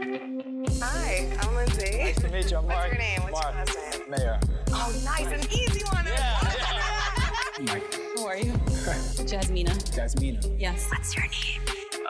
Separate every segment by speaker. Speaker 1: Hi, I'm Lindsay. Nice
Speaker 2: to meet you. I'm
Speaker 1: What's
Speaker 2: Mark.
Speaker 1: your name? What's
Speaker 2: Mark.
Speaker 1: your last name?
Speaker 2: Mayor.
Speaker 1: Oh, nice. An easy one.
Speaker 3: How are you? Jasmina.
Speaker 2: Jasmina.
Speaker 3: Yes.
Speaker 1: What's your name?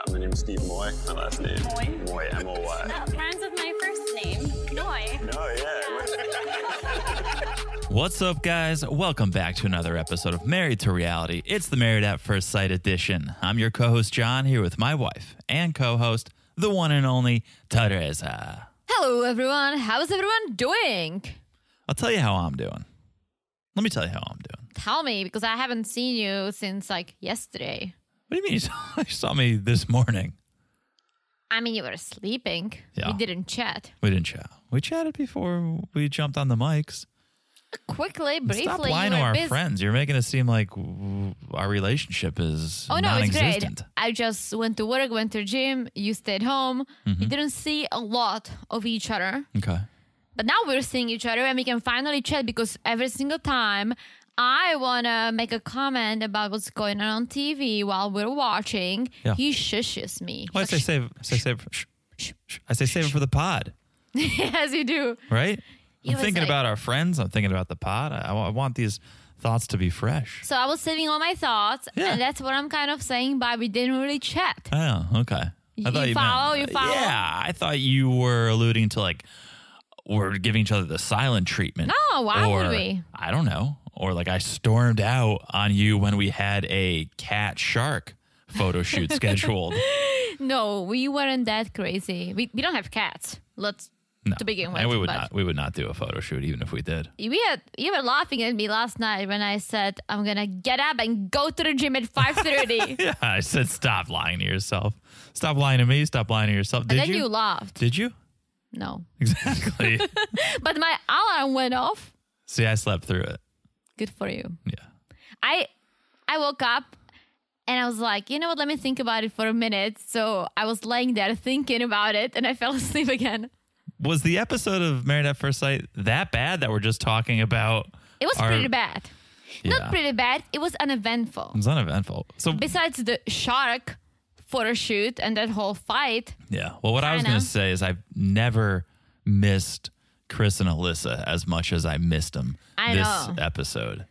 Speaker 4: Uh, my name's Steve Moy. My last name. Moy. M O Y.
Speaker 5: Friends of my first name, Noi.
Speaker 4: No, yeah.
Speaker 6: What's up, guys? Welcome back to another episode of Married to Reality. It's the Married at First Sight edition. I'm your co host, John, here with my wife and co host, the one and only Teresa.
Speaker 7: Hello, everyone. How's everyone doing?
Speaker 6: I'll tell you how I'm doing. Let me tell you how I'm doing.
Speaker 7: Tell me, because I haven't seen you since like yesterday.
Speaker 6: What do you mean you saw, you saw me this morning?
Speaker 7: I mean, you were sleeping.
Speaker 6: Yeah.
Speaker 7: We didn't chat.
Speaker 6: We didn't chat. We chatted before we jumped on the mics.
Speaker 7: Quickly, briefly,
Speaker 6: Stop
Speaker 7: you
Speaker 6: lying
Speaker 7: were
Speaker 6: to our
Speaker 7: busy.
Speaker 6: friends. You're making it seem like w- our relationship is
Speaker 7: Oh no, it's
Speaker 6: non-existent.
Speaker 7: great. I just went to work, went to gym. You stayed home. We
Speaker 6: Mm-hmm.
Speaker 7: didn't see a lot of each other,
Speaker 6: Okay.
Speaker 7: but now we're seeing each other, and we can finally chat because every single time. I wanna make a comment about what's going on on TV while we're watching.
Speaker 6: Yeah.
Speaker 7: He shushes me.
Speaker 6: Well, I say save. I say save. Shh, shh, shh. I say save it for the pod.
Speaker 7: Yes, you do.
Speaker 6: right? I'm
Speaker 7: was
Speaker 6: thinking
Speaker 7: like-
Speaker 6: about our friends. I'm thinking about the pod. I, I want these thoughts to be fresh.
Speaker 7: So I was saving all my thoughts,
Speaker 6: Yeah.
Speaker 7: and that's what I'm kind of saying. But we didn't really chat.
Speaker 6: Oh, okay. I
Speaker 7: You follow? You follow?
Speaker 6: uh, Yeah, I thought you were alluding to like we're giving each other the silent treatment.
Speaker 7: No, why would
Speaker 6: Or,
Speaker 7: we?
Speaker 6: I don't know. Or like I stormed out on you when we had a cat shark photo shoot scheduled.
Speaker 7: No, we weren't that crazy. We, we don't have cats. Let's
Speaker 6: No,
Speaker 7: to begin with.
Speaker 6: and we would
Speaker 7: but
Speaker 6: not. We would not do a photo shoot even if we did.
Speaker 7: We had you were laughing at me last night when I said I'm gonna get up and go to the gym at 5:30,
Speaker 6: Yeah, I said stop lying to yourself. Stop lying to me. Stop lying to yourself. Did
Speaker 7: and then you?
Speaker 6: you?
Speaker 7: laughed.
Speaker 6: did you?
Speaker 7: No,
Speaker 6: Exactly.
Speaker 7: but my alarm went off.
Speaker 6: See, I slept through it.
Speaker 7: Good for you.
Speaker 6: Yeah.
Speaker 7: I I woke up and I was like, you know what? Let me think about it for a minute. So I was laying there thinking about it, and I fell asleep again.
Speaker 6: Was the episode of Married at First Sight that bad that we're just talking about?
Speaker 7: It was
Speaker 6: our-
Speaker 7: pretty bad.
Speaker 6: Yeah.
Speaker 7: Not pretty bad. It was
Speaker 6: It
Speaker 7: uneventful.
Speaker 6: was uneventful. So
Speaker 7: Besides the shark photo shoot and that whole fight,
Speaker 6: yeah. Well, what I was
Speaker 7: Kinda.
Speaker 6: going to say is I've never missed Chris and Alyssa as much as I missed them
Speaker 7: I
Speaker 6: this
Speaker 7: know.
Speaker 6: episode.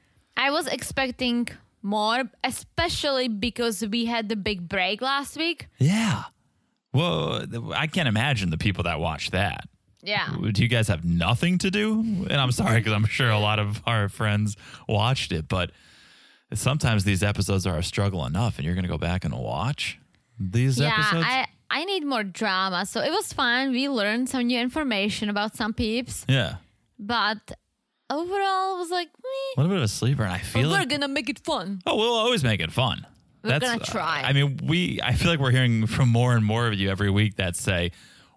Speaker 7: I was expecting more, especially because we had the big break last week.
Speaker 6: Yeah. Well, I can't imagine the people that watch that.
Speaker 7: Yeah.
Speaker 6: Do you guys have nothing to do? And I'm sorry because I'm sure a lot of our friends watched it, but sometimes these episodes are a struggle enough, and you're going to go back and watch these
Speaker 7: Yeah.
Speaker 6: episodes.
Speaker 7: I, I need more drama. So it was fun. We learned some new information about some peeps,
Speaker 6: yeah,
Speaker 7: but overall, it was like,
Speaker 6: a
Speaker 7: meh.
Speaker 6: little bit of a sleeper, and I feel
Speaker 7: we're
Speaker 6: like
Speaker 7: going to make it fun.
Speaker 6: oh, we'll always make it fun. uh,
Speaker 7: We're gonna try.
Speaker 6: I mean, we. I feel like we're hearing from more and more of you every week that say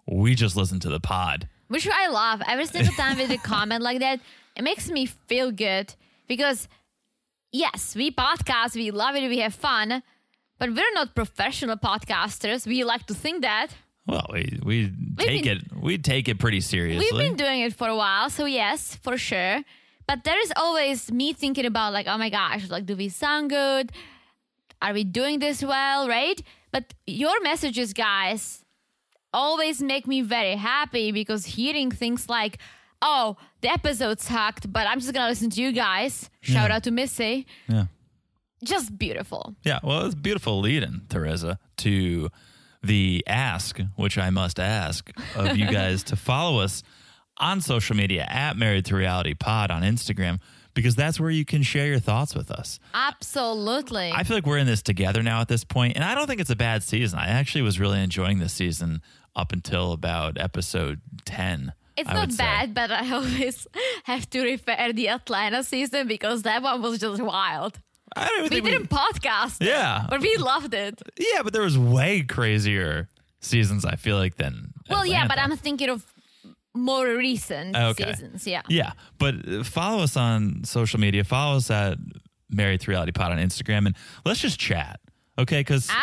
Speaker 6: we just listen to the pod.
Speaker 7: which I love every single time with a comment like that. It makes me feel good because, yes, we podcast, we love it, we have fun, but we're not professional podcasters. We like to think that.
Speaker 6: Well, we we take
Speaker 7: been-
Speaker 6: it we take it pretty seriously.
Speaker 7: We've been doing it for a while, so yes, for sure. But there is always me thinking about, like, oh my gosh, like, do we sound good? Are we doing this well, right? But your messages, guys, always make me very happy because hearing things like, oh, the episode sucked, but I'm just going to listen to you guys. Shout out to Missy.
Speaker 6: Yeah.
Speaker 7: Just beautiful.
Speaker 6: Yeah, well, it's a beautiful lead in, Teresa, to the ask, which I must ask of you guys to follow us on social media at Married to Reality Pod on Instagram, because that's where you can share your thoughts with us.
Speaker 7: Absolutely.
Speaker 6: I feel like we're in this together now at this point, and I don't think it's a bad season. I actually was really enjoying this season up until about episode 10.
Speaker 7: it's
Speaker 6: I would
Speaker 7: not
Speaker 6: say.
Speaker 7: bad, but I always have to refer the Atlanta season because that one was just wild.
Speaker 6: I don't even
Speaker 7: We
Speaker 6: think we-
Speaker 7: didn't podcast. it,
Speaker 6: Yeah.
Speaker 7: But we loved it.
Speaker 6: Yeah, but there was way crazier seasons. I feel like than.
Speaker 7: Well, yeah, but
Speaker 6: Atlanta. Ah,
Speaker 7: I'm thinking of more recent
Speaker 6: Okay.
Speaker 7: seasons. Yeah.
Speaker 6: Yeah, but uh, follow us on social media. Follow us at Married to Reality Pod on Instagram, and let's just chat. Okay, because and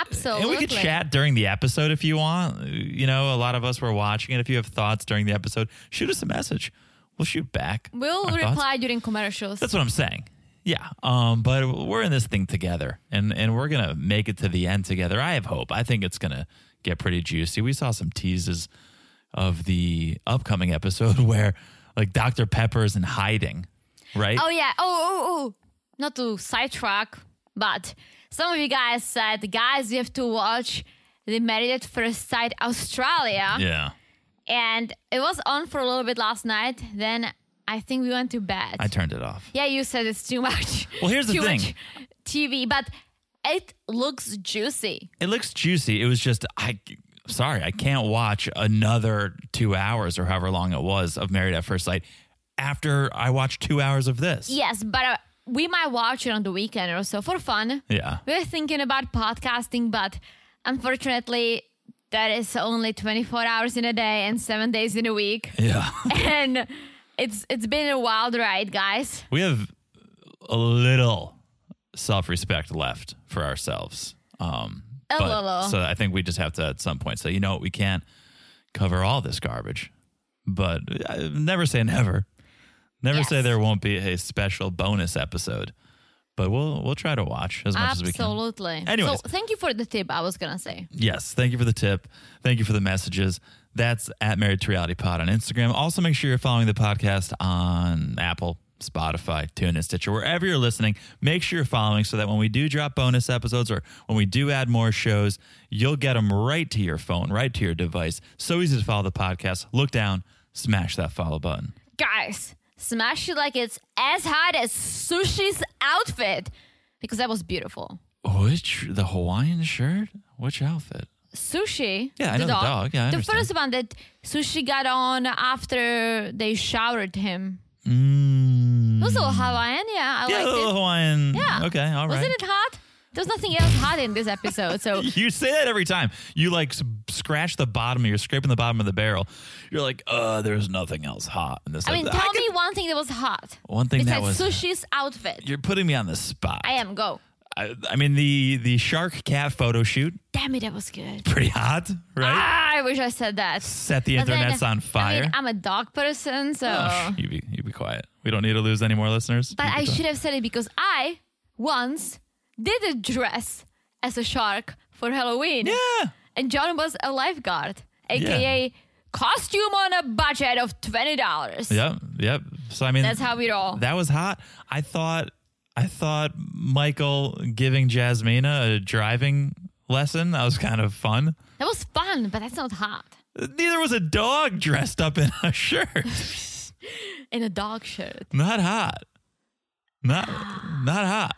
Speaker 6: we could
Speaker 7: Absolutely.
Speaker 6: chat during the episode if you want. You know, a lot of us were watching it. If you have thoughts during the episode, shoot us a message. We'll shoot back.
Speaker 7: We'll
Speaker 6: our thoughts.
Speaker 7: reply during commercials.
Speaker 6: That's what I'm saying. Yeah. Um, but we're in this thing together and, and we're going to make it to the end together. I have hope. I think it's going to get pretty juicy. We saw some teases of the upcoming episode where like Dr. Pepper is in hiding, right?
Speaker 7: Oh yeah. Oh, oh, oh. Not to sidetrack, but some of you guys said, guys, you have to watch the Married at First Sight Australia,
Speaker 6: yeah.
Speaker 7: and it was on for a little bit last night. Then I think we went to bed.
Speaker 6: I turned it off.
Speaker 7: yeah, you said it's too much.
Speaker 6: Well, here's the
Speaker 7: too
Speaker 6: thing.
Speaker 7: Much TV, but it looks juicy.
Speaker 6: It looks juicy. It was just, I. Sorry, I can't watch another two hours or however long it was of Married at First Sight after I watched two hours of this.
Speaker 7: Yes, but uh, we might watch it on the weekend or so for fun.
Speaker 6: Yeah.
Speaker 7: We were thinking about podcasting, but unfortunately, there is only 24 hours in a day and seven days in a week.
Speaker 6: Yeah.
Speaker 7: and it's it's been a wild ride, guys.
Speaker 6: we have a little self-respect left for ourselves um
Speaker 7: A
Speaker 6: but-
Speaker 7: little.
Speaker 6: so i think we just have to at some point say you know what we can't cover all this garbage but uh, never say never never say
Speaker 7: Yes.
Speaker 6: there won't be a special bonus episode but we'll we'll try to watch as much as we can
Speaker 7: Absolutely.
Speaker 6: Anyways.
Speaker 7: So thank you for the tip, I was going to say.
Speaker 6: Yes. Thank you for the tip. Thank you for the messages. That's at Married to Reality Pod on Instagram. Also, make sure you're following the podcast on Apple, Spotify, TuneIn, Stitcher, wherever you're listening. Make sure you're following so that when we do drop bonus episodes or when we do add more shows, you'll get them right to your phone, right to your device. So easy to follow the podcast. Look down, smash that follow button.
Speaker 7: Guys, smash it like it's as hot as Sushi's outfit because that was beautiful.
Speaker 6: Which, the Hawaiian shirt? Which outfit?
Speaker 7: Sushi.
Speaker 6: Yeah, I know the dog. Yeah, I
Speaker 7: the
Speaker 6: understand.
Speaker 7: first one that Sushi got on after they showered him. It was a little Hawaiian. Yeah, I
Speaker 6: Hmm. Yeah,
Speaker 7: liked
Speaker 6: the
Speaker 7: it.
Speaker 6: Hawaiian.
Speaker 7: Mm. Yeah.
Speaker 6: Okay, all right.
Speaker 7: Wasn't it hot? There was nothing else hot in this episode. So
Speaker 6: You say that every time. You like s- scratch the bottom, you're scraping the bottom of the barrel. You're like, uh, there's nothing else hot in this.
Speaker 7: I mean,
Speaker 6: episode."
Speaker 7: tell
Speaker 6: could-
Speaker 7: me one thing that was hot.
Speaker 6: One thing that
Speaker 7: besides
Speaker 6: was-
Speaker 7: sushi's outfit.
Speaker 6: You're putting me on the spot.
Speaker 7: I am go.
Speaker 6: I, I mean, the the shark cat photo shoot,
Speaker 7: Damn it, that was good.
Speaker 6: pretty hot, right?
Speaker 7: Ah, I wish I said that.
Speaker 6: Set the
Speaker 7: But then,
Speaker 6: internets on
Speaker 7: I
Speaker 6: fire.
Speaker 7: mean, I'm a dog person, so.
Speaker 6: oh, sh- you be you be quiet. We don't need to lose any more listeners.
Speaker 7: but
Speaker 6: You be
Speaker 7: I
Speaker 6: quiet.
Speaker 7: should have said it because I once did a dress as a shark for Halloween.
Speaker 6: Yeah.
Speaker 7: And John was a lifeguard, aka costume on a budget of twenty dollars.
Speaker 6: Yep. Yep. So I mean,
Speaker 7: That's how we roll.
Speaker 6: That was hot. I thought. I thought Michael giving Jasmina a driving lesson. That was kind of fun.
Speaker 7: That was fun, but that's not hot.
Speaker 6: Neither was a dog dressed up in a shirt.
Speaker 7: In a dog shirt.
Speaker 6: Not hot. Not not hot.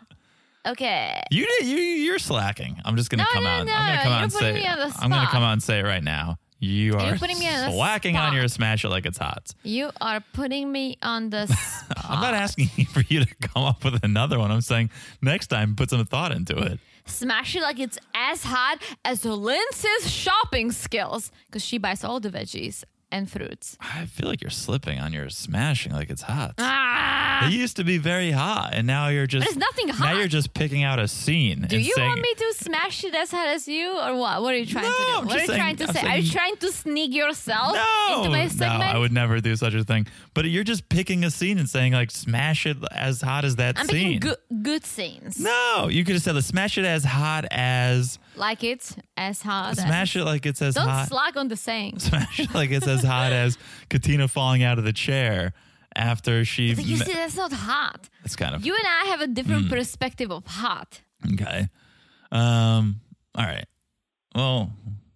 Speaker 7: Okay.
Speaker 6: You did you you're slacking. I'm just gonna
Speaker 7: No,
Speaker 6: come
Speaker 7: no,
Speaker 6: out.
Speaker 7: no,
Speaker 6: I'm gonna come out
Speaker 7: you're
Speaker 6: and
Speaker 7: putting
Speaker 6: say.
Speaker 7: me on the
Speaker 6: I'm gonna
Speaker 7: spot.
Speaker 6: come out and say it right now. You are
Speaker 7: putting me on the
Speaker 6: slacking on
Speaker 7: spot.
Speaker 6: your smash it like it's hot.
Speaker 7: You are putting me on the spot.
Speaker 6: I'm not asking for you to come up with another one. I'm saying next time put some thought into it.
Speaker 7: Smash it like it's as hot as Lindsay's shopping skills because she buys all the veggies and fruits.
Speaker 6: I feel like you're slipping on your smashing like it's hot.
Speaker 7: Ah!
Speaker 6: It used to be very hot, and now you're just
Speaker 7: it's nothing
Speaker 6: Now
Speaker 7: hot.
Speaker 6: you're just picking out a scene.
Speaker 7: Do you want me to smash it as hard as you, or what? What are you trying
Speaker 6: No,
Speaker 7: to do?
Speaker 6: I'm
Speaker 7: what are you
Speaker 6: just saying-
Speaker 7: trying to
Speaker 6: I'm
Speaker 7: say? Are you
Speaker 6: saying-
Speaker 7: trying to sneak yourself
Speaker 6: No,
Speaker 7: Oh, into my segment?
Speaker 6: no, I would never do such a thing. But you're just picking a scene and saying like, "Smash it as hot as that
Speaker 7: am picking
Speaker 6: scene."
Speaker 7: good, good scenes.
Speaker 6: no, you could have said, "Let's smash it as hot as
Speaker 7: Like it's as hard.
Speaker 6: smash it like it's as
Speaker 7: As, don't
Speaker 6: hot
Speaker 7: slack on the saying.
Speaker 6: smash it like it's as hot as Katina falling out of the chair after she."
Speaker 7: But you
Speaker 6: me-
Speaker 7: see, that's not hot.
Speaker 6: That's Hmm. kind of
Speaker 7: You and I have a different perspective of hot.
Speaker 6: okay. Um. All right. Well,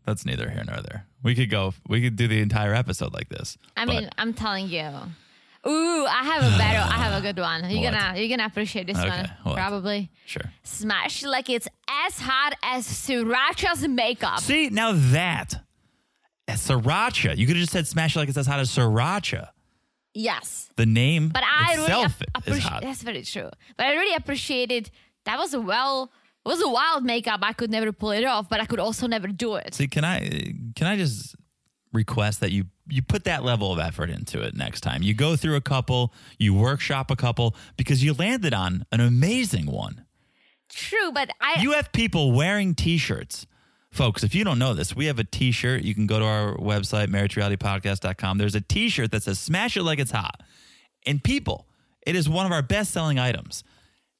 Speaker 6: That's neither here nor there. We could go. We could do the entire episode like this.
Speaker 7: I
Speaker 6: but
Speaker 7: mean, I'm telling you. Ooh, I have a better. I have a good one. You're
Speaker 6: What?
Speaker 7: gonna you're gonna appreciate this
Speaker 6: Okay,
Speaker 7: one
Speaker 6: what?
Speaker 7: probably.
Speaker 6: sure.
Speaker 7: Smash like it's as hot as Sriracha's makeup.
Speaker 6: See now that a sriracha. You could have just said smash it like it says hot as sriracha.
Speaker 7: Yes,
Speaker 6: The name
Speaker 7: but I really ap-
Speaker 6: itself is
Speaker 7: appreciate.
Speaker 6: hot.
Speaker 7: That's very true. But I really appreciated that was a well it was a wild makeup. I could never pull it off, but I could also never do it.
Speaker 6: See, can I can I just request that you you put that level of effort into it next time? You go through a couple, you workshop a couple because you landed on an amazing one.
Speaker 7: True, but I
Speaker 6: You have people wearing t-shirts. Folks, if you don't know this, we have a t-shirt. You can go to our website, marriagerealitypodcast.com. There's a t-shirt that says smash it like it's hot. And people, it is one of our best-selling items.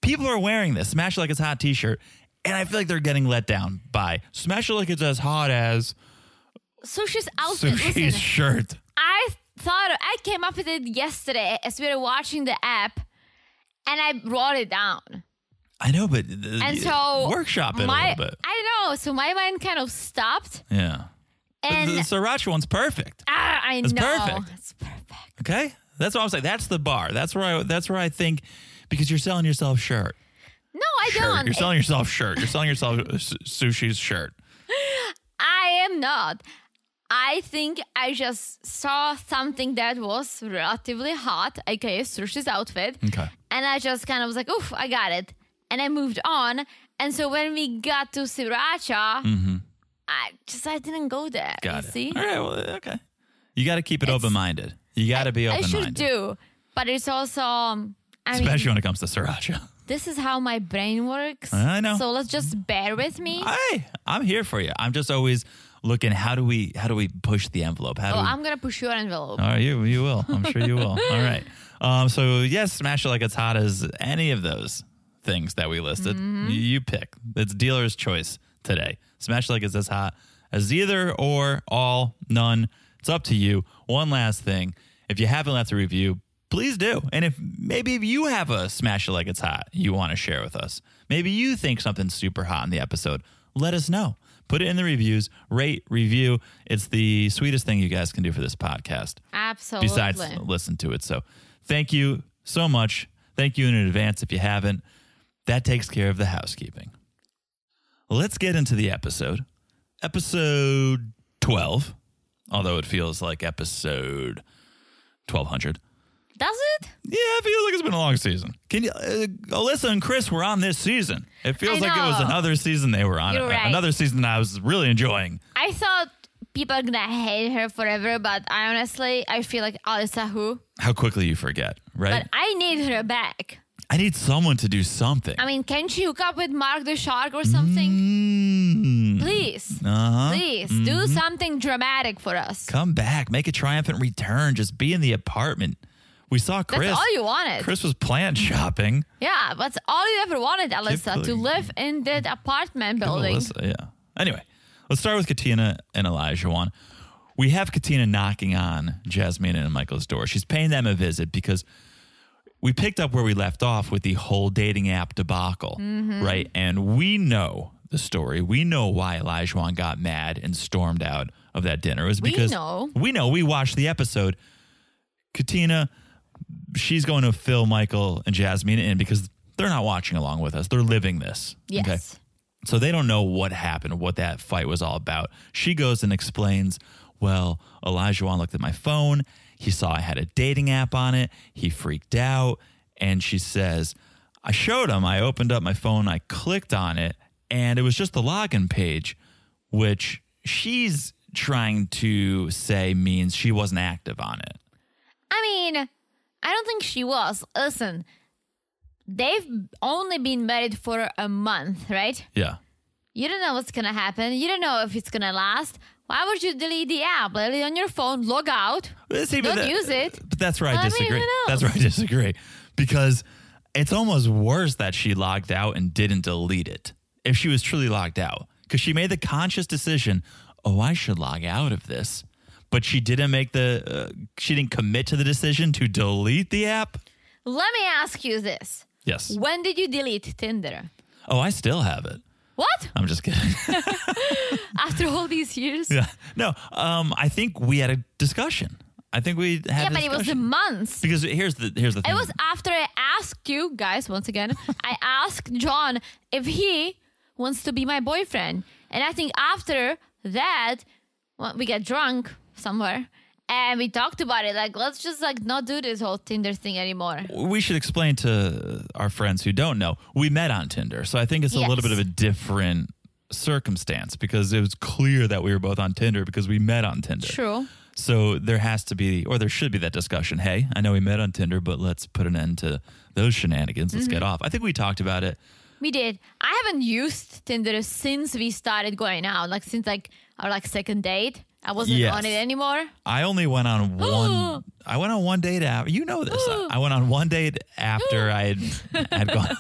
Speaker 6: People are wearing this smash it like it's hot t-shirt. And I feel like they're getting let down by smash it like it's as hot as
Speaker 7: sushi's outfit.
Speaker 6: Sushi's
Speaker 7: listen,
Speaker 6: shirt.
Speaker 7: I thought I came up with it yesterday as we were watching the app, and I wrote it down.
Speaker 6: I know, but the,
Speaker 7: and so
Speaker 6: workshop it
Speaker 7: my,
Speaker 6: a little bit.
Speaker 7: I know. So my mind kind of stopped,
Speaker 6: yeah,
Speaker 7: and
Speaker 6: the, the sriracha one's perfect.
Speaker 7: ah, I
Speaker 6: It's
Speaker 7: know
Speaker 6: perfect.
Speaker 7: it's perfect.
Speaker 6: Okay, that's what I'm saying. That's the bar. That's where I. That's where I think because you're selling yourself shirt.
Speaker 7: No, I
Speaker 6: Shirt.
Speaker 7: don't.
Speaker 6: You're selling yourself shirt. You're selling yourself s- sushi's shirt.
Speaker 7: I am not. I think I just saw something that was relatively hot, aka Sushi's outfit.
Speaker 6: Okay.
Speaker 7: And I just kind of was like, oof, I got it. And I moved on. And so when we got to Sriracha, I just I didn't go there.
Speaker 6: Mm-hmm. Got
Speaker 7: you
Speaker 6: it.
Speaker 7: see?
Speaker 6: All right. Well, okay. You got to keep it open minded. You got to be
Speaker 7: I
Speaker 6: open
Speaker 7: should
Speaker 6: minded,
Speaker 7: do. But it's also um, I mean,
Speaker 6: especially when it comes to sriracha.
Speaker 7: this is how my brain works.
Speaker 6: I know.
Speaker 7: So let's just bear with me.
Speaker 6: Hey, I'm here for you. I'm just always looking. How do we? How do we push the envelope? How do
Speaker 7: oh,
Speaker 6: we
Speaker 7: I'm gonna push your envelope.
Speaker 6: All right, you you will. I'm sure you will. All right. Um, so yes, smash it like it's hot as any of those things that we listed. You, you pick. It's dealer's choice today. Smash it like it's as hot as either or all none. It's up to you. One last thing: if you haven't left a review, please do. And if maybe if you have a smash it like it's hot you want to share with us, maybe you think something's super hot in the episode, let us know. Put it in the reviews. Rate, review. It's the sweetest thing you guys can do for this podcast
Speaker 7: Absolutely.
Speaker 6: besides listen to it. So thank you so much. Thank you in advance if you haven't. That takes care of the housekeeping. Let's get into the episode. Episode 12, although it feels like episode 1200.
Speaker 7: Does it?
Speaker 6: Yeah, it feels like it's been a long season. Can you, uh, Alyssa and Chris were on this season. It feels
Speaker 7: I
Speaker 6: like it was
Speaker 7: know.
Speaker 6: another season they were on.
Speaker 7: You're right.
Speaker 6: Another season that I was really enjoying.
Speaker 7: I thought people are gonna hate her forever, but I honestly I feel like Alisa who.
Speaker 6: How quickly you forget, right?
Speaker 7: But I need her back.
Speaker 6: I need someone to do something.
Speaker 7: I mean, can she hook up with Mark the Shark or something?
Speaker 6: Mm.
Speaker 7: Please.
Speaker 6: Uh-huh.
Speaker 7: Please do something dramatic for us.
Speaker 6: Come back, make a triumphant return, just be in the apartment. We saw
Speaker 7: That's
Speaker 6: Chris.
Speaker 7: all you wanted.
Speaker 6: Chris was plant shopping.
Speaker 7: Yeah, that's all you ever wanted, Alyssa, to
Speaker 6: Typically-
Speaker 7: live in that apartment building.
Speaker 6: Melissa, yeah. Anyway, let's start with Katina and Elijah one. We have Katina knocking on Jasmine and Michael's door. She's paying them a visit because we picked up where we left off with the whole dating app debacle,
Speaker 7: Mm-hmm.
Speaker 6: right? And we know the story. We know why Elijah Wan got mad and stormed out of that dinner. It was
Speaker 7: We
Speaker 6: because
Speaker 7: know.
Speaker 6: we know. We watched the episode. Katina, she's going to fill Michael and Jasmine in because they're not watching along with us. They're living this.
Speaker 7: Yes.
Speaker 6: So they don't know what happened, what that fight was all about. She goes and explains, well, Elijah Wan looked at my phone. He saw I had a dating app on it. He freaked out. And she says, I showed him. I opened up my phone. I clicked on it. And it was just the login page, which she's trying to say means she wasn't active on it.
Speaker 7: I mean, I don't think she was. Listen, they've only been married for a month, right?
Speaker 6: Yeah.
Speaker 7: You don't know what's gonna happen. You don't know if it's gonna last. Why would you delete the app? Let it on your phone, log out.
Speaker 6: See, but
Speaker 7: Don't use it.
Speaker 6: But that's where I,
Speaker 7: I mean,
Speaker 6: disagree.
Speaker 7: who
Speaker 6: that's where I disagree because it's almost worse that she logged out and didn't delete it if she was truly logged out because she made the conscious decision, oh, I should log out of this, but she didn't make the uh, she didn't commit to the decision to delete the app.
Speaker 7: Let me ask you this.
Speaker 6: Yes.
Speaker 7: When did you delete Tinder?
Speaker 6: Oh, I still have it.
Speaker 7: What?
Speaker 6: I'm just kidding.
Speaker 7: After all these years?
Speaker 6: yeah. No, um, I think we had a discussion. I think we had.
Speaker 7: Yeah,
Speaker 6: a
Speaker 7: but it was the
Speaker 6: discussion.
Speaker 7: months.
Speaker 6: because here's the here's the thing.
Speaker 7: It was after I asked you guys once again. I asked John if he wants to be my boyfriend, and I think after that, well, we got drunk somewhere and we talked about it. Like, let's just like not do this whole Tinder thing anymore.
Speaker 6: we should explain to our friends who don't know we met on tinder so i think it's a little
Speaker 7: Yes.
Speaker 6: bit of a different circumstance because it was clear that we were both on tinder because we met on tinder
Speaker 7: True.
Speaker 6: so there has to be or there should be that discussion hey i know we met on tinder but let's put an end to those shenanigans let's get
Speaker 7: Mm-hmm.
Speaker 6: off i think we talked about it
Speaker 7: We did. I haven't used Tinder since we started going out. Like since like our like second date, I wasn't
Speaker 6: Yes.
Speaker 7: on it anymore.
Speaker 6: i only went on one i went on one date after you know this I, I went on one date after i had, had gone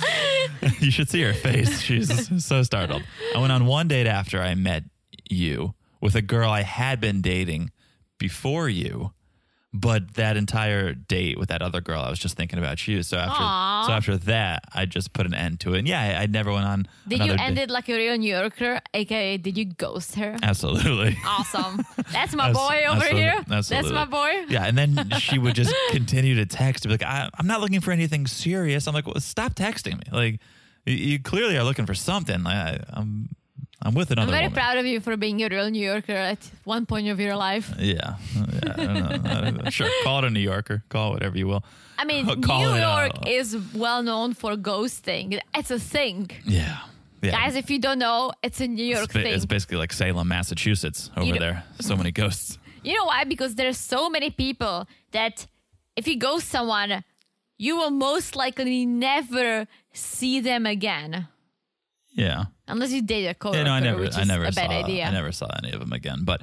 Speaker 6: you should see her face. She's so startled. I went on one date after I met you with a girl I had been dating before you, but that entire date with that other girl, I was just thinking about you. So after
Speaker 7: Aw.
Speaker 6: so after that, I just put an end to it. And yeah, I, I never went on.
Speaker 7: Did
Speaker 6: another
Speaker 7: you end
Speaker 6: date.
Speaker 7: it like a real New Yorker? AKA, did you ghost her?
Speaker 6: Absolutely.
Speaker 7: Awesome. That's my
Speaker 6: Abs-
Speaker 7: boy over
Speaker 6: absolutely-
Speaker 7: here. That's
Speaker 6: absolutely.
Speaker 7: my boy.
Speaker 6: Yeah, and then she would just continue to text, be like, I, "I'm not looking for anything serious." I'm like, well, "Stop texting me! Like, you, you clearly are looking for something." Like, I, I'm, I'm with another.
Speaker 7: I'm very
Speaker 6: woman.
Speaker 7: proud of you for being a real New Yorker at one point of your life.
Speaker 6: Yeah, yeah I don't know. I don't know. sure, call it a New Yorker, call it whatever you will.
Speaker 7: I mean,
Speaker 6: Call
Speaker 7: New
Speaker 6: it
Speaker 7: York
Speaker 6: out.
Speaker 7: is well known for ghosting. It's a thing.
Speaker 6: Yeah, yeah.
Speaker 7: Guys, if you don't know, it's a New York
Speaker 6: it's, ba-
Speaker 7: thing.
Speaker 6: it's basically like Salem, Massachusetts, over
Speaker 7: know-
Speaker 6: there. So many ghosts.
Speaker 7: You know why? Because there are so many people that if you ghost someone, you will most likely never see them again.
Speaker 6: Yeah.
Speaker 7: Unless you date a coworker,
Speaker 6: Yeah, no, I never,
Speaker 7: which is
Speaker 6: I never
Speaker 7: a
Speaker 6: saw,
Speaker 7: bad idea.
Speaker 6: I never saw any of them again. But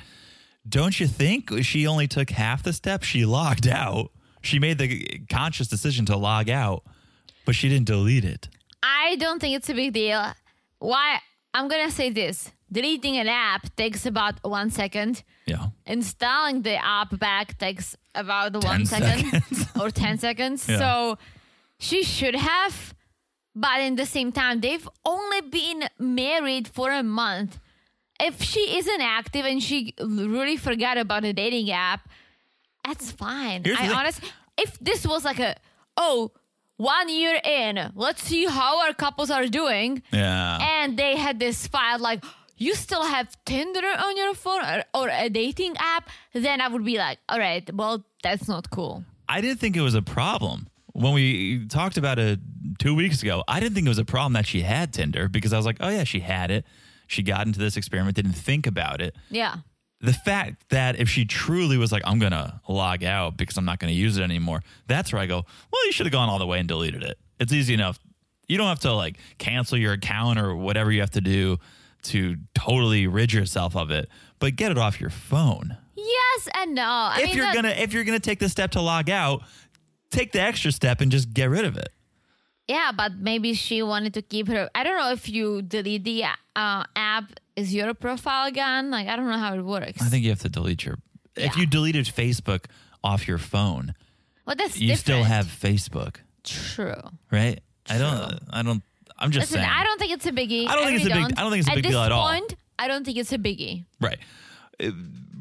Speaker 6: don't you think she only took half the step? She logged out. She made the conscious decision to log out, but she didn't delete it.
Speaker 7: I don't think it's a big deal. Why? I'm gonna say this: deleting an app takes about one second.
Speaker 6: Yeah.
Speaker 7: Installing the app back takes about one second
Speaker 6: seconds.
Speaker 7: or ten seconds.
Speaker 6: Yeah.
Speaker 7: So she should have. But in the same time, they've only been married for a month. If she isn't active and she really forgot about the dating app, that's fine.
Speaker 6: Here's the
Speaker 7: I
Speaker 6: thing.
Speaker 7: honestly, if this was like a oh, one year in, let's see how our couples are doing,
Speaker 6: Yeah.
Speaker 7: and they had this file like you still have Tinder on your phone or, or a dating app, then I would be like, all right, well that's not cool.
Speaker 6: I didn't think it was a problem when we talked about it two weeks ago. I didn't think it was a problem that she had Tinder because I was like, oh yeah, she had it. She got into this experiment, didn't think about it.
Speaker 7: Yeah,
Speaker 6: The fact that if she truly was like, I'm gonna log out because I'm not gonna use it anymore, that's where I go, well, you should have gone all the way and deleted it. It's easy enough. You don't have to like cancel your account or whatever you have to do to totally rid yourself of it, but get it off your phone
Speaker 7: yes and no. I
Speaker 6: if
Speaker 7: mean,
Speaker 6: you're
Speaker 7: that-
Speaker 6: gonna if you're gonna take the step to log out, take the extra step and just get rid of it.
Speaker 7: Yeah, but maybe she wanted to keep her. I don't know if you delete the uh, app, is your profile gone? Like, I don't know how it works.
Speaker 6: I think you have to delete your. If
Speaker 7: Yeah.
Speaker 6: you deleted Facebook off your phone,
Speaker 7: but that's
Speaker 6: you still
Speaker 7: different.
Speaker 6: have Facebook,
Speaker 7: true.
Speaker 6: right? I don't. I don't. I'm just
Speaker 7: Listen,
Speaker 6: saying.
Speaker 7: I don't think it's a biggie.
Speaker 6: I don't think
Speaker 7: really
Speaker 6: it's a big- I don't think it's a big
Speaker 7: this
Speaker 6: deal at all.
Speaker 7: point, I don't think it's a biggie.
Speaker 6: Right. Uh,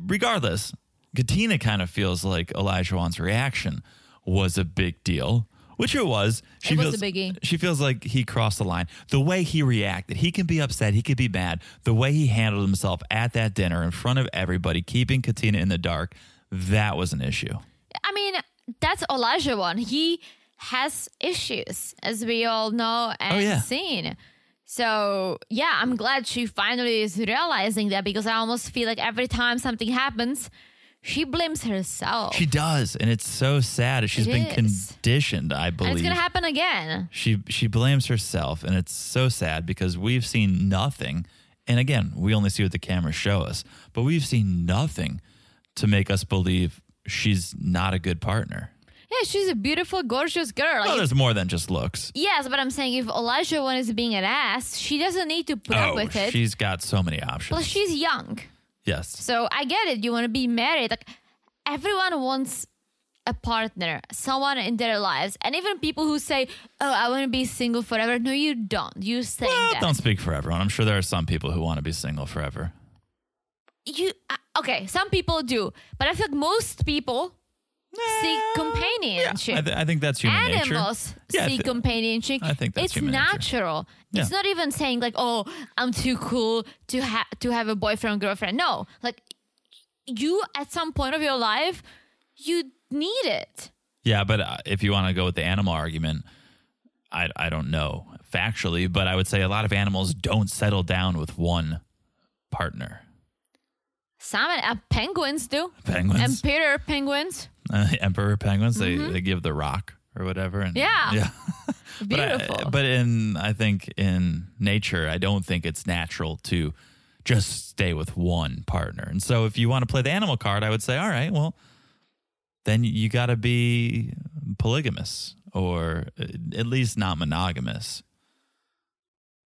Speaker 6: Regardless, Katina kind of feels like Elijah Wan's reaction was a big deal, which it was. She
Speaker 7: It was
Speaker 6: feels,
Speaker 7: a biggie.
Speaker 6: She feels like he crossed the line. The way he reacted, he can be upset, he could be mad. The way he handled himself at that dinner in front of everybody, keeping Katina in the dark, that was an issue.
Speaker 7: I mean, that's Elijah one. He has issues, as we all know and
Speaker 6: Oh, yeah.
Speaker 7: seen. So yeah, I'm glad she finally is realizing that because I almost feel like every time something happens, she blames herself.
Speaker 6: She does, and it's so sad. She's
Speaker 7: Oh. It
Speaker 6: been
Speaker 7: is.
Speaker 6: conditioned, I believe.
Speaker 7: And it's gonna happen again.
Speaker 6: She she blames herself, and it's so sad because we've seen nothing. And again, we only see what the cameras show us, but we've seen nothing to make us believe she's not a good partner.
Speaker 7: Yeah, she's a beautiful, gorgeous girl.
Speaker 6: Well, there's more than just looks.
Speaker 7: yes, but I'm saying if Elijah one is being an ass, she doesn't need to put up
Speaker 6: Oh,
Speaker 7: with it.
Speaker 6: she's got so many options.
Speaker 7: Plus, she's young,
Speaker 6: yes,
Speaker 7: so I get it. You want to be married, like everyone wants a partner, someone in their lives, and even people who say, "Oh, I want to be single forever." No, you don't. You say
Speaker 6: Well,
Speaker 7: that.
Speaker 6: don't speak for everyone. I'm sure there are some people who want to be single forever.
Speaker 7: You uh, okay? Some people do, but I feel like most people seek companionship.
Speaker 6: I, th- I think that's human
Speaker 7: Animals
Speaker 6: nature. Yeah, I
Speaker 7: seek
Speaker 6: thi-
Speaker 7: companionship.
Speaker 6: I think that's
Speaker 7: it's
Speaker 6: human nature.
Speaker 7: natural. It's
Speaker 6: Yeah.
Speaker 7: not even saying like, "Oh, I'm too cool to have to have a boyfriend girlfriend." No, like you at some point of your life, you need it.
Speaker 6: Yeah, but uh, if you want to go with the animal argument, I, I don't know factually, but I would say a lot of animals don't settle down with one partner.
Speaker 7: Some uh, penguins do.
Speaker 6: Penguins,
Speaker 7: Emperor penguins.
Speaker 6: uh, emperor penguins, they, they give the rock or whatever. And,
Speaker 7: Mm-hmm. Yeah.
Speaker 6: yeah. But I-
Speaker 7: Beautiful.
Speaker 6: But, in I think in nature, I don't think it's natural to just stay with one partner. And so if you want to play the animal card, I would say, all right, well, then you got to be polygamous or uh, at least not monogamous.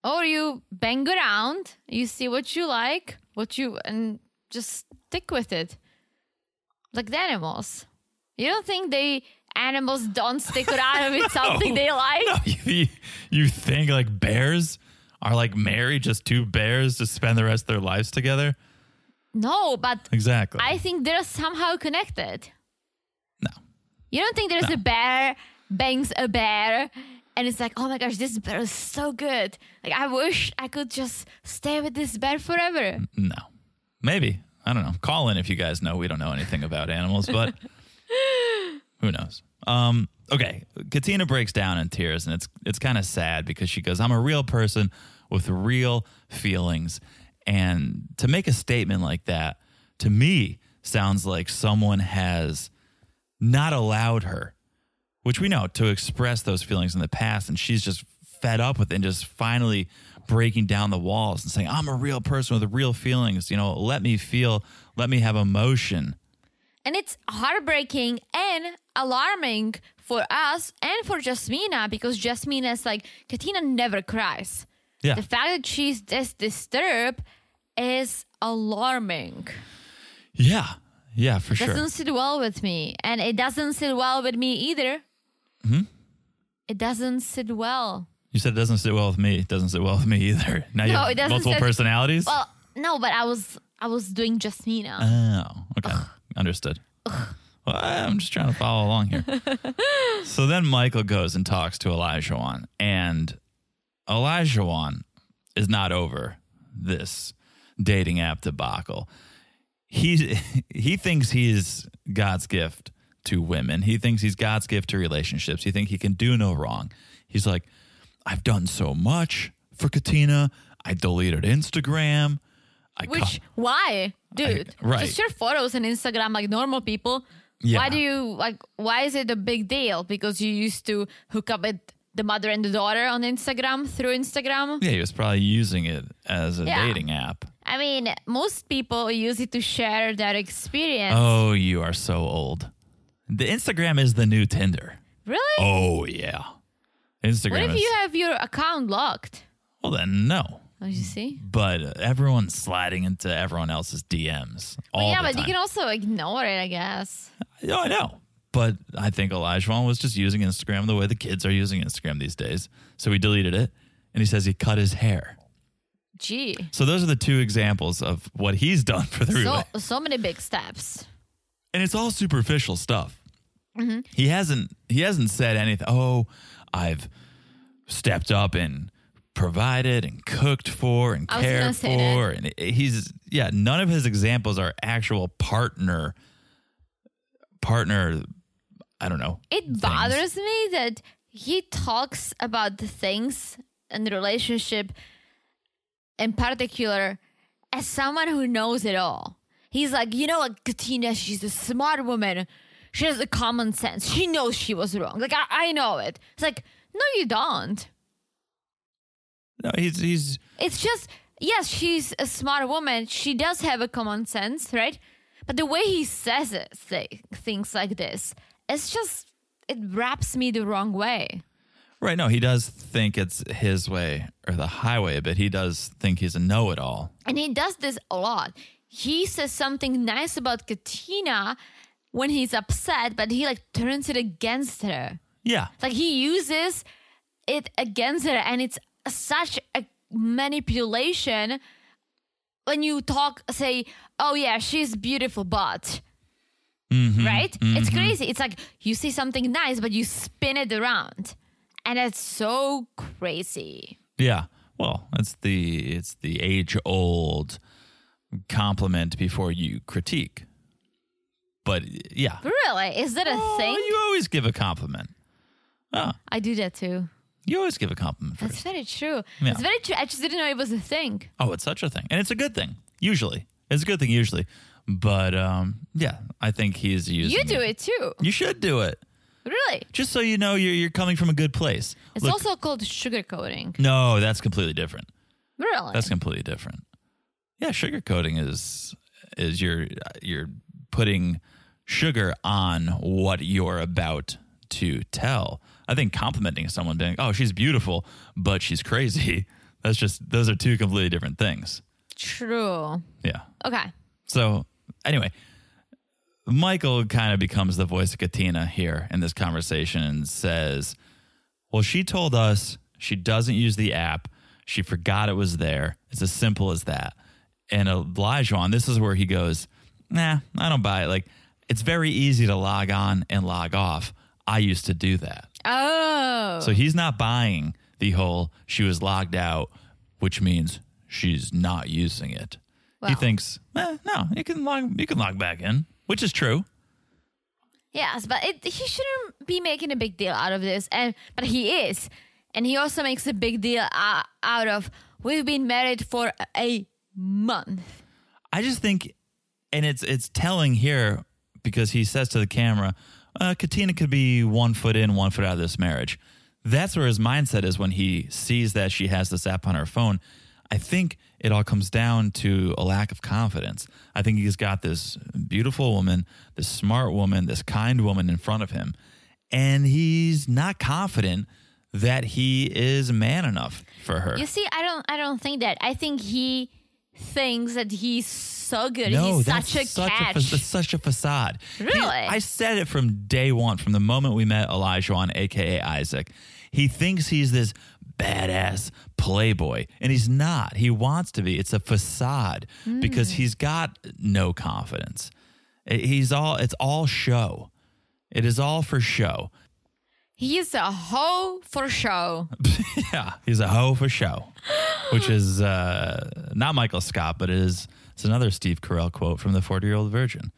Speaker 7: or Oh, you bang around, you see what you like, what you and just stick with it. Like the animals. You don't think they animals don't stick around with something they like?
Speaker 6: No, you, you think like bears are like married, just two bears to spend the rest of their lives together?
Speaker 7: No, but
Speaker 6: Exactly.
Speaker 7: I think they're somehow connected.
Speaker 6: no.
Speaker 7: You don't think there's a bear bangs a bear and it's like, oh my gosh, this bear is so good. Like I wish I could just stay with this bear forever.
Speaker 6: No. Maybe. I don't know. Call in if you guys know. We don't know anything about animals, but who knows? Um, okay. Katina breaks down in tears and it's it's kind of sad because she goes, I'm a real person with real feelings. And to make a statement like that, to me, sounds like someone has not allowed her, which we know, to express those feelings in the past. And she's just fed up with it and just finally breaking down the walls and saying, I'm a real person with real feelings. You know, let me feel, let me have emotion.
Speaker 7: And it's heartbreaking and alarming for us and for Jasmina because Jasmina is like, Katina never cries.
Speaker 6: Yeah.
Speaker 7: The fact that she's this disturbed is alarming.
Speaker 6: Yeah. Yeah, for sure.
Speaker 7: Doesn't sit well with me. And it doesn't sit well with me either.
Speaker 6: Mm-hmm.
Speaker 7: It doesn't sit well.
Speaker 6: You said it doesn't sit well with me. It doesn't sit well with me either. Now you
Speaker 7: No,
Speaker 6: have
Speaker 7: it doesn't
Speaker 6: multiple
Speaker 7: sit-
Speaker 6: personalities?
Speaker 7: Well, no, but I was I was doing Jasmina.
Speaker 6: Oh, okay. Understood. Well, I'm just trying to follow along here. so then Michael goes and talks to Elijah and Elijah is not over this dating app debacle. He he thinks he's God's gift to women. He thinks he's God's gift to relationships. He thinks he can do no wrong. He's like, I've done so much for Katina. I deleted Instagram. I cut-
Speaker 7: Which why, dude?
Speaker 6: right.
Speaker 7: Just share photos on Instagram like normal people.
Speaker 6: Yeah.
Speaker 7: Why do you like? Why is it a big deal? Because you used to hook up with the mother and the daughter on Instagram through Instagram.
Speaker 6: Yeah, he was probably using it as a
Speaker 7: Yeah.
Speaker 6: dating app.
Speaker 7: I mean, most people use it to share their experience.
Speaker 6: Oh, you are so old. The Instagram is the new Tinder.
Speaker 7: really?
Speaker 6: Oh yeah,
Speaker 7: what
Speaker 6: Instagram.
Speaker 7: if
Speaker 6: is,
Speaker 7: you have your account locked?
Speaker 6: well, then no.
Speaker 7: Oh, you see?
Speaker 6: But everyone's sliding into everyone else's DMs all
Speaker 7: yeah,
Speaker 6: the
Speaker 7: but you
Speaker 6: time.
Speaker 7: can also ignore it, I guess.
Speaker 6: oh, I know. But I think Elijah was just using Instagram the way the kids are using Instagram these days. So he deleted it, and he says he cut his hair.
Speaker 7: Gee,
Speaker 6: So those are the two examples of what he's done for the
Speaker 7: so
Speaker 6: relay.
Speaker 7: so many big steps.
Speaker 6: and it's all superficial stuff.
Speaker 7: Mm-hmm.
Speaker 6: He hasn't he hasn't said anything. Oh, I've stepped up and provided and cooked for and
Speaker 7: I was gonna
Speaker 6: cared
Speaker 7: say
Speaker 6: for, and he's yeah. None of his examples are actual partner partner. I don't know.
Speaker 7: It
Speaker 6: things.
Speaker 7: bothers me that he talks about the things in the relationship in particular as someone who knows it all. He's like, you know what, Katina, she's a smart woman. She has a common sense. She knows she was wrong. Like, I, I know it. It's like, no, you don't.
Speaker 6: No, he's he's
Speaker 7: It's just, yes, she's a smart woman. She does have a common sense, right? But the way he says it, say, things like this, it's just, it wraps me the wrong way.
Speaker 6: right. No, he does think it's his way or the highway, but he does think he's a know-it-all.
Speaker 7: and he does this a lot. He says something nice about Katina, when he's upset, but he like turns it against her.
Speaker 6: Yeah.
Speaker 7: Like he uses it against her, and it's such a manipulation. When you talk, say, "Oh yeah, she's beautiful," but
Speaker 6: Mm-hmm,
Speaker 7: right? It's crazy. It's like you see something nice, but you spin it around, and it's so crazy.
Speaker 6: Yeah. Well, it's the it's the age old compliment before you critique. But yeah.
Speaker 7: Really, is that a
Speaker 6: Oh,
Speaker 7: thing?
Speaker 6: you always give a compliment.
Speaker 7: I do that too.
Speaker 6: You always give a compliment
Speaker 7: That's
Speaker 6: first.
Speaker 7: very true.
Speaker 6: Yeah.
Speaker 7: It's very true. I just didn't know it was a thing.
Speaker 6: Oh, it's such a thing. And it's a good thing, usually. It's a good thing usually. But um yeah, I think he's using
Speaker 7: You do it too.
Speaker 6: You should do it.
Speaker 7: Really?
Speaker 6: Just so you know you're you're coming from a good place.
Speaker 7: It's
Speaker 6: Look-
Speaker 7: also called sugarcoating.
Speaker 6: No, that's completely different.
Speaker 7: Really?
Speaker 6: That's completely different. Yeah, sugarcoating is is you're you're putting sugar on what you're about to tell. I think complimenting someone being, "Oh, she's beautiful, but she's crazy." That's just those are two completely different things.
Speaker 7: True.
Speaker 6: Yeah.
Speaker 7: Okay.
Speaker 6: So, anyway, Michael kind of becomes the voice of Katina here in this conversation and says, Well, she told us she doesn't use the app. She forgot it was there. It's as simple as that. And Elijah, on this is where he goes, Nah, I don't buy it. Like, it's very easy to log on and log off. I used to do that.
Speaker 7: Oh.
Speaker 6: So he's not buying the whole she was logged out, which means she's not using it. He
Speaker 7: Wow.
Speaker 6: thinks, eh, no, you can log you can log back in, which is true.
Speaker 7: yes, but it, he shouldn't be making a big deal out of this, and but he is, and he also makes a big deal uh, out of we've been married for a month.
Speaker 6: I just think and it's it's telling here because he says to the camera, uh, Katina could be one foot in, one foot out of this marriage. That's where his mindset is when he sees that she has this app on her phone. I think it all comes down to a lack of confidence. I think he's got this beautiful woman, this smart woman, this kind woman in front of him, and he's not confident that he is man enough for her.
Speaker 7: You see, I don't, I don't think that. I think he thinks that he's so good. he's such a catch.
Speaker 6: fa- that's such a facade. He-
Speaker 7: Really?
Speaker 6: I said it from day one, from the moment we met Elijah on, aka Isaac. He thinks he's this badass playboy, and he's not. He wants to be. It's a facade
Speaker 7: Hmm.
Speaker 6: because he's got no confidence. It- He's all. It's all show. It is all for show.
Speaker 7: he's a hoe for show.
Speaker 6: Yeah, he's a hoe for show, which is uh, not Michael Scott, but it is. It's another Steve Carell quote from the forty-year-old virgin.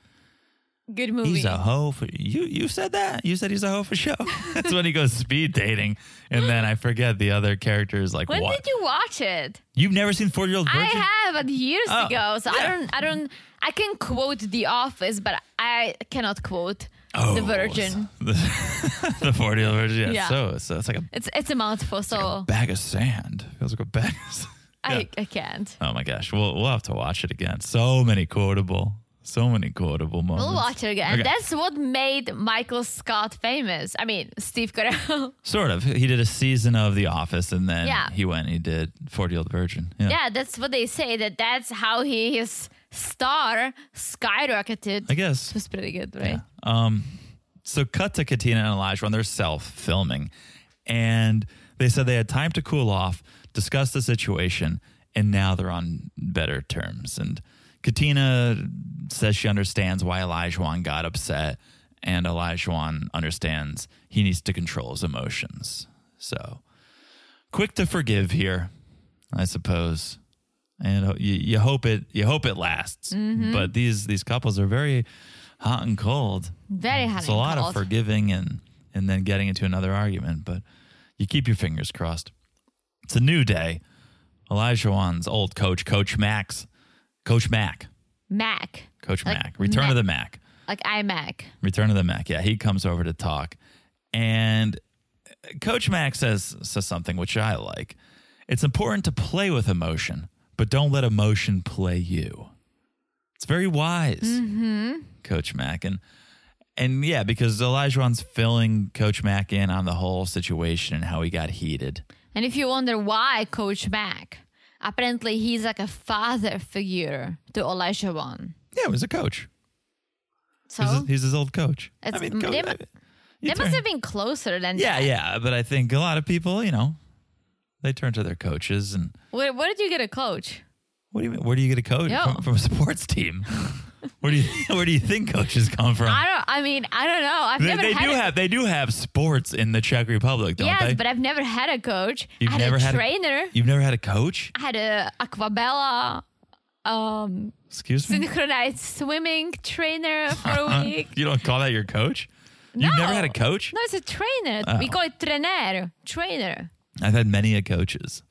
Speaker 7: Good movie.
Speaker 6: He's a hoe for you. You said that. You said he's a hoe for show. That's when he goes speed dating, and then I forget the other characters. Like
Speaker 7: when
Speaker 6: what?
Speaker 7: did you watch it?
Speaker 6: have never seen Forty Year Old Virgin?
Speaker 7: I have but years
Speaker 6: Oh,
Speaker 7: ago, so I
Speaker 6: yeah.
Speaker 7: don't, I don't, I can quote The Office, but I cannot quote
Speaker 6: Oh,
Speaker 7: The Virgin.
Speaker 6: The, the Forty Year Old Virgin.
Speaker 7: Yeah.
Speaker 6: Yeah, So so it's like a
Speaker 7: It's it's a mouthful, so
Speaker 6: bag of sand. Feels like a bag. Of sand.
Speaker 7: I, I can't.
Speaker 6: Oh my gosh. We'll we'll have to watch it again. So many quotable. So many quotable moments.
Speaker 7: We'll watch it again.
Speaker 6: Oh, Okay.
Speaker 7: That's what made Michael Scott famous. I mean, Steve Carell.
Speaker 6: Sort of. He did a season of The Office, and then
Speaker 7: Yeah.
Speaker 6: he went. and He did Forty Year Old Virgin. Yeah.
Speaker 7: yeah, that's what they say. That that's how he his star skyrocketed.
Speaker 6: I guess.
Speaker 7: It was pretty good, right?
Speaker 6: Um, so cut to Katina and Elijah on their self filming, and they said they had time to cool off, discuss the situation, and now they're on better terms. And Katina says she understands why Elijah got upset, and Elijah understands he needs to control his emotions. So quick to forgive here, I suppose. And ho- you, you hope it you hope it lasts. But these these couples are very hot and cold.
Speaker 7: Very hot
Speaker 6: It's a lot of
Speaker 7: cold.
Speaker 6: forgiving and and then getting into another argument, but you keep your fingers crossed. It's a new day. Elijah Wan's old coach, Coach Max, Coach Mac,
Speaker 7: Mac,
Speaker 6: Coach
Speaker 7: Like
Speaker 6: Mac, Return
Speaker 7: Mac.
Speaker 6: of the Mac.
Speaker 7: like iMac.
Speaker 6: Return of the Mac. Yeah, he comes over to talk, and Coach Mac says says something which I like. It's important to play with emotion, but don't let emotion play you. It's very wise,
Speaker 7: Mm-hmm.
Speaker 6: Coach Mac, and and yeah, because Elijah's filling Coach Mac in on the whole situation and how he got heated.
Speaker 7: And if you wonder why Coach Mac, apparently he's like a father figure to Elijah One.
Speaker 6: Yeah, it was a coach.
Speaker 7: So
Speaker 6: He's, his, he's his old coach. I
Speaker 7: That's-
Speaker 6: mean, coach,
Speaker 7: Oh. they
Speaker 6: I
Speaker 7: mu-
Speaker 6: mean,
Speaker 7: they
Speaker 6: you
Speaker 7: must
Speaker 6: turn-
Speaker 7: have been closer than
Speaker 6: Yeah,
Speaker 7: that.
Speaker 6: yeah. But I think a lot of people, you know, they turn to their coaches. And
Speaker 7: Where, where did you get a coach?
Speaker 6: what do you mean? Where do you get a coach
Speaker 7: Yo.
Speaker 6: from, from a sports team? where do you Where do you think coaches come from?
Speaker 7: I don't. I mean, I don't know. I've
Speaker 6: They,
Speaker 7: never
Speaker 6: they
Speaker 7: had.
Speaker 6: do
Speaker 7: a,
Speaker 6: have they do have sports in the Czech Republic, don't
Speaker 7: yes,
Speaker 6: they?
Speaker 7: but I've never had a coach.
Speaker 6: You've
Speaker 7: I had
Speaker 6: never
Speaker 7: a
Speaker 6: had a-
Speaker 7: trainer.
Speaker 6: You've never had a coach?
Speaker 7: I had a aquabella, um,
Speaker 6: Excuse me.
Speaker 7: synchronized swimming trainer for a
Speaker 6: Huh?
Speaker 7: week.
Speaker 6: You don't call that your coach? You've never had a coach?
Speaker 7: No, it's a trainer.
Speaker 6: Uh-huh.
Speaker 7: We call it trainer. Trainer.
Speaker 6: I've had many a coaches.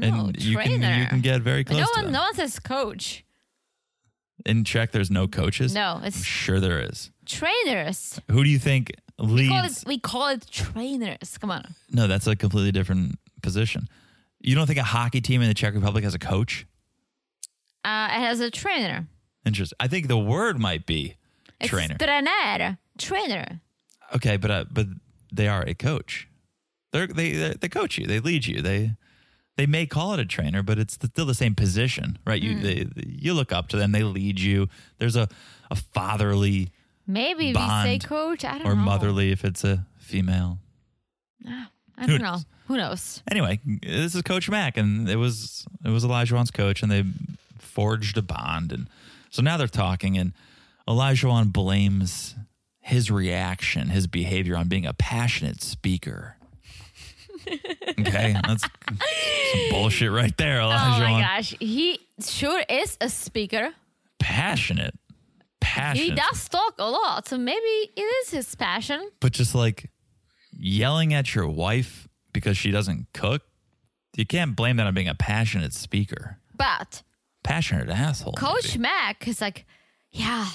Speaker 6: And
Speaker 7: No,
Speaker 6: you can you
Speaker 7: trainer.
Speaker 6: can get very
Speaker 7: But
Speaker 6: close
Speaker 7: no
Speaker 6: to
Speaker 7: one,
Speaker 6: them.
Speaker 7: no one says coach.
Speaker 6: In Czech there's no coaches?
Speaker 7: No,
Speaker 6: I'm
Speaker 7: it's
Speaker 6: sure there is.
Speaker 7: trainers.
Speaker 6: Who do you think leads?
Speaker 7: We call it, we call it trainers. Come on.
Speaker 6: no, that's a completely different position. You don't think a hockey team in the Czech Republic has a coach?
Speaker 7: Uh, it has a trainer.
Speaker 6: Interesting. I think the word might be
Speaker 7: It's
Speaker 6: trainer.
Speaker 7: Trainer. Trainer.
Speaker 6: okay, but uh, but they are a coach. They're, they they they coach you. They lead you. They they may call it a trainer, but it's still the same position, right?
Speaker 7: Mm.
Speaker 6: You they, you look up to them. They lead you. There's a a fatherly
Speaker 7: Maybe
Speaker 6: Bond
Speaker 7: we say coach. I don't
Speaker 6: or
Speaker 7: know.
Speaker 6: motherly if it's a female.
Speaker 7: I
Speaker 6: Who
Speaker 7: don't know.
Speaker 6: knows?
Speaker 7: Who knows?
Speaker 6: Anyway, this is Coach Mack, and it was it was Elijah's coach, and they forged a bond, and so now they're talking, and Elijah blames his reaction, his behavior on being a passionate speaker. okay, that's some bullshit right there,
Speaker 7: Oh
Speaker 6: Elijah.
Speaker 7: my gosh. He sure is a speaker.
Speaker 6: Passionate, passionate.
Speaker 7: He does talk a lot. So maybe it is his passion.
Speaker 6: but just like yelling at your wife because she doesn't cook, you can't blame that on being a passionate speaker.
Speaker 7: But
Speaker 6: Passionate asshole.
Speaker 7: Coach
Speaker 6: maybe.
Speaker 7: Mac is like, yeah,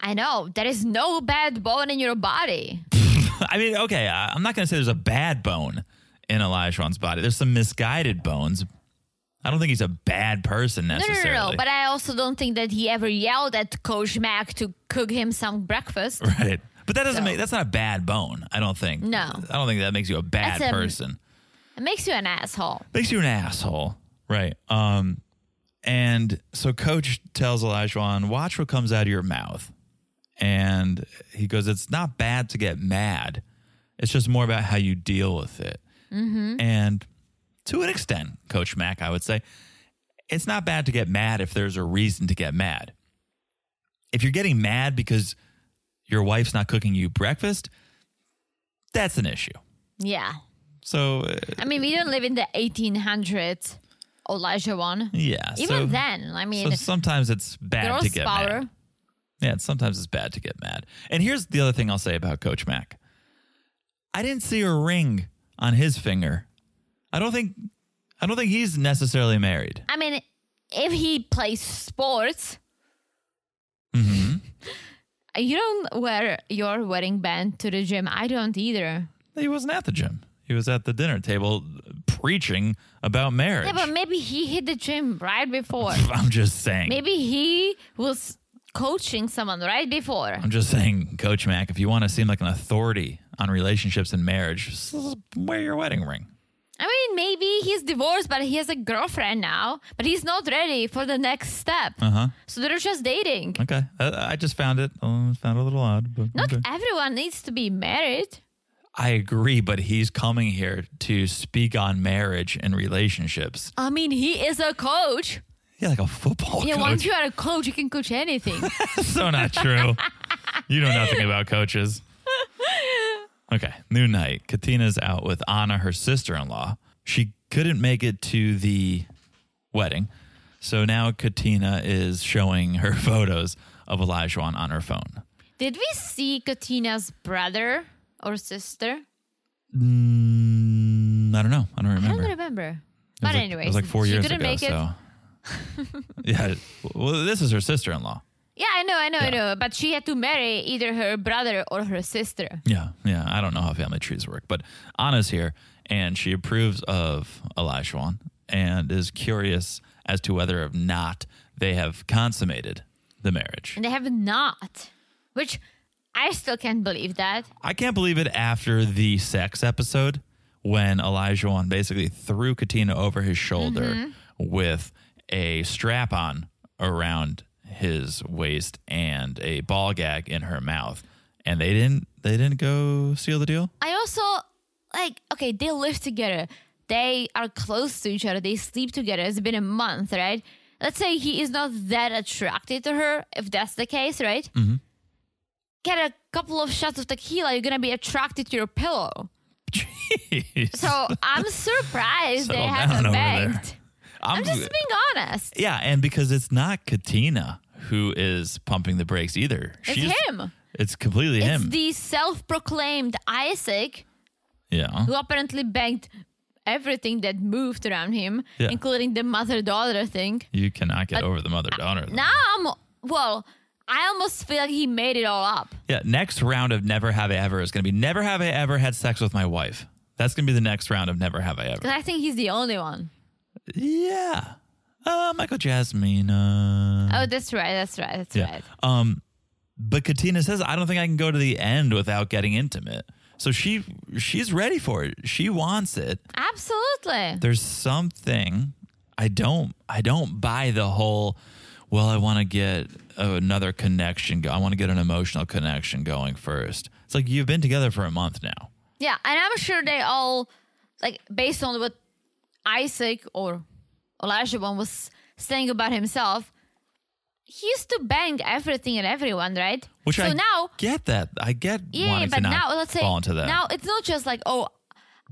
Speaker 7: I know. There is no bad bone in your body.
Speaker 6: I mean, okay, I- I'm not going to say there's a bad bone in Elijah's body. There's some misguided bones. I don't think he's a bad person
Speaker 7: No, no,
Speaker 6: necessarily.
Speaker 7: no, no. But I also don't think that he ever yelled at Coach Mac to cook him some breakfast.
Speaker 6: right. But that doesn't
Speaker 7: So-
Speaker 6: make that's not a bad bone. I don't think.
Speaker 7: No.
Speaker 6: I don't think that makes you a bad
Speaker 7: That's a-
Speaker 6: person.
Speaker 7: It makes you an asshole.
Speaker 6: makes you an asshole. Right. Um and so coach tells Elijah, watch what comes out of your mouth. And he goes, It's not bad to get mad. It's just more about how you deal with it. And to an extent, Coach Mack, I would say, it's not bad to get mad if there's a reason to get mad. If you're getting mad because your wife's not cooking you breakfast, that's an issue.
Speaker 7: Yeah.
Speaker 6: So uh,
Speaker 7: I mean, we don't live in the 1800s, Elijah one.
Speaker 6: Yeah.
Speaker 7: Even
Speaker 6: so,
Speaker 7: then, I
Speaker 6: So
Speaker 7: mean,
Speaker 6: sometimes it's bad to
Speaker 7: girls'
Speaker 6: get
Speaker 7: power.
Speaker 6: mad. Yeah, it's- sometimes it's bad to get mad. And here's the other thing I'll say about Coach Mack. I didn't see a ring on his finger. I don't think I don't think he's necessarily married.
Speaker 7: I mean, if he plays sports,
Speaker 6: Mm-hmm.
Speaker 7: you don't wear your wedding band to the gym. I don't either.
Speaker 6: He wasn't at the gym. He was at the dinner table preaching about marriage.
Speaker 7: Yeah, but maybe he hit the gym right before.
Speaker 6: I'm just saying.
Speaker 7: maybe he was coaching someone right before.
Speaker 6: I'm just saying, Coach Mack, if you want to seem like an authority on relationships and marriage, just wear your wedding ring.
Speaker 7: I mean, maybe he's divorced, but he has a girlfriend now, but he's not ready for the next step.
Speaker 6: Uh-huh.
Speaker 7: So they're just dating.
Speaker 6: Okay. I, I just found it. uh, found it a little odd. But
Speaker 7: Not
Speaker 6: okay.
Speaker 7: everyone needs to be married.
Speaker 6: I agree, but he's coming here to speak on marriage and relationships.
Speaker 7: I mean, he is a coach.
Speaker 6: Yeah, like a football
Speaker 7: Yeah,
Speaker 6: coach.
Speaker 7: once you are a coach, you can coach anything.
Speaker 6: so not true. you know nothing about coaches. Okay, new night. Katina's out with Anna, her sister-in-law. She couldn't make it to the wedding, so now Katina is showing her photos of Elijah on her phone.
Speaker 7: Did we see Katina's brother or sister?
Speaker 6: Mm, I don't know. I don't
Speaker 7: I
Speaker 6: remember.
Speaker 7: don't remember.
Speaker 6: It was
Speaker 7: But
Speaker 6: like-
Speaker 7: anyways,
Speaker 6: it was like four
Speaker 7: she
Speaker 6: years
Speaker 7: couldn't
Speaker 6: ago.
Speaker 7: make it.
Speaker 6: so, yeah. Well, this is her sister-in-law.
Speaker 7: Yeah, I know, I know, I
Speaker 6: Yeah.
Speaker 7: know. But she had to marry either her brother or her sister.
Speaker 6: Yeah, yeah. I don't know how family trees work, but Anna's here, and she approves of Elishwan and is curious as to whether or not they have consummated the marriage.
Speaker 7: And they have not. Which I still can't believe that.
Speaker 6: I can't believe it after the sex episode when Elijah Wan basically threw
Speaker 7: Mm-hmm.
Speaker 6: Katina over his shoulder with a strap on around his waist and a ball gag in her mouth, and they didn't they didn't go seal the deal.
Speaker 7: I also like okay, they live together. They are close to each other. They sleep together. It's been a month, right? Let's say he is not that attracted to her, if that's the case, right?
Speaker 6: Mm-hmm.
Speaker 7: Get a couple of shots of tequila, you're gonna be attracted to your pillow.
Speaker 6: Jeez.
Speaker 7: So I'm surprised they
Speaker 6: Settle down
Speaker 7: haven't
Speaker 6: over there.
Speaker 7: banged. I'm just being honest.
Speaker 6: yeah, and because it's not Katina who is pumping the brakes either.
Speaker 7: It's him.
Speaker 6: It's completely
Speaker 7: It's
Speaker 6: him.
Speaker 7: the self-proclaimed Isaac
Speaker 6: yeah.
Speaker 7: who apparently banged everything that moved around him,
Speaker 6: Yeah.
Speaker 7: including the mother-daughter thing.
Speaker 6: You cannot get over the mother daughter.
Speaker 7: Now I'm well. I almost feel like he made it all up.
Speaker 6: Yeah, next round of Never Have I Ever is going to be Never Have I Ever Had Sex with My Wife. That's going to be the next round of Never Have I Ever.
Speaker 7: Because I think he's the only one.
Speaker 6: Yeah. Uh, Michael Jasmine. Uh,
Speaker 7: Oh, that's right. That's right. That's
Speaker 6: yeah.
Speaker 7: right.
Speaker 6: Um, but Katina says, I don't think I can go to the end without getting intimate. So she she's ready for it. She wants it.
Speaker 7: Absolutely.
Speaker 6: There's something I don't I don't buy the whole. Well, I want to get another connection. go- I want to get an emotional connection going first. It's like you've been together for a month now.
Speaker 7: Yeah, and I'm sure they all like based on what Isaac or Elijah one was saying about himself. He used to bang everything and everyone, right?
Speaker 6: Which
Speaker 7: so
Speaker 6: I
Speaker 7: now
Speaker 6: get that. I get
Speaker 7: Yeah,
Speaker 6: wanting
Speaker 7: but
Speaker 6: to not
Speaker 7: now let's say
Speaker 6: fall into that.
Speaker 7: now it's not just like oh,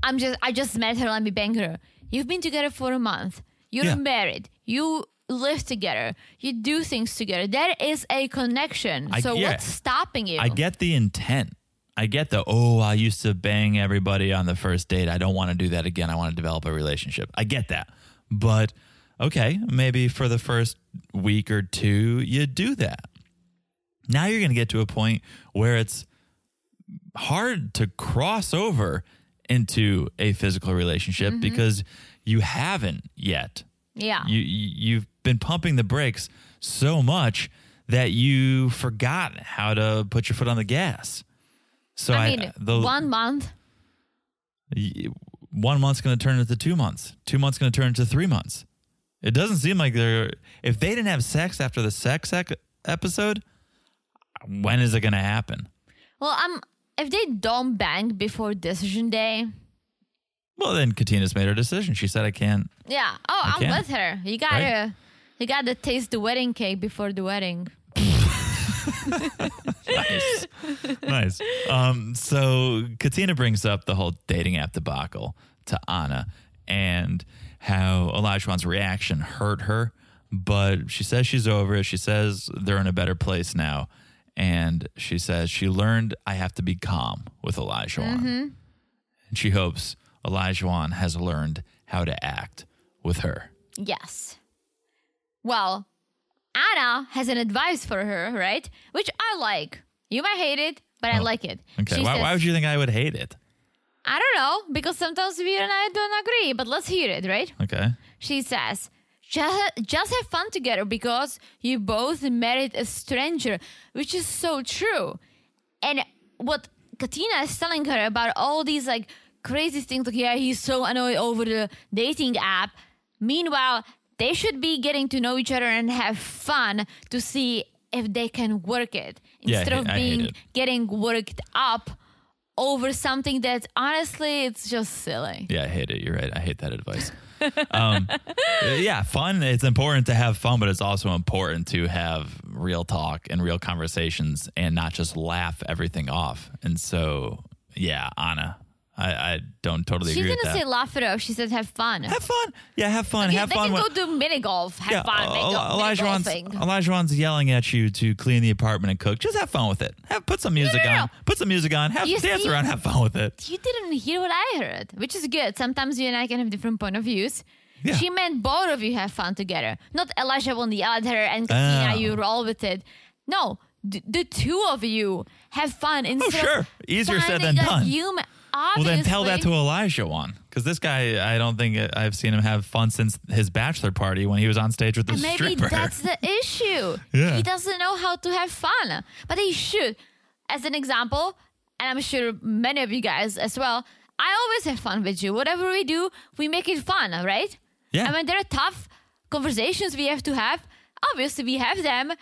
Speaker 7: I'm just I just met her. Let me bang her. You've been together for a month. You're
Speaker 6: Yeah.
Speaker 7: married. You live together. You do things together. There is a connection.
Speaker 6: I-
Speaker 7: so
Speaker 6: yeah.
Speaker 7: what's stopping you?
Speaker 6: I get the intent. I get the oh, I used to bang everybody on the first date. I don't want to do that again. I want to develop a relationship. I get that. But okay, maybe for the first week or two you do that. Now you're going to get to a point where it's hard to cross over into a physical relationship
Speaker 7: Mm-hmm.
Speaker 6: because you haven't yet
Speaker 7: yeah.
Speaker 6: you you- you've been pumping the brakes so much that you forgot how to put your foot on the gas. So I,
Speaker 7: I mean,
Speaker 6: the
Speaker 7: one month.
Speaker 6: y- one month's going to turn into two months. Two months going to turn into three months. It doesn't seem like they're if they didn't have sex after the sex ec- episode. When is it going to happen?
Speaker 7: Well, I'm if they don't bang before decision day.
Speaker 6: Well, then Katina's made her decision. She said, "I can't."
Speaker 7: Yeah. Oh, I am
Speaker 6: can't.
Speaker 7: with her. You gotta you gotta taste the wedding cake before the wedding.
Speaker 6: nice. nice. Um, so Katina brings up the whole dating app debacle to Anna and how Elijah's reaction hurt her, but she says she's over it. She says they're in a better place now. And she says she learned I have to be calm with Elijah.
Speaker 7: Mm-hmm.
Speaker 6: And she hopes Elijah has learned how to act with her.
Speaker 7: Yes. Well, Anna has an advice for her, right? Which I like. You might hate it, but I
Speaker 6: Oh,
Speaker 7: like it.
Speaker 6: Okay.
Speaker 7: She
Speaker 6: Why,
Speaker 7: says,
Speaker 6: why would you think I would hate it?
Speaker 7: I don't know, because sometimes we and I don't agree, but let's hear it, right?
Speaker 6: Okay.
Speaker 7: She says, just, just have fun together because you both married a stranger, which is so true. And what Katina is telling her about all these like crazy things, like, yeah, he's so annoyed over the dating app. Meanwhile, they should be getting to know each other and have fun to see if they can work it
Speaker 6: Yeah, I
Speaker 7: instead
Speaker 6: ha-
Speaker 7: of
Speaker 6: I hate
Speaker 7: being
Speaker 6: it.
Speaker 7: getting worked up over something that honestly it's just silly.
Speaker 6: Yeah, I hate it. You're right. I hate that advice. um, yeah, fun. It's important to have fun, but it's also important to have real talk and real conversations and not just laugh everything off. And so, yeah, Anna, I, I don't totally
Speaker 7: She
Speaker 6: agree
Speaker 7: didn't
Speaker 6: with that.
Speaker 7: say laugh it off. She said have fun.
Speaker 6: have fun. Yeah, have fun.
Speaker 7: Yeah,
Speaker 6: have
Speaker 7: they
Speaker 6: fun.
Speaker 7: can
Speaker 6: with-
Speaker 7: go do mini golf, have fun, make
Speaker 6: Eli-
Speaker 7: a
Speaker 6: Elijah
Speaker 7: mini
Speaker 6: Ron's-
Speaker 7: golfing.
Speaker 6: Elijah Ron's yelling at you to clean the apartment and cook. Just have fun with it. Have put some music
Speaker 7: no, no.
Speaker 6: on. Put some music on. Have
Speaker 7: You
Speaker 6: dance
Speaker 7: see-
Speaker 6: around. Have fun with it.
Speaker 7: You didn't hear what I heard, which is good. Sometimes you and I can have different point of views.
Speaker 6: Yeah.
Speaker 7: She meant both of you have fun together, not Elijah won't yell at her and Katina,
Speaker 6: Oh.
Speaker 7: you roll with it. No, d- the two of you have fun instead.
Speaker 6: Oh, sure.
Speaker 7: of
Speaker 6: Easier said
Speaker 7: finding
Speaker 6: than
Speaker 7: a
Speaker 6: done.
Speaker 7: Human,
Speaker 6: Well, then tell that to
Speaker 7: obviously.
Speaker 6: Elijah one, because this guy, I don't think uh, I've seen him have fun since his bachelor party when he was on stage with the
Speaker 7: And maybe
Speaker 6: stripper.
Speaker 7: that's the issue.
Speaker 6: Yeah.
Speaker 7: He doesn't know how to have fun, but he should. As an example, and I'm sure many of you guys as well, I always have fun with you. Whatever we do, we make it fun, right?
Speaker 6: Yeah.
Speaker 7: I mean, there are tough conversations we have to have. Obviously, we have them.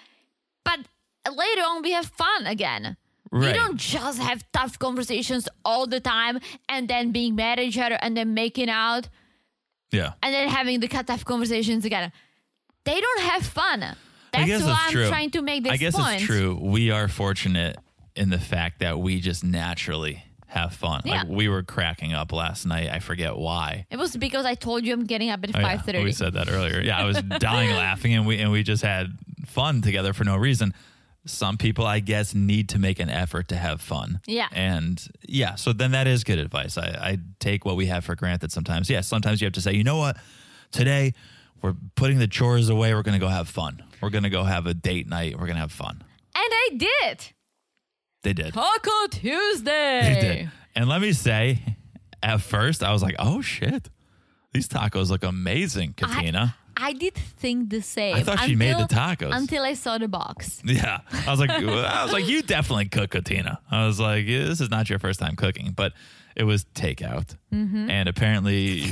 Speaker 7: But later on, we have fun again. We
Speaker 6: Right.
Speaker 7: don't just have tough conversations all the time and then being mad at each other and then making out
Speaker 6: Yeah.
Speaker 7: and then having the cut tough conversations again. They don't have fun. That's
Speaker 6: I guess
Speaker 7: why
Speaker 6: that's
Speaker 7: I'm
Speaker 6: true.
Speaker 7: trying to make this
Speaker 6: I guess
Speaker 7: point.
Speaker 6: it's true. We are fortunate in the fact that we just naturally have fun. Like
Speaker 7: Yeah.
Speaker 6: we were cracking up last night. I forget why.
Speaker 7: It was because I told you I'm getting up at
Speaker 6: Oh, yeah.
Speaker 7: five thirty.
Speaker 6: We said that earlier. Yeah, I was dying laughing, and we and we just had fun together for no reason. Some people, I guess, need to make an effort to have fun.
Speaker 7: Yeah.
Speaker 6: and yeah. So then that is good advice. I, I take what we have for granted sometimes. Yeah, sometimes you have to say, you know what, today we're putting the chores away. We're gonna go have fun. We're gonna go have a date night. We're gonna have fun.
Speaker 7: and I did.
Speaker 6: They did.
Speaker 7: Taco Tuesday.
Speaker 6: They did. And let me say, at first I was like, oh shit, these tacos look amazing,
Speaker 7: I-
Speaker 6: Katina.
Speaker 7: I, did think the same.
Speaker 6: I thought she made the tacos.
Speaker 7: Until I saw the box.
Speaker 6: Yeah, I was like, I was like, you definitely cook, Katina. I was like, yeah, this is not your first time cooking, but it was takeout,
Speaker 7: Mm-hmm.
Speaker 6: and apparently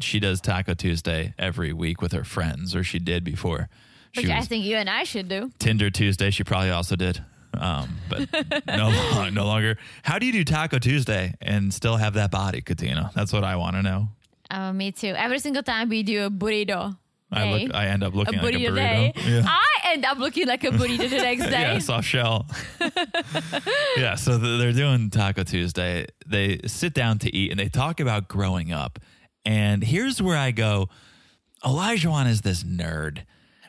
Speaker 6: she does Taco Tuesday every week with her friends, or she did before. She
Speaker 7: Which I
Speaker 6: was
Speaker 7: think you and I should do.
Speaker 6: Tinder Tuesday. She probably also did, um, but no, lo- no longer. How do you do Taco Tuesday and still have that body, Katina? That's what I want to know.
Speaker 7: Oh, me too. Every single time we do a burrito.
Speaker 6: I
Speaker 7: day,
Speaker 6: look, I end up
Speaker 7: a
Speaker 6: looking like a
Speaker 7: burrito
Speaker 6: burrito.
Speaker 7: day.
Speaker 6: Yeah.
Speaker 7: I end up looking like a burrito the next day.
Speaker 6: Yeah, soft shell. yeah, so th- they're doing Taco Tuesday. They sit down to eat and they talk about growing up. And here's where I go Elijah Wan is this nerd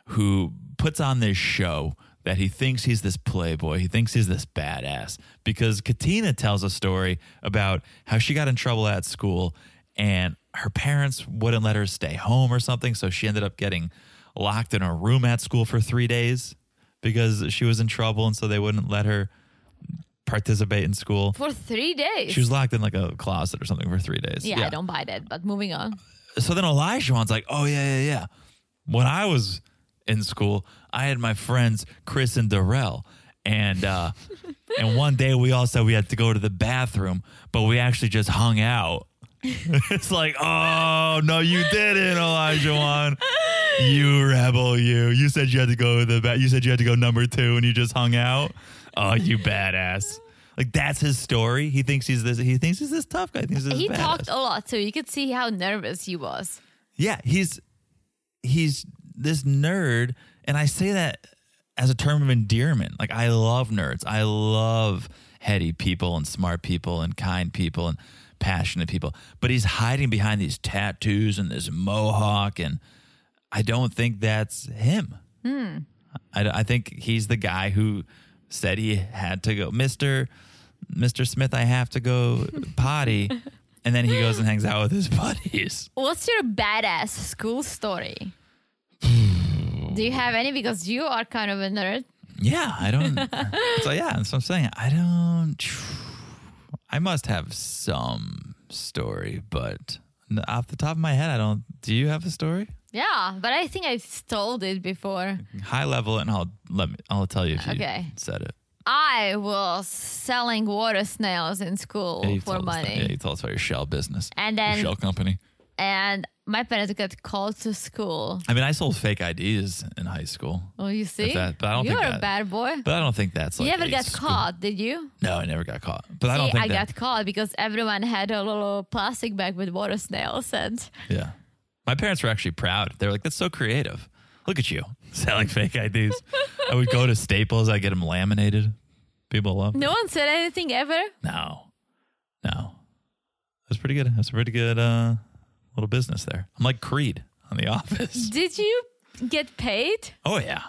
Speaker 6: who puts on this show that he thinks he's this playboy. He thinks he's this badass because Katina tells a story about how she got in trouble at school and her parents wouldn't let her stay home or something. So she ended up getting locked in a room at school for three days because she was in trouble. And so they wouldn't let her participate in school.
Speaker 7: For three days.
Speaker 6: She was locked in like a closet or something for three days.
Speaker 7: yeah, I don't buy that, but moving on.
Speaker 6: So then Elijah Wan's like, oh, yeah, yeah, yeah. When I was in school, I had my friends Chris and Darrell. And, uh, and one day we all said we had to go to the bathroom, but we actually just hung out. it's like, oh, no, you didn't, Elijah Wan. You rebel, you. You said you had to go to the ba- You said you had to go number two and you just hung out. Oh, you badass. Like that's his story. He thinks he's this. He thinks he's this tough guy. He thinks he's
Speaker 7: He
Speaker 6: badass.
Speaker 7: talked a lot, so you could see how nervous he was.
Speaker 6: Yeah, he's he's this nerd, and I say that as a term of endearment. Like I love nerds. I love heady people and smart people and kind people and passionate people. But he's hiding behind these tattoos and this mohawk, and I don't think that's him. I, I think he's the guy who said he had to go, Mister Mister Smith. I have to go potty, and then he goes and hangs out with his buddies.
Speaker 7: What's your badass school story? Do you have any? Because you are kind of a nerd.
Speaker 6: Yeah, I don't. so yeah, that's what I'm saying. I don't. I must have some story, but n- off the top of my head, I don't. Do you have a story?
Speaker 7: Yeah, but I think I stole it before.
Speaker 6: High level, and I'll let me. I'll tell you if you
Speaker 7: Okay.
Speaker 6: said it.
Speaker 7: I was selling water snails in school
Speaker 6: Yeah, you've
Speaker 7: for
Speaker 6: told us that.
Speaker 7: money.
Speaker 6: Yeah, you told us about your shell business.
Speaker 7: And
Speaker 6: Your
Speaker 7: then-
Speaker 6: shell company.
Speaker 7: And my parents got called to school.
Speaker 6: I mean, I sold fake IDs in high school,
Speaker 7: Well, you see?
Speaker 6: that- but I don't
Speaker 7: You're
Speaker 6: think
Speaker 7: a
Speaker 6: that-
Speaker 7: bad boy.
Speaker 6: but I don't think that's like.
Speaker 7: you never
Speaker 6: a
Speaker 7: got
Speaker 6: school-
Speaker 7: caught, did you?
Speaker 6: No, I never got caught. But I don't
Speaker 7: see,
Speaker 6: think
Speaker 7: I
Speaker 6: that.
Speaker 7: got caught because everyone had a little plastic bag with water snails. And
Speaker 6: Yeah. My parents were actually proud. They were like, that's so creative. Look at you selling fake IDs. I would go to Staples, I'd get them laminated. People love
Speaker 7: no one said anything ever.
Speaker 6: No. No. That's pretty good. That's a pretty good uh, little business there. I'm like Creed on The Office.
Speaker 7: Did you get paid?
Speaker 6: Oh, yeah.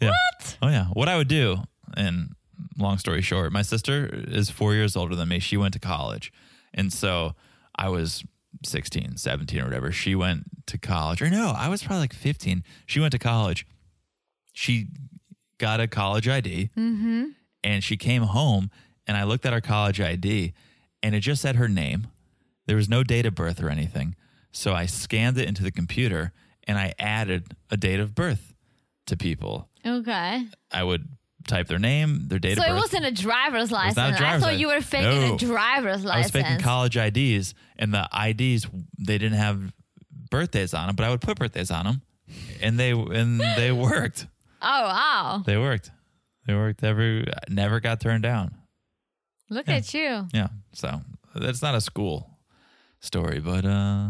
Speaker 6: yeah. What? Oh, yeah. What I would do, and long story short, my sister is four years older than me. She went to college. And so I was 16, 17, or whatever. She went to college. Or no, I was probably like 15. She went to college. She got a college ID. And she came home, and I looked at her college ID, and it just said her name. There was no date of birth or anything. So I scanned it into the computer and I added a date of birth to people.
Speaker 7: Okay.
Speaker 6: I would type their name, their date
Speaker 7: So
Speaker 6: of
Speaker 7: it
Speaker 6: birth.
Speaker 7: wasn't a driver's license.
Speaker 6: not a driver's
Speaker 7: I thought
Speaker 6: license.
Speaker 7: you were faking
Speaker 6: No.
Speaker 7: a driver's
Speaker 6: I was
Speaker 7: license.
Speaker 6: faking college IDs, and the IDs they didn't have birthdays on them, but I would put birthdays on them, and they and they worked.
Speaker 7: Oh wow!
Speaker 6: They worked. They worked. Every never got turned down.
Speaker 7: Look at you.
Speaker 6: Yeah. So that's not a school story, but uh,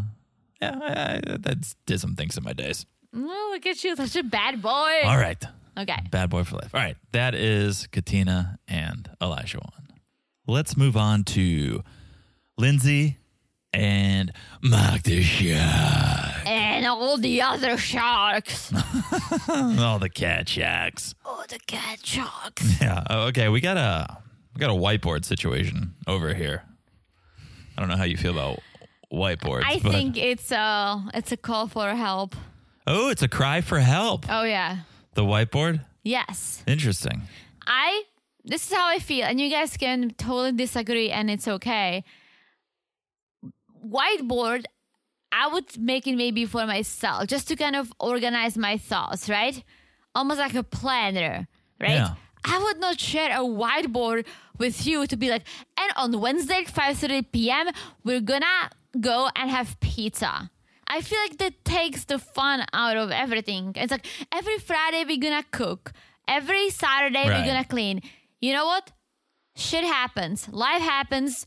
Speaker 6: yeah, I, I, that did some things in my days.
Speaker 7: Oh, look at you, such a bad boy.
Speaker 6: All right.
Speaker 7: Okay.
Speaker 6: Bad boy for life. All right. That is Katina and Elijah Wan. Let's move on to Lindsay and Mark the Shark.
Speaker 7: And all the other sharks.
Speaker 6: All the cat sharks.
Speaker 7: Oh, the cat sharks.
Speaker 6: Yeah. oh, Okay. We got a we got a whiteboard situation over here. I don't know how you feel about whiteboards.
Speaker 7: I
Speaker 6: but-
Speaker 7: think it's a it's a call for help.
Speaker 6: Oh, it's a cry for help.
Speaker 7: Oh yeah.
Speaker 6: The whiteboard.
Speaker 7: Yes.
Speaker 6: Interesting.
Speaker 7: I this is how I feel, and you guys can totally disagree, and it's okay. Whiteboard, I would make it maybe for myself, just to kind of organize my thoughts, right? Almost like a planner, right?
Speaker 6: Yeah.
Speaker 7: I would not share a whiteboard with you to be like, and on Wednesday, 5:30 p.m., we're gonna go and have pizza. I feel like that takes the fun out of everything. It's like every Friday we're gonna cook. Every Saturday
Speaker 6: Right.
Speaker 7: we're gonna clean. You know what? Shit happens. Life happens.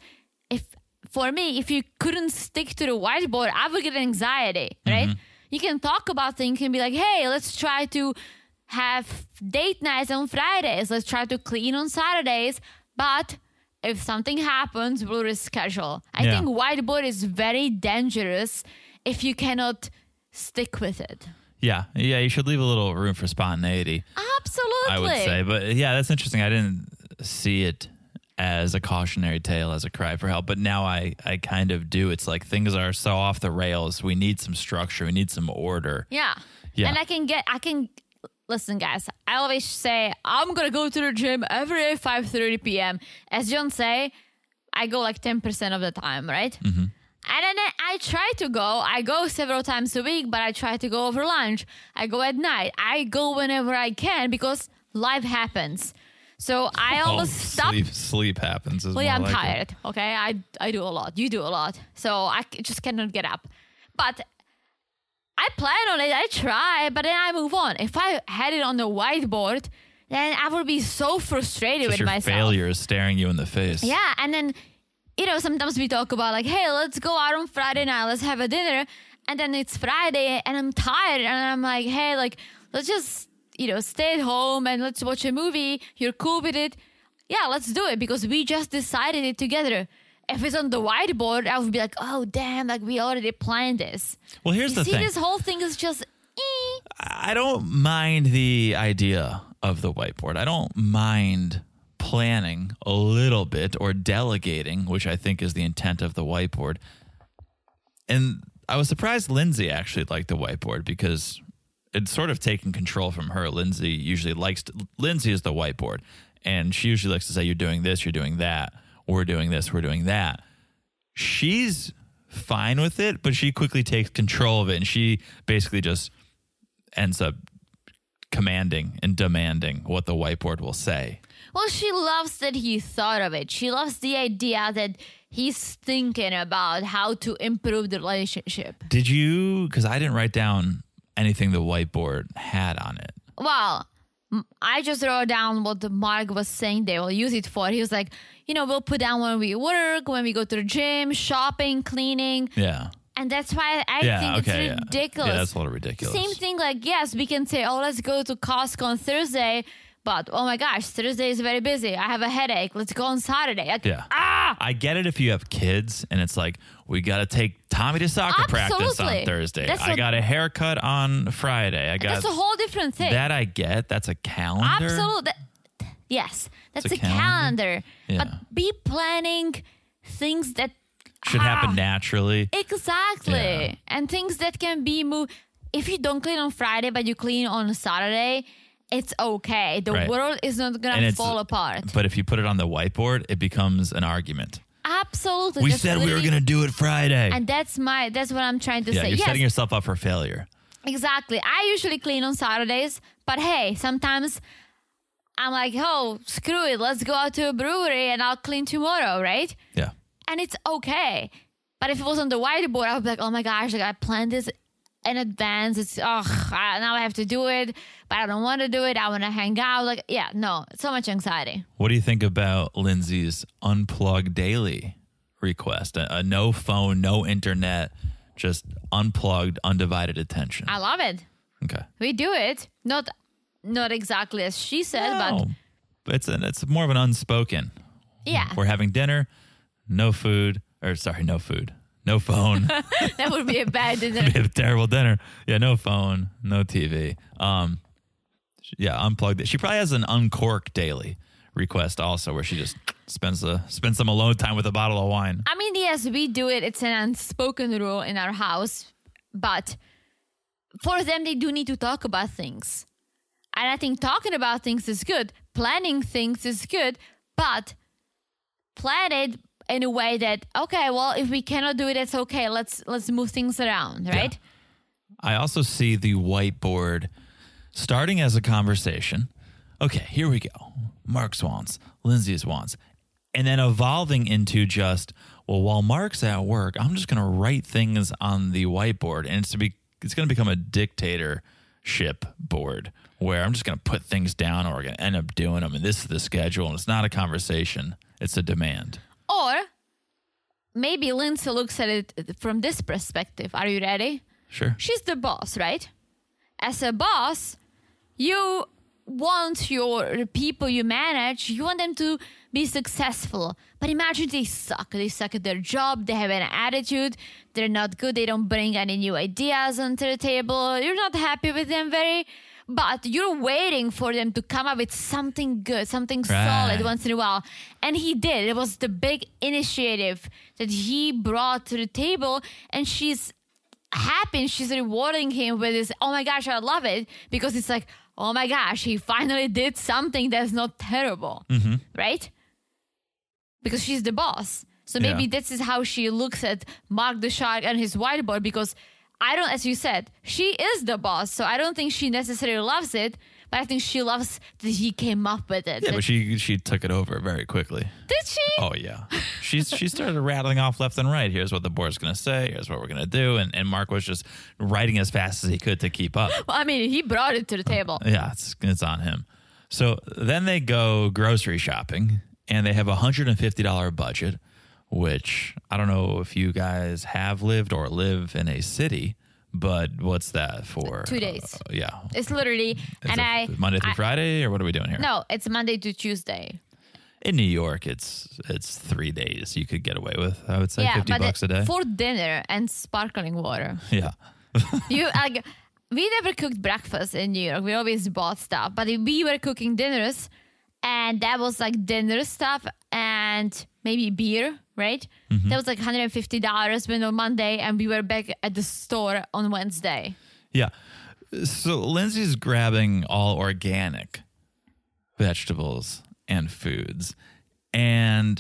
Speaker 7: If for me, if you couldn't stick to the whiteboard, I would get anxiety, right?
Speaker 6: Mm-hmm.
Speaker 7: You can talk about things and be like, hey, let's try to have date nights on Fridays. Let's try to clean on Saturdays. But if something happens, we'll reschedule. I
Speaker 6: Yeah.
Speaker 7: think whiteboard is very dangerous if you cannot stick with it.
Speaker 6: Yeah. Yeah. You should leave a little room for spontaneity.
Speaker 7: Absolutely.
Speaker 6: I would say. But yeah, that's interesting. I didn't see it as a cautionary tale, as a cry for help. But now I, I kind of do. It's like things are so off the rails. We need some structure. We need some order.
Speaker 7: Yeah.
Speaker 6: Yeah.
Speaker 7: And I can get I can listen guys, I always say I'm gonna go to the gym every day five thirty PM. As John say, I go like ten percent of the time, right?
Speaker 6: Mm-hmm.
Speaker 7: And then I- I try to go. I go several times a week, but I try to go over lunch. I go at night. I go whenever I can because life happens. So I
Speaker 6: Oh,
Speaker 7: almost stop
Speaker 6: sleep, sleep happens. Is
Speaker 7: well, yeah,
Speaker 6: more
Speaker 7: I'm
Speaker 6: like it.
Speaker 7: tired. Okay, I I do a lot. You do a lot, so I c- just cannot get up. But I plan on it. I try, but then I move on. If I had it on the whiteboard, then I would be so frustrated
Speaker 6: Just
Speaker 7: with
Speaker 6: your
Speaker 7: myself.
Speaker 6: failure is staring you in the face.
Speaker 7: Yeah, and then you know sometimes we talk about like, hey, let's go out on Friday night, let's have a dinner, and then it's Friday and I'm tired and I'm like, hey, like let's just you know stay at home and let's watch a movie. You're cool with it? Yeah, let's do it because we just decided it together. If it's on the whiteboard, I would be like, oh damn, like we already planned this.
Speaker 6: Well, here's
Speaker 7: you
Speaker 6: the
Speaker 7: see,
Speaker 6: thing.
Speaker 7: this whole thing is just. eh.
Speaker 6: I don't mind the idea of the whiteboard. I don't mind planning a little bit or delegating, which I think is the intent of the whiteboard. And I was surprised Lindsay actually liked the whiteboard because it's sort of taken control from her. Lindsay usually likes to, Lindsay is the whiteboard and she usually likes to say you're doing this, you're doing that, we're doing this, we're doing that she's fine with it, but she quickly takes control of it and she basically just ends up commanding and demanding what the whiteboard will say.
Speaker 7: Well, she loves that he thought of it. She loves the idea that he's thinking about how to improve the relationship.
Speaker 6: Did you? Because I didn't write down anything the whiteboard had on it.
Speaker 7: Well, m- I just wrote down what the Mark was saying they will use it for. He was like, you know, we'll put down when we work, when we go to the gym, shopping, cleaning.
Speaker 6: Yeah.
Speaker 7: And that's why I
Speaker 6: yeah.
Speaker 7: think
Speaker 6: okay. yeah.
Speaker 7: it's ridiculous.
Speaker 6: Yeah. that's a little ridiculous.
Speaker 7: Same thing, like, yes, we can say, oh, let's go to Costco on Thursday. But oh my gosh, Thursday is very busy. I have a headache. Let's go on Saturday. Like,
Speaker 6: Yeah. Ah! I get it if you have kids and it's like, we got to take Tommy to soccer practice on
Speaker 7: Absolutely.
Speaker 6: Thursday.
Speaker 7: That's
Speaker 6: I
Speaker 7: what-
Speaker 6: got a haircut on Friday. I got
Speaker 7: That's a whole different thing.
Speaker 6: that. I get. That's a calendar.
Speaker 7: Absolutely. That- yes, that's
Speaker 6: a
Speaker 7: a, calendar.
Speaker 6: Yeah.
Speaker 7: But be planning things that
Speaker 6: Should
Speaker 7: ah.
Speaker 6: happen naturally.
Speaker 7: exactly
Speaker 6: Yeah.
Speaker 7: and things that can be moved. If you don't clean on Friday but you clean on Saturday, it's okay. The
Speaker 6: Right.
Speaker 7: world is not
Speaker 6: And
Speaker 7: gonna
Speaker 6: it's-
Speaker 7: fall apart.
Speaker 6: But if you put it on the whiteboard, it becomes an argument.
Speaker 7: Absolutely.
Speaker 6: We
Speaker 7: That's
Speaker 6: said we were
Speaker 7: literally-
Speaker 6: going to do it Friday.
Speaker 7: And that's my that's what I'm trying to
Speaker 6: yeah,
Speaker 7: say.
Speaker 6: you're
Speaker 7: yes,
Speaker 6: setting yourself up for failure.
Speaker 7: Exactly. I usually clean on Saturdays, but hey, sometimes I'm like, oh, screw it. Let's go out to a brewery and I'll clean tomorrow, right?
Speaker 6: Yeah.
Speaker 7: And it's okay. But if it was on the whiteboard, I would be like, oh my gosh, like I planned this in advance. It's oh now I have to do it, but I don't want to do it. I want to hang out. Like yeah, no, so much anxiety.
Speaker 6: What do you think about Lindsay's unplug daily request? A, a no phone, no internet, just unplugged, undivided attention.
Speaker 7: I love it.
Speaker 6: okay.
Speaker 7: We do it. Not not exactly as she said, but
Speaker 6: but Oh, it's an, it's more of an unspoken.
Speaker 7: yeah,
Speaker 6: We're having dinner, no food, or sorry, no food, no phone.
Speaker 7: that would be a bad dinner.
Speaker 6: It'd be a terrible dinner. Yeah, no phone, no TV. Um, sh- yeah, unplugged. it. She probably has an uncork daily request also, where she just spends a spends some alone time with a bottle of wine.
Speaker 7: I mean, yes, we do it. It's an unspoken rule in our house, but for them, they do need to talk about things. And I think talking about things is good, planning things is good, but plan it in a way that okay, well, if we cannot do it, it's okay. Let's let's move things around, right?
Speaker 6: I also see the whiteboard starting as a conversation. Okay, here we go. Mark's wants, Lindsay's wants, and then evolving into just, well, while Mark's at work, I'm just gonna write things on the whiteboard. And it's to be it's gonna become a dictatorship board where I'm just gonna put things down or we're gonna end up doing them. And this is the schedule, and it's not a conversation, it's a demand.
Speaker 7: Or maybe Lindsay looks at it from this perspective. Are you ready?
Speaker 6: Sure.
Speaker 7: she's the boss, right? As a boss, you want your people you manage, you want them to be successful. But imagine they suck. They suck at their job, they have an attitude, they're not good, they don't bring any new ideas onto the table. You're not happy with them very but you're waiting for them to come up with something good, something solid
Speaker 6: Right.
Speaker 7: once in a while. And he did. It was the big initiative that he brought to the table and she's happy and she's rewarding him with this oh my gosh i love it because it's like oh my gosh he finally did something that's not terrible
Speaker 6: Mm-hmm.
Speaker 7: right because she's the boss so
Speaker 6: Yeah.
Speaker 7: maybe this is how she looks at mark the shark and his whiteboard because i don't as you said she is the boss so i don't think she necessarily loves it but i think she loves that he came up with it
Speaker 6: Yeah,
Speaker 7: That-
Speaker 6: but she she took it over very quickly.
Speaker 7: did she
Speaker 6: Oh yeah, she's she started rattling off left and right. Here's what the board's gonna say. Here's what we're gonna do, and and Mark was just writing as fast as he could to keep up.
Speaker 7: well, i mean he brought it to the table
Speaker 6: Yeah, it's it's on him. So then they go grocery shopping, and they have a hundred and fifty dollar budget, which I don't know if you guys have lived or live in a city, but what's that for?
Speaker 7: Two days.
Speaker 6: Uh, yeah,
Speaker 7: it's literally
Speaker 6: Is
Speaker 7: and
Speaker 6: it
Speaker 7: i
Speaker 6: Monday through
Speaker 7: I-
Speaker 6: Friday, or what are we doing here?
Speaker 7: no it's monday to tuesday
Speaker 6: in New York, it's it's three days you could get away with. I would say fifty
Speaker 7: the-
Speaker 6: bucks a day.
Speaker 7: for dinner and sparkling water.
Speaker 6: yeah.
Speaker 7: You like we never cooked breakfast in New York. We always bought stuff, but we were cooking dinners, and that was like dinner stuff and maybe beer, right?
Speaker 6: Mm-hmm.
Speaker 7: That was like hundred and fifty dollars when on Monday, and we were back at the store on Wednesday.
Speaker 6: Yeah. So Lindsay's grabbing all organic vegetables and foods. And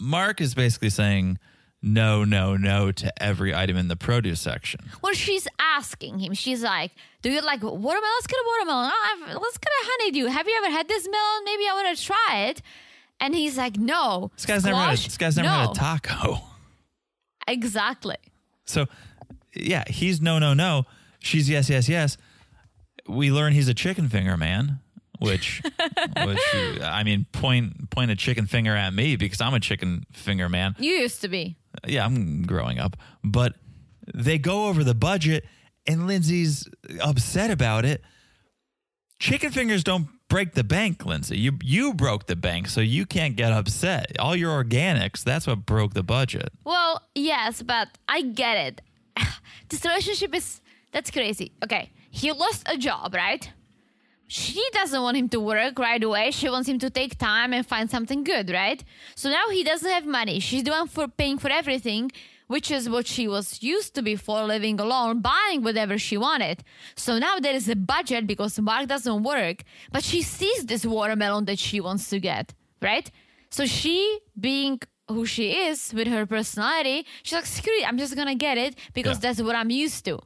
Speaker 6: Mark is basically saying no, no, no to every item in the produce section.
Speaker 7: Well, she's asking him. She's like, "Do you like watermelon? Let's get a watermelon. Oh, I've- let's get a honeydew. Have you ever had this melon? Maybe I want to try it." And he's like, "No,
Speaker 6: This guy's never had a,
Speaker 7: squash?
Speaker 6: this guy's never had
Speaker 7: No."
Speaker 6: a taco.
Speaker 7: Exactly.
Speaker 6: So yeah, he's no, no, no. She's yes, yes, yes. We learn he's a chicken finger man, which, which I mean, point point a chicken finger at me because I'm a chicken finger man.
Speaker 7: You used to be.
Speaker 6: yeah, I'm growing up, but they go over the budget and Lindsay's upset about it. Chicken fingers don't break the bank, Lindsay. You you broke the bank, so you can't get upset. All your organics, that's what broke the budget.
Speaker 7: Well, yes, but I get it. this relationship is that's crazy. Okay, he lost a job, right? She doesn't want him to work right away. She wants him to take time and find something good, right? So now he doesn't have money. She's the one for paying for everything, which is what she was used to before living alone, buying whatever she wanted. So now there is a budget because Mark doesn't work, but she sees this watermelon that she wants to get, right? So she being who she is with her personality, she's like, screw it, I'm just gonna get it because
Speaker 6: Yeah.
Speaker 7: that's what I'm used to.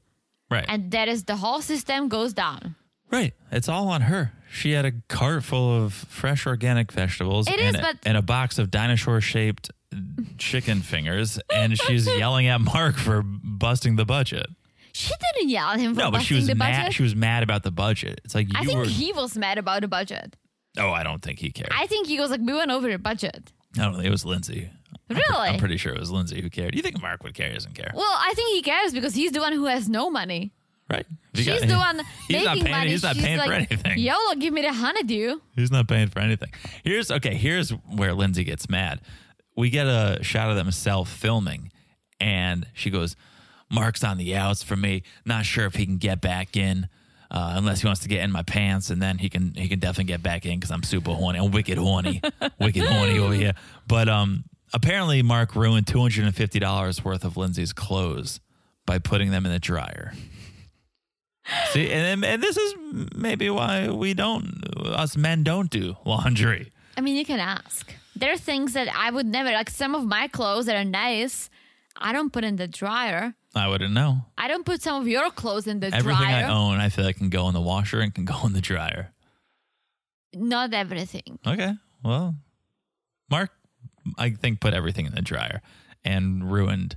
Speaker 6: Right.
Speaker 7: And that is the whole system goes down.
Speaker 6: right. It's all on her. She had a cart full of fresh organic vegetables
Speaker 7: It
Speaker 6: and,
Speaker 7: is, but-
Speaker 6: and a box of dinosaur shaped chicken fingers and she's yelling at Mark for busting the budget.
Speaker 7: She didn't yell at him for
Speaker 6: No, but she
Speaker 7: busting
Speaker 6: was
Speaker 7: the
Speaker 6: mad.
Speaker 7: budget.
Speaker 6: She was mad about the budget. It's like you
Speaker 7: I think
Speaker 6: were.
Speaker 7: he was mad about the budget.
Speaker 6: oh, I don't think he cared. I,
Speaker 7: I think he was like, we went over the budget.
Speaker 6: don't think it was Lindsay. I'm pre-
Speaker 7: Really?
Speaker 6: I'm pretty sure it was Lindsay who cared. You think Mark would care? He doesn't care,
Speaker 7: Well, I think he cares because he's the one who has no money.
Speaker 6: right? If you
Speaker 7: She's
Speaker 6: got-
Speaker 7: the one
Speaker 6: He's
Speaker 7: making
Speaker 6: not paying.
Speaker 7: money.
Speaker 6: He's not
Speaker 7: She's
Speaker 6: paying for
Speaker 7: like,
Speaker 6: anything.
Speaker 7: Yolo, give me the honeydew.
Speaker 6: He's not paying for anything. Here's okay. Here's where Lindsay gets mad. We get a shot of them self filming, and she goes, "Mark's on the outs for me. Not sure if he can get back in, uh, unless he wants to get in my pants, and then he can he can definitely get back in because I'm super horny. I'm wicked horny, wicked horny over here. But um, apparently Mark ruined two hundred and fifty dollars worth of Lindsay's clothes by putting them in the dryer. See, and, and this is maybe why we don't, us men don't do laundry.
Speaker 7: I mean, you can ask. There are things that I would never, like some of my clothes that are nice, I don't put in the dryer.
Speaker 6: I wouldn't know.
Speaker 7: I don't put some of your clothes in the
Speaker 6: Everything
Speaker 7: dryer.
Speaker 6: I own, I feel like can go in the washer and can go in the dryer.
Speaker 7: Not everything.
Speaker 6: Okay. Well, Mark, I think, put everything in the dryer and ruined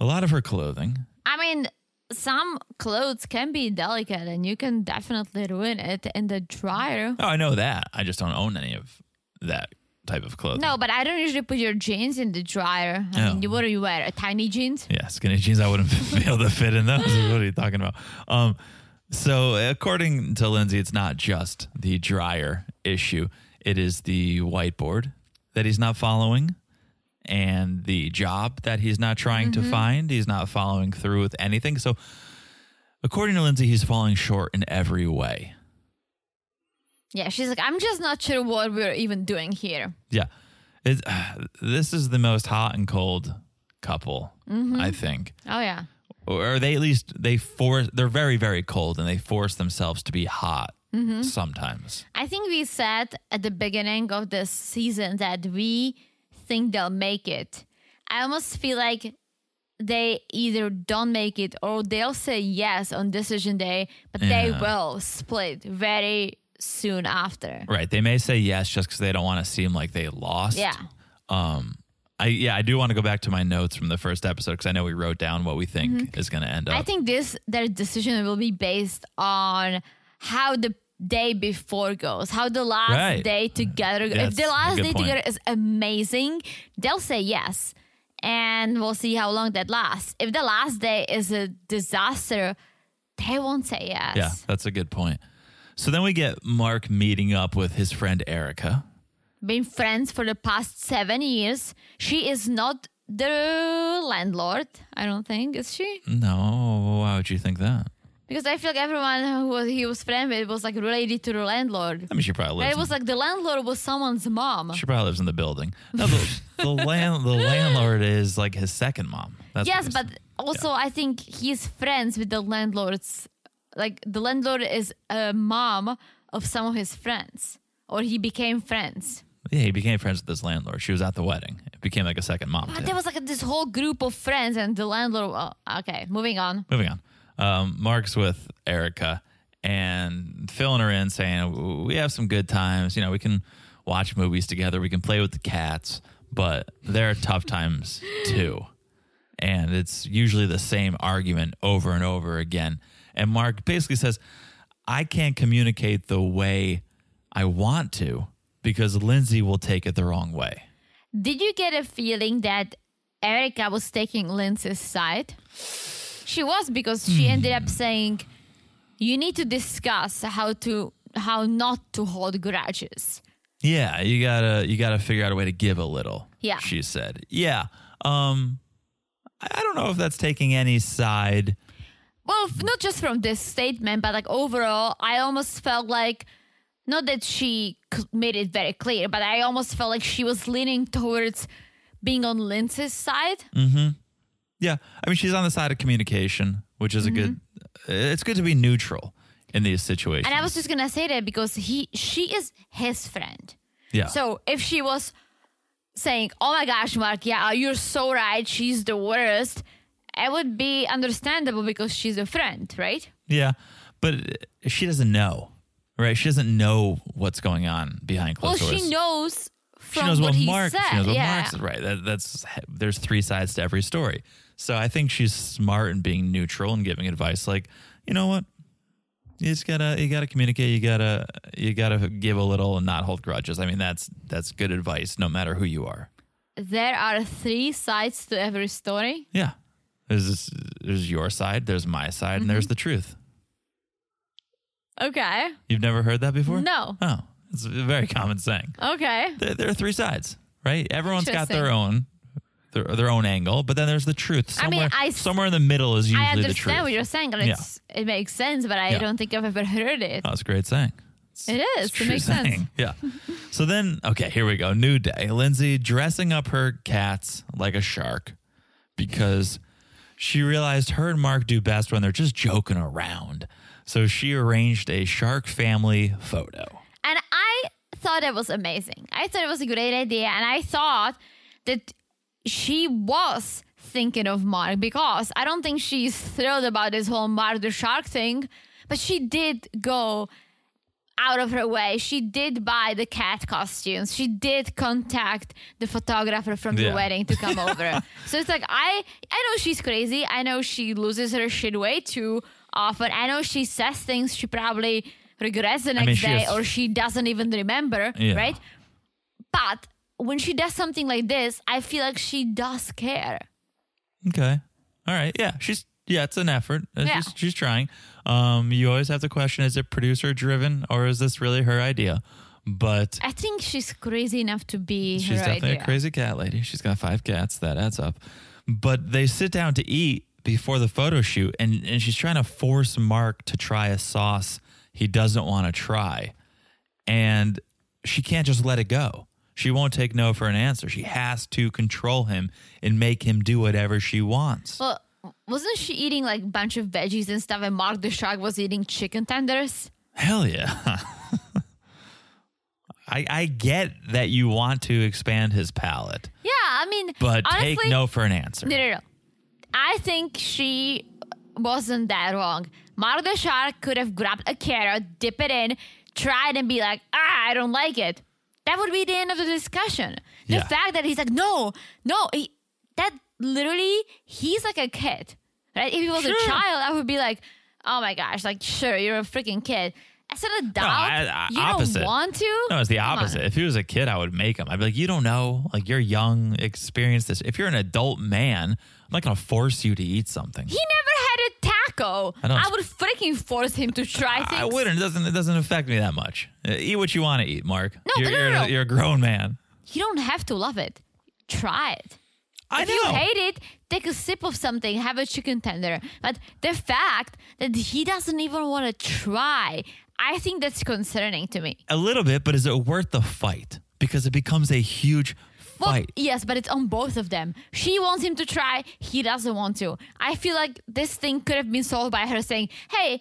Speaker 6: a lot of her clothing.
Speaker 7: I mean, some clothes can be delicate and you can definitely ruin it in the dryer.
Speaker 6: Oh, I know that. I just don't own any of that type of clothing.
Speaker 7: No, but I don't usually put your jeans in the dryer. I
Speaker 6: Oh.
Speaker 7: mean, what do you wear? A tiny jeans?
Speaker 6: Yeah, skinny jeans. I wouldn't be able to fit in those. What are you talking about? Um, so, according to Lindsay, it's not just the dryer issue. It is the whiteboard that he's not following, and the job that he's not trying to find. He's not following through with anything. So, according to Lindsay, he's falling short in every way.
Speaker 7: Yeah, she's like, I'm just not sure what we're even doing here.
Speaker 6: Yeah. It's, this is the most hot and cold couple, I think.
Speaker 7: Oh, yeah.
Speaker 6: or they at least they force they're very very cold and they force themselves to be hot
Speaker 7: Mm-hmm.
Speaker 6: sometimes
Speaker 7: I think we said at the beginning of this season that we think they'll make it. I almost feel like they either don't make it or they'll say yes on decision day, but they
Speaker 6: Yeah.
Speaker 7: will split very soon after.
Speaker 6: right they may say yes just because they don't want to seem like they lost
Speaker 7: Yeah.
Speaker 6: um i yeah i do want to go back to my notes from the first episode because i know we wrote down what we think is going to end up
Speaker 7: Mm-hmm. I think this their decision will be based on how the day before goes, how the last
Speaker 6: Right.
Speaker 7: day together.
Speaker 6: That's
Speaker 7: if the
Speaker 6: a
Speaker 7: last
Speaker 6: good
Speaker 7: day
Speaker 6: point.
Speaker 7: together is amazing, they'll say yes, and we'll see how long that lasts. If the last day is a disaster, they won't say yes.
Speaker 6: yeah that's a good point so then we get mark meeting up with his friend erica
Speaker 7: Been friends for the past seven years. She is not the landlord. I don't think is she.
Speaker 6: Mm. no why would you think that
Speaker 7: Because I feel like everyone who was, he was friend with was like related to the landlord.
Speaker 6: i mean she probably lives
Speaker 7: It was
Speaker 6: in,
Speaker 7: like the landlord was someone's mom.
Speaker 6: she probably lives in the building no the, the, land, the landlord is like his second mom that's what
Speaker 7: yes,
Speaker 6: he's-
Speaker 7: but also I think he's friends with the landlord's. Like the landlord is a mom of some of his friends, or he became friends.
Speaker 6: Yeah, he became friends with this landlord. She was at the wedding. It became like a second mom. to
Speaker 7: But
Speaker 6: him.
Speaker 7: there was like this whole group of friends, and the landlord. oh, okay, moving on.
Speaker 6: Moving on. Um, Mark's with Erica and filling her in, saying, We have some good times. You know, we can watch movies together, we can play with the cats, but there are tough times too. And it's usually the same argument over and over again. And Mark basically says, I can't communicate the way I want to because Lindsay will take it the wrong way.
Speaker 7: Did you get a feeling that Erica was taking Lindsay's side? She was because
Speaker 6: Hmm.
Speaker 7: she ended up saying, "You need to discuss how to how not to hold grudges."
Speaker 6: Yeah, you gotta you gotta figure out a way to give a little.
Speaker 7: Yeah.
Speaker 6: she said. Yeah, um, I I don't know if that's taking any side.
Speaker 7: well f- not just from this statement but like overall i almost felt like not that she c- made it very clear but i almost felt like she was leaning towards being on lindsay's side
Speaker 6: Yeah, I mean she's on the side of communication, which is a good. It's good to be neutral in these situations.
Speaker 7: Mm-hmm. and i was just gonna say that because he she is his friend
Speaker 6: yeah.
Speaker 7: so if she was saying oh my gosh mark yeah you're so right she's the worst it would be understandable because she's a friend right
Speaker 6: yeah, but she doesn't know, right? She doesn't know what's going on behind
Speaker 7: well
Speaker 6: closed doors.
Speaker 7: she knows from
Speaker 6: she knows
Speaker 7: what,
Speaker 6: what,
Speaker 7: he
Speaker 6: Mark.
Speaker 7: said.
Speaker 6: She knows what
Speaker 7: yeah.
Speaker 6: Marx is right. That, that's there's three sides to every story. So I think she's smart in being neutral and giving advice. Like, you know what? You just gotta you gotta communicate. You gotta you gotta give a little and not hold grudges. I mean, that's that's good advice, no matter who you are.
Speaker 7: There are three sides to every story.
Speaker 6: Yeah. There's this, there's your side. There's my side, and
Speaker 7: Mm-hmm.
Speaker 6: there's the truth.
Speaker 7: Okay.
Speaker 6: You've never heard that before?
Speaker 7: No.
Speaker 6: Oh, it's a very common saying.
Speaker 7: Okay.
Speaker 6: there, there are three sides, right? Everyone's got their
Speaker 7: Interesting.
Speaker 6: own their, their own angle, but then there's the truth.
Speaker 7: I mean,
Speaker 6: Somewhere,
Speaker 7: I s-
Speaker 6: somewhere in the middle is usually
Speaker 7: I
Speaker 6: the truth.
Speaker 7: understand what you're saying, and it's, it makes sense, but I
Speaker 6: Yeah. Uh,
Speaker 7: don't think I've ever heard it.
Speaker 6: That's Oh, a great saying.
Speaker 7: It is.
Speaker 6: It's a
Speaker 7: It
Speaker 6: true
Speaker 7: makes sense.
Speaker 6: saying. Yeah. so then, okay, here we go. New day. Lindsay dressing up her cats like a shark because she realized her and Mark do best when they're just joking around. So she arranged a shark family photo.
Speaker 7: And I thought it was amazing. I thought it was a great idea. And I thought that she was thinking of Mark because I don't think she's thrilled about this whole Mark the Shark thing, but she did go out of her way. She did buy the cat costumes. She did contact the photographer from
Speaker 6: Yeah.
Speaker 7: the wedding to come over. So it's like I I know she's crazy. I know she loses her shit way too often. I know she says things she probably regrets the next
Speaker 6: mean, she
Speaker 7: day
Speaker 6: has-
Speaker 7: or she doesn't even remember,
Speaker 6: Yeah.
Speaker 7: right? But when she does something like this, I feel like she does care.
Speaker 6: Okay. All right. Yeah. She's yeah. It's an effort. It's
Speaker 7: Yeah.
Speaker 6: just- she's trying. Um. You always have to question: Is it producer driven or is this really her idea? But
Speaker 7: I think she's crazy enough to be
Speaker 6: she's
Speaker 7: her
Speaker 6: definitely
Speaker 7: idea.
Speaker 6: a crazy cat lady. She's got five cats. That adds up. But they sit down to eat before the photo shoot, and and she's trying to force Mark to try a sauce he doesn't want to try, and she can't just let it go. She won't take no for an answer. She has to control him and make him do whatever she wants.
Speaker 7: Well, wasn't she eating like a bunch of veggies and stuff? And Mark the Shark was eating chicken tenders.
Speaker 6: Hell yeah. I, I get that you want to expand his palate,
Speaker 7: Yeah, I mean,
Speaker 6: but
Speaker 7: honestly,
Speaker 6: take no for an answer.
Speaker 7: No, no, no. I think she wasn't that wrong. Mark the Shark could have grabbed a carrot, dip it in, tried, and be like, ah, I don't like it. That would be the end of the discussion. The
Speaker 6: Yeah.
Speaker 7: fact that he's like, no, no, he, that literally, he's like a kid, right? If he was a
Speaker 6: Sure.
Speaker 7: child, I would be like, oh my gosh, like, sure, you're a freaking kid. As an adult,
Speaker 6: I- I-
Speaker 7: you
Speaker 6: opposite.
Speaker 7: don't want to.
Speaker 6: No, it's the
Speaker 7: Come on.
Speaker 6: opposite. If he was a kid, I would make him. I'd be like, you don't know. Like, you're young, experience this. If you're an adult man, I'm not going to force you to eat something.
Speaker 7: He never had a taco.
Speaker 6: I don't-
Speaker 7: I, would freaking force him to try things.
Speaker 6: I wouldn't. It doesn't, it doesn't affect me that much. Uh, Eat what you want to eat, Mark.
Speaker 7: No,
Speaker 6: you're,
Speaker 7: but no,
Speaker 6: you're,
Speaker 7: no,
Speaker 6: a-
Speaker 7: no.
Speaker 6: you're a grown man.
Speaker 7: you don't have to love it. Try it.
Speaker 6: I
Speaker 7: if
Speaker 6: know.
Speaker 7: you hate it, take a sip of something, have a chicken tender. But the fact that he doesn't even want to try, I think that's concerning to me.
Speaker 6: a little bit, but is it worth the fight? Because it becomes a huge
Speaker 7: Well,
Speaker 6: fight.
Speaker 7: yes, but it's on both of them. She wants him to try, he doesn't want to. I feel like this thing could have been solved by her saying, Hey,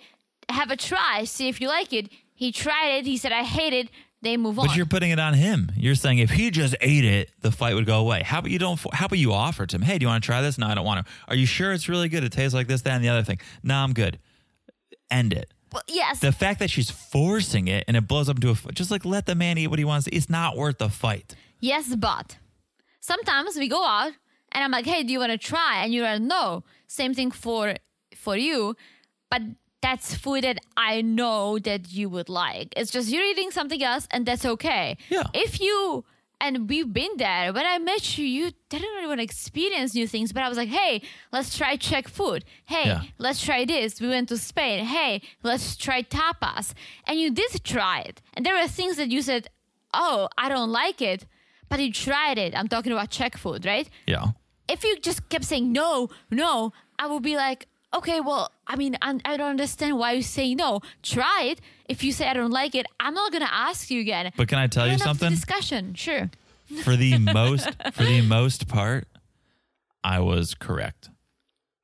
Speaker 7: have a try, see if you like it. He tried it, he said, I hate it, they move on.
Speaker 6: But you're putting it on him. You're saying if he just ate it, the fight would go away. How about you don't? How about you offer it to him? Hey, do you want to try this? No, I don't want to. Are you sure it's really good? It tastes like this, that, and the other thing. No, I'm good. End it.
Speaker 7: Well, yes.
Speaker 6: The fact that she's forcing it and it blows up to a f- just like let the man eat what he wants. It's not worth the fight.
Speaker 7: Yes, but sometimes we go out and I'm like, hey, do you want to try? And you're like, no. Same thing for for you, but that's food that I know that you would like. It's just you're eating something else, and that's okay.
Speaker 6: Yeah.
Speaker 7: If you and we've been there. When I met you, you didn't really want to experience new things, but I was like, hey, let's try Czech food. Hey,
Speaker 6: Yeah.
Speaker 7: let's try this. We went to Spain. Hey, let's try tapas. And you did try it. And there were things that you said, oh, I don't like it, but you tried it. I'm talking about Czech food, right?
Speaker 6: Yeah.
Speaker 7: If you just kept saying no, no, I would be like, okay, well, I mean, I, I don't understand why you say no. Try it. If you say I don't like it, I'm not going to ask you again.
Speaker 6: But can I tell you
Speaker 7: End of the
Speaker 6: something?
Speaker 7: Discussion, sure.
Speaker 6: for the most for the most part, I was correct.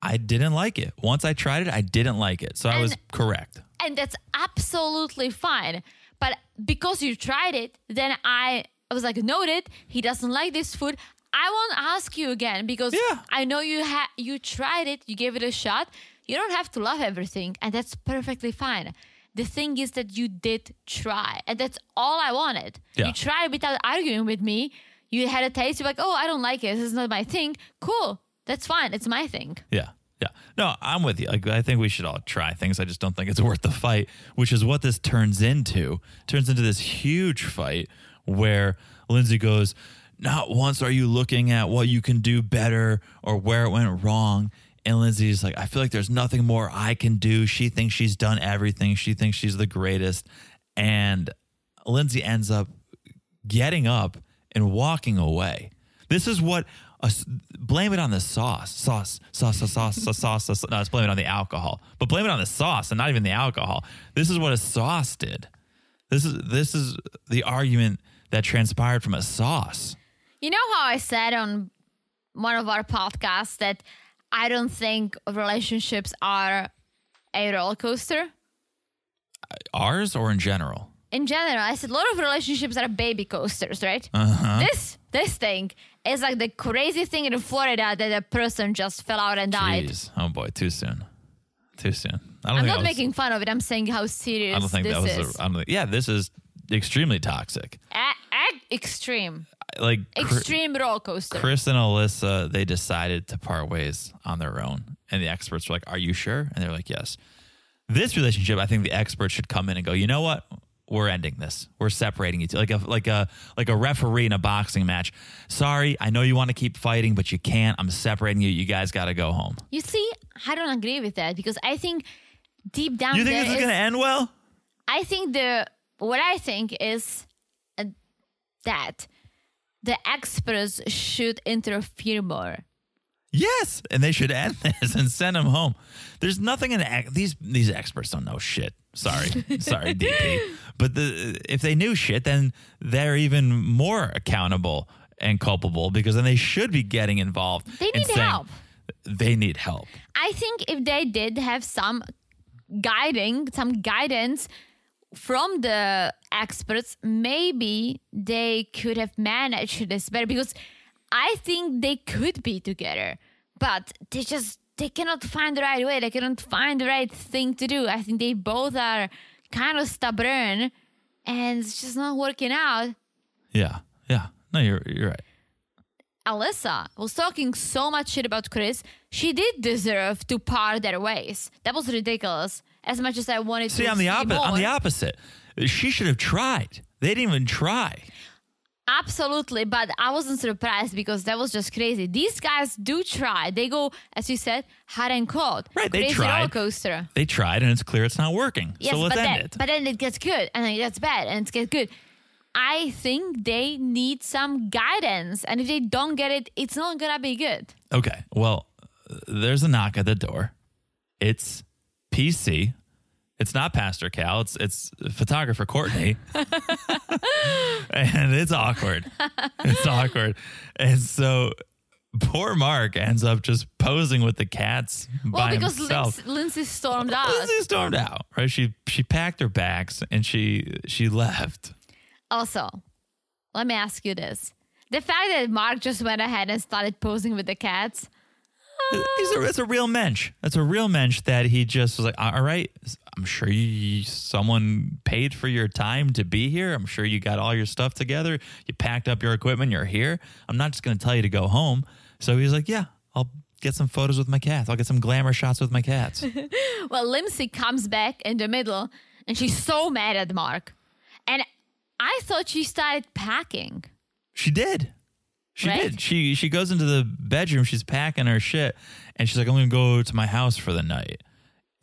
Speaker 6: I didn't like it. Once I tried it, I didn't like it. So I was
Speaker 7: And-
Speaker 6: correct.
Speaker 7: and that's absolutely fine. But because you tried it, then I, I was like, noted. He doesn't like this food. I won't ask you again because
Speaker 6: Yeah.
Speaker 7: I know you ha- you tried it. You gave it a shot. You don't have to love everything, and that's perfectly fine. The thing is that you did try, and that's all I wanted.
Speaker 6: Yeah.
Speaker 7: You tried without arguing with me. You had a taste. You're like, oh, I don't like it. This is not my thing. Cool. That's fine. It's my thing.
Speaker 6: Yeah. Yeah. No, I'm with you. Like, I think we should all try things. I just don't think it's worth the fight, which is what this turns into. Turns into this huge fight where Lindsay goes, Not once are you looking at what you can do better or where it went wrong. And Lindsay's like, I feel like there's nothing more I can do. She thinks she's done everything. She thinks she's the greatest. And Lindsay ends up getting up and walking away. This is what a s blame it on the sauce, sauce, sauce, sauce, sauce, sauce, sauce, sauce. No, let's blame it on the alcohol, but blame it on the sauce and not even the alcohol. This is what a sauce did. This is this is the argument that transpired from a sauce.
Speaker 7: You know how I said on one of our podcasts that I don't think relationships are a roller coaster?
Speaker 6: Ours or in general?
Speaker 7: In general, I said a lot of relationships are baby coasters, right?
Speaker 6: Uh-huh.
Speaker 7: This this thing is like the crazy thing in Florida that a person just fell out and died.
Speaker 6: Jeez, oh boy, too soon, too soon. I don't
Speaker 7: I'm
Speaker 6: think
Speaker 7: not
Speaker 6: I was-
Speaker 7: making fun of it. I'm saying how serious
Speaker 6: I don't think
Speaker 7: this
Speaker 6: that was.
Speaker 7: is.
Speaker 6: A, I don't think, yeah, this is extremely toxic.
Speaker 7: At, extreme,
Speaker 6: Like cr-
Speaker 7: extreme roller coaster.
Speaker 6: Chris and Alyssa, they decided to part ways on their own. And the experts were like, Are you sure? And they're like, Yes. This relationship, I think the experts should come in and go, you know what? We're ending this. We're separating you two. Like a like a like a referee in a boxing match. Sorry, I know you want to keep fighting, but you can't. I'm separating you. You guys gotta go home.
Speaker 7: you see, I don't agree with that because I think deep down
Speaker 6: you think
Speaker 7: there
Speaker 6: this is,
Speaker 7: is-
Speaker 6: gonna end well?
Speaker 7: I think the what I think is uh, that the experts should interfere more.
Speaker 6: Yes. And they should end this and send them home. There's nothing in ex- these these experts don't know shit. Sorry. Sorry, DP. But the, if they knew shit, then they're even more accountable and culpable because then they should be getting involved.
Speaker 7: They
Speaker 6: and
Speaker 7: need
Speaker 6: saying,
Speaker 7: help.
Speaker 6: They need help.
Speaker 7: I think if they did have some guiding, some guidance from the experts, maybe they could have managed this better because I think they could be together, but they just they cannot find the right way. They cannot find the right thing to do. I think they both are kind of stubborn and it's just not working out.
Speaker 6: Yeah. Yeah. No, you're you're right.
Speaker 7: Alyssa was talking so much shit about Chris, she did deserve to part their ways. That was ridiculous. As much as I wanted
Speaker 6: See,
Speaker 7: to
Speaker 6: I'm the opposite.
Speaker 7: more.
Speaker 6: I'm the opposite. She should have tried. They didn't even try.
Speaker 7: Absolutely, but I wasn't surprised because that was just crazy. These guys do try. They go, as you said, hot and cold.
Speaker 6: Right, they
Speaker 7: crazy roller
Speaker 6: tried.
Speaker 7: coaster.
Speaker 6: They tried, and it's clear it's not working.
Speaker 7: Yes,
Speaker 6: so let's
Speaker 7: but
Speaker 6: end
Speaker 7: then
Speaker 6: it.
Speaker 7: but then it gets good, and then it gets bad, and it gets good. I think they need some guidance, and if they don't get it, it's not gonna be good.
Speaker 6: Okay. Well, there's a knock at the door. It's PC. It's not Pastor Cal. It's it's photographer Courtney. and it's awkward. It's awkward. And so poor Mark ends up just posing with the cats
Speaker 7: Well,
Speaker 6: by
Speaker 7: because uh,
Speaker 6: himself.
Speaker 7: Lindsay, Lindsay stormed out.
Speaker 6: Lindsay stormed out, right? She she packed her bags and she she left.
Speaker 7: Also, let me ask you this. The fact that Mark just went ahead and started posing with the cats,
Speaker 6: He's a, it's a real mensch. That's a real mensch that he just was like, all right, I'm sure you, someone paid for your time to be here. I'm sure you got all your stuff together. You packed up your equipment. You're here. I'm not just going to tell you to go home. So he's like, yeah, I'll get some photos with my cats. I'll get some glamour shots with my cats.
Speaker 7: well, Lindsay comes back in the middle and she's so mad at Mark. And I thought she started packing.
Speaker 6: she did. She
Speaker 7: Right?
Speaker 6: did. She she goes into the bedroom. She's packing her shit, and she's like, "I'm gonna go to my house for the night."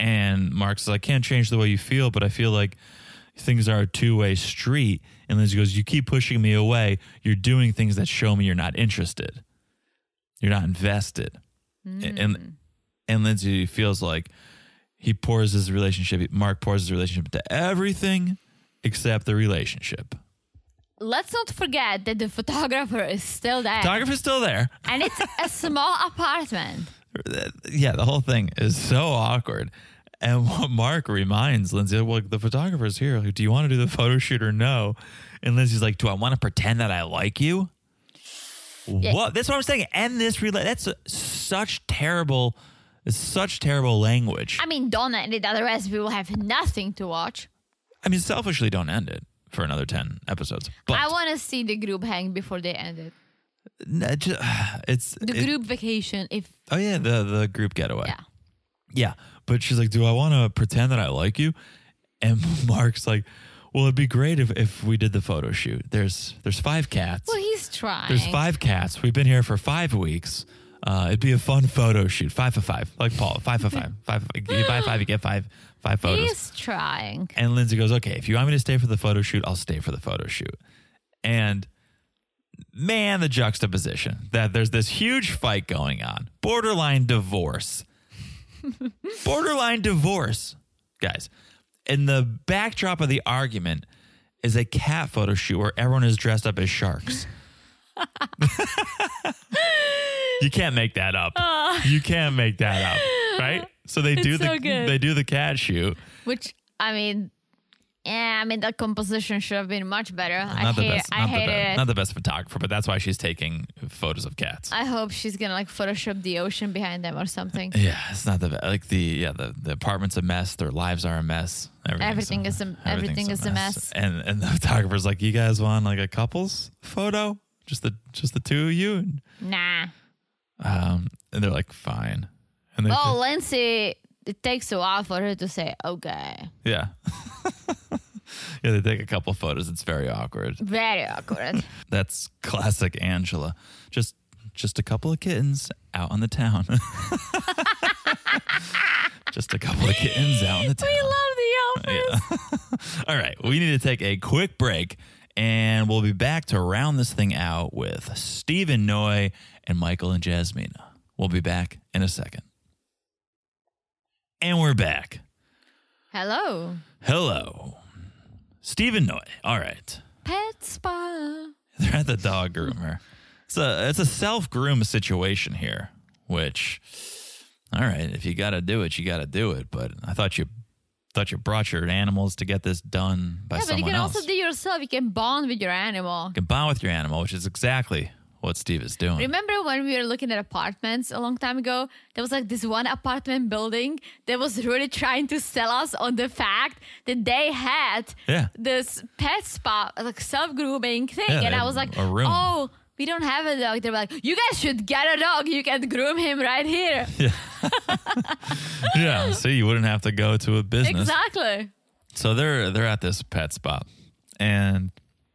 Speaker 6: And Mark's like, "I can't change the way you feel, but I feel like things are a two way street." And Lindsay goes, "You keep pushing me away. You're doing things that show me you're not interested. You're not invested." And- And and Lindsay feels like he pours his relationship. Mark pours his relationship into everything except the relationship.
Speaker 7: Let's not forget that the photographer is still there.
Speaker 6: Photographer's still there.
Speaker 7: and it's a small apartment.
Speaker 6: yeah, the whole thing is so awkward. And what Mark reminds Lindsay, well, the photographer's here. Like, do you want to do the photo shoot or no? And Lindsay's like, do I want to pretend that I like you? What? That's what I'm saying. End this relate. That's such terrible It's such terrible language.
Speaker 7: I mean, don't end it. Otherwise, we will have nothing to watch.
Speaker 6: I mean, selfishly, don't end it for another 10 episodes. But
Speaker 7: I want to see the group hang before they end it.
Speaker 6: n- ju- it's.
Speaker 7: The
Speaker 6: it-
Speaker 7: group vacation, if
Speaker 6: Oh, yeah, the, the group getaway.
Speaker 7: yeah.
Speaker 6: Yeah. But she's like, Do I want to pretend that I like you? And Mark's like, Well, it'd be great if, if we did the photo shoot. There's there's five cats.
Speaker 7: Well, he's trying.
Speaker 6: there's five cats. We've been here for five weeks. Uh, it'd be a fun photo shoot. Five for five. Like Paul, five for five. five for- you buy five, you get five. Five photos.
Speaker 7: He's trying.
Speaker 6: And Lindsay goes, okay, if you want me to stay for the photo shoot, I'll stay for the photo shoot. And man, the juxtaposition that there's this huge fight going on, borderline divorce, borderline divorce, guys. And the backdrop of the argument is a cat photo shoot where everyone is dressed up as sharks. you can't make that up. You can't make that up, right? So they do
Speaker 7: It's
Speaker 6: the
Speaker 7: so good.
Speaker 6: they do the cat shoot.
Speaker 7: Which I mean, yeah, I mean the composition should have been much better. I
Speaker 6: not the
Speaker 7: hate,
Speaker 6: best,
Speaker 7: I
Speaker 6: not, the
Speaker 7: hate
Speaker 6: best
Speaker 7: it.
Speaker 6: not the best photographer, but that's why she's taking photos of cats.
Speaker 7: I hope she's gonna like Photoshop the ocean behind them or something.
Speaker 6: yeah, it's not the best. Like the yeah, the, the apartment's a mess. Their lives are a mess.
Speaker 7: Everything is a- everything is a mess.
Speaker 6: And and the photographer's like, you guys want like a couples photo, just the just the two of you, and,
Speaker 7: Nah.
Speaker 6: um, and they're like, fine. And they
Speaker 7: Well, Oh, Lindsay, it takes a while for her to say okay.
Speaker 6: yeah, yeah, they take a couple photos. It's very awkward.
Speaker 7: Very awkward.
Speaker 6: That's classic Angela. Just just a couple of kittens out on the town. just a couple of kittens out on the town.
Speaker 7: we love the outfit.
Speaker 6: All right, we need to take a quick break and we'll be back to round this thing out with Stephen Noy and Michael and Jasmina. We'll be back in a second. And we're back.
Speaker 7: Hello,
Speaker 6: Hello. Stephen Noy. All right.
Speaker 7: pet spa.
Speaker 6: They're at the dog groomer. It's a it's a self groom situation here, which all right, if you gotta do it, you gotta do it. But I thought you thought you brought your animals to get this done by
Speaker 7: Yeah, but
Speaker 6: someone
Speaker 7: you can
Speaker 6: else.
Speaker 7: also do yourself. You can bond with your animal.
Speaker 6: you can bond with your animal, which is exactly what Steve is doing.
Speaker 7: Remember when we were looking at apartments a long time ago? There was like this one apartment building that was really trying to sell us on the fact that they had
Speaker 6: Yeah.
Speaker 7: this pet spa, like self grooming thing.
Speaker 6: Yeah,
Speaker 7: and
Speaker 6: they
Speaker 7: I was like,
Speaker 6: had a room.
Speaker 7: oh, we don't have a dog. They were like, you guys should get a dog. You can groom him right here.
Speaker 6: yeah, see, you wouldn't have to go to a business.
Speaker 7: exactly.
Speaker 6: So they're they're at this pet spot, and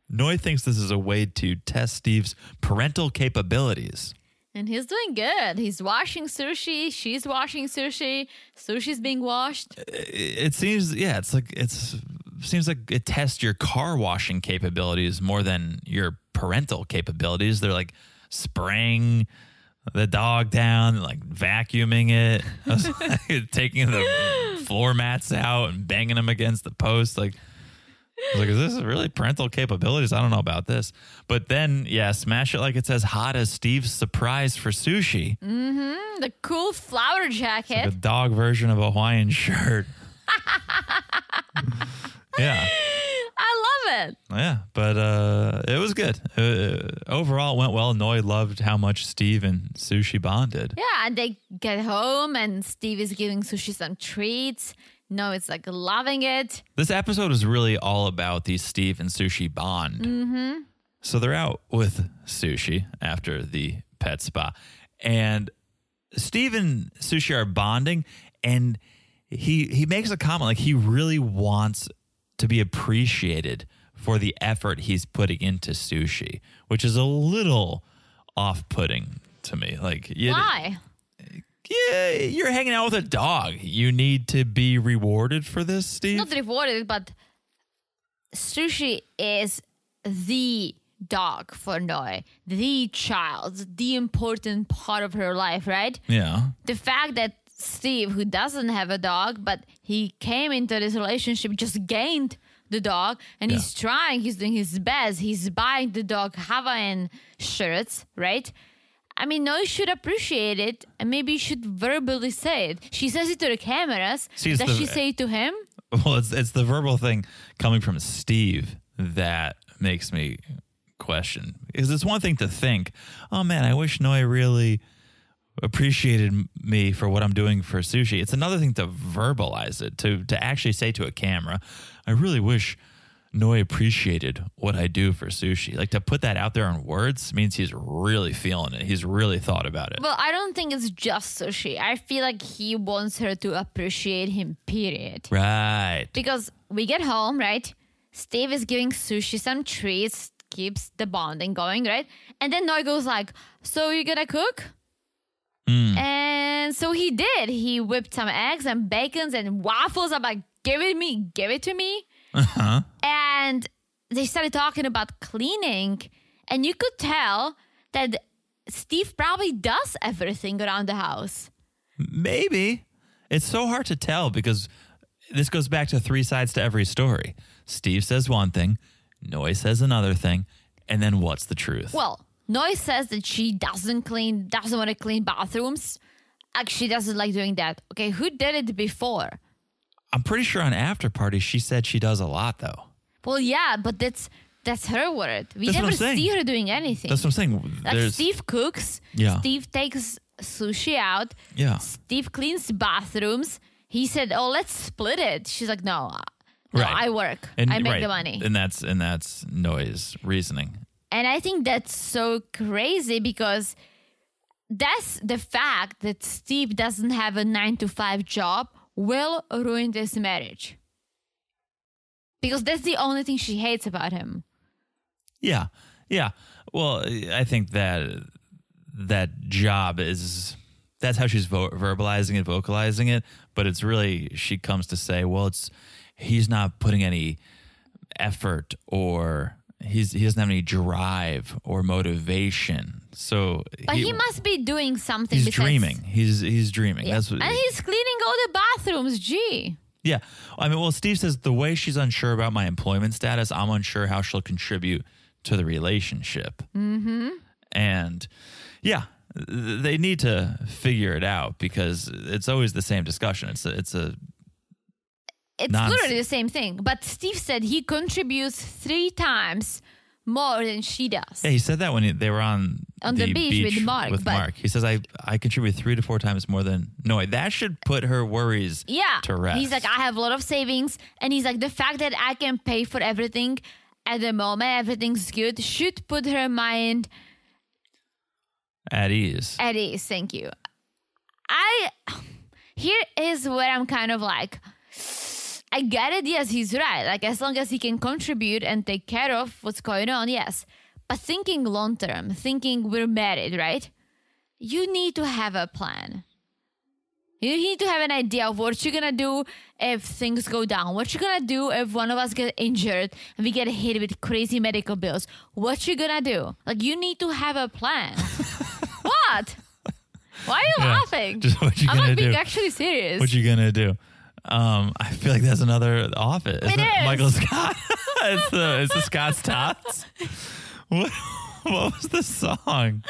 Speaker 6: Noy thinks this is a way to test Steve's parental capabilities.
Speaker 7: And he's doing good. He's washing sushi. She's washing sushi. Sushi's being washed.
Speaker 6: Uh, it seems yeah it's like it's seems like it tests your car washing capabilities more than your parental capabilities they're like spraying the dog down like vacuuming it I was like, taking the floor mats out and banging them against the post like I was like, is this really parental capabilities? I don't know about this. But then, yeah, smash it like it says hot as Steve's surprise for sushi.
Speaker 7: Mm, The cool flower
Speaker 6: Like
Speaker 7: jacket.
Speaker 6: a dog version of a Hawaiian shirt. yeah,
Speaker 7: I love it.
Speaker 6: yeah, but uh, it was good. Uh, overall, it went well. Noi loved how much Steve and Sushi bonded.
Speaker 7: Yeah, and they get home, and Steve is giving Sushi some treats. No, it's like loving it.
Speaker 6: This episode is really all about the Steve and Sushi bond. Mm-hmm. So they're out with Sushi after the pet spa, and Steve and Sushi are bonding, and he he makes a comment like he really wants to be appreciated for the effort he's putting into Sushi, which is a little off putting to me. Like you,
Speaker 7: Why?
Speaker 6: yeah, you're hanging out with a dog. You need to be rewarded for this, Steve.
Speaker 7: Not rewarded, but Sushi is the dog for Noi, the child, the important part of her life, right?
Speaker 6: yeah.
Speaker 7: The fact that Steve, who doesn't have a dog, but he came into this relationship, just gained the dog, and
Speaker 6: Yeah.
Speaker 7: he's trying, he's doing his best, he's buying the dog Hawaiian shirts, right? I mean, no, you should appreciate it, and maybe you should verbally say it. She says it to the cameras.
Speaker 6: See, it's
Speaker 7: Does
Speaker 6: the-
Speaker 7: she
Speaker 6: Uh,
Speaker 7: say it to him?
Speaker 6: Well, it's it's the verbal thing coming from Steve that makes me question because it's one thing to think, oh man, I wish Noy really appreciated m- me for what I'm doing for sushi. It's another thing to verbalize it, to to actually say to a camera, I really wish Noi appreciated what I do for sushi. Like to put that out there in words means he's really feeling it. He's really thought about it.
Speaker 7: Well, I don't think it's just sushi. I feel like he wants her to appreciate him, period.
Speaker 6: Right.
Speaker 7: Because we get home, right? Steve is giving sushi some treats, keeps the bonding going, right? And then Noi goes like, So you gonna cook? And so he did. He whipped some eggs and bacons and waffles. I'm like, give it me, give it to me. And they started talking about cleaning. And you could tell that Steve probably does everything around the house.
Speaker 6: Maybe. It's so hard to tell because this goes back to three sides to every story. Steve says one thing, Noy says another thing, and then what's the truth?
Speaker 7: Well, Noi says that she doesn't clean, doesn't want to clean bathrooms. Like she doesn't like doing that. Okay, who did it before?
Speaker 6: I'm pretty sure on After Party she said she does a lot though.
Speaker 7: Well, yeah, but that's that's her word. We
Speaker 6: That's what
Speaker 7: never
Speaker 6: I'm saying.
Speaker 7: see her doing anything.
Speaker 6: That's what I'm saying.
Speaker 7: like
Speaker 6: There's
Speaker 7: Steve cooks.
Speaker 6: Yeah.
Speaker 7: Steve takes sushi out.
Speaker 6: Yeah.
Speaker 7: Steve cleans bathrooms. He said, "Oh, let's split it." She's like, "No, uh, no,
Speaker 6: Right.
Speaker 7: I work. I make the money."
Speaker 6: And that's and that's Noy's reasoning.
Speaker 7: And I think that's so crazy because that's the fact that Steve doesn't have a nine to five job will ruin this marriage. Because that's the only thing she hates about him.
Speaker 6: Yeah. Yeah. Well, I think that that job is that's how she's vo- verbalizing it, vocalizing it, but it's really she comes to say, well, it's he's not putting any effort or he's he doesn't have any drive or motivation. So
Speaker 7: But he, must be doing something.
Speaker 6: he's
Speaker 7: besides-
Speaker 6: dreaming. He's he's dreaming.
Speaker 7: Yeah.
Speaker 6: That's what
Speaker 7: and he's cleaning all the bathrooms. Gee.
Speaker 6: yeah. I mean, well, Steve says the way she's unsure about my employment status, I'm unsure how she'll contribute to the relationship. Mm-hmm. And yeah, th- they need to figure it out because it's always the same discussion. It's a, it's a
Speaker 7: It's
Speaker 6: Nonsense.
Speaker 7: literally the same thing. But Steve said he contributes three times more than she does.
Speaker 6: yeah. He said that when he, they were on
Speaker 7: On the beach with Mark,
Speaker 6: With
Speaker 7: but-
Speaker 6: Mark, he says I I contribute three to four times more than Noy. That should put her worries
Speaker 7: Yeah.
Speaker 6: to rest.
Speaker 7: He's like, I have a lot of savings. And he's like, the fact that I can pay for everything at the moment, everything's good, should put her mind
Speaker 6: at ease.
Speaker 7: at ease. Thank you. I, here is where I'm kind of like, I get it. Yes, he's right. Like, as long as he can contribute and take care of what's going on, yes. But thinking long term, thinking we're married, right? You need to have a plan. You need to have an idea of what you're gonna do if things go down. What you're gonna do if one of us get injured and we get hit with crazy medical bills. What you gonna do? Like you need to have a plan. what? Why are you
Speaker 6: Yeah.
Speaker 7: laughing?
Speaker 6: Just what you
Speaker 7: I'm
Speaker 6: gonna
Speaker 7: not being
Speaker 6: do?
Speaker 7: actually serious.
Speaker 6: What you gonna do? Um, I feel like that's another office. Isn't
Speaker 7: is.
Speaker 6: Michael Scott. it's the it's the Scott's Tots. What what was the song?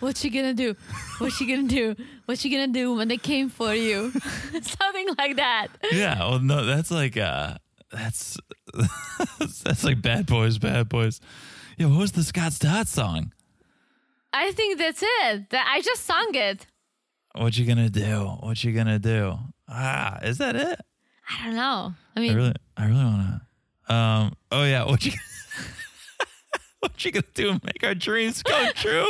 Speaker 7: what you gonna do? What you gonna do? What you gonna do when they came for you? Something like that.
Speaker 6: Yeah, well no, that's like uh that's that's like bad boys, bad boys. Yeah, what was the Scott's Tots song?
Speaker 7: I think that's it. That I just sung it.
Speaker 6: What you gonna do? What you gonna do? Ah, is that it?
Speaker 7: I don't know. I
Speaker 6: I
Speaker 7: mean,
Speaker 6: really I really wanna um oh yeah, what you what you gonna do? Make our dreams come true.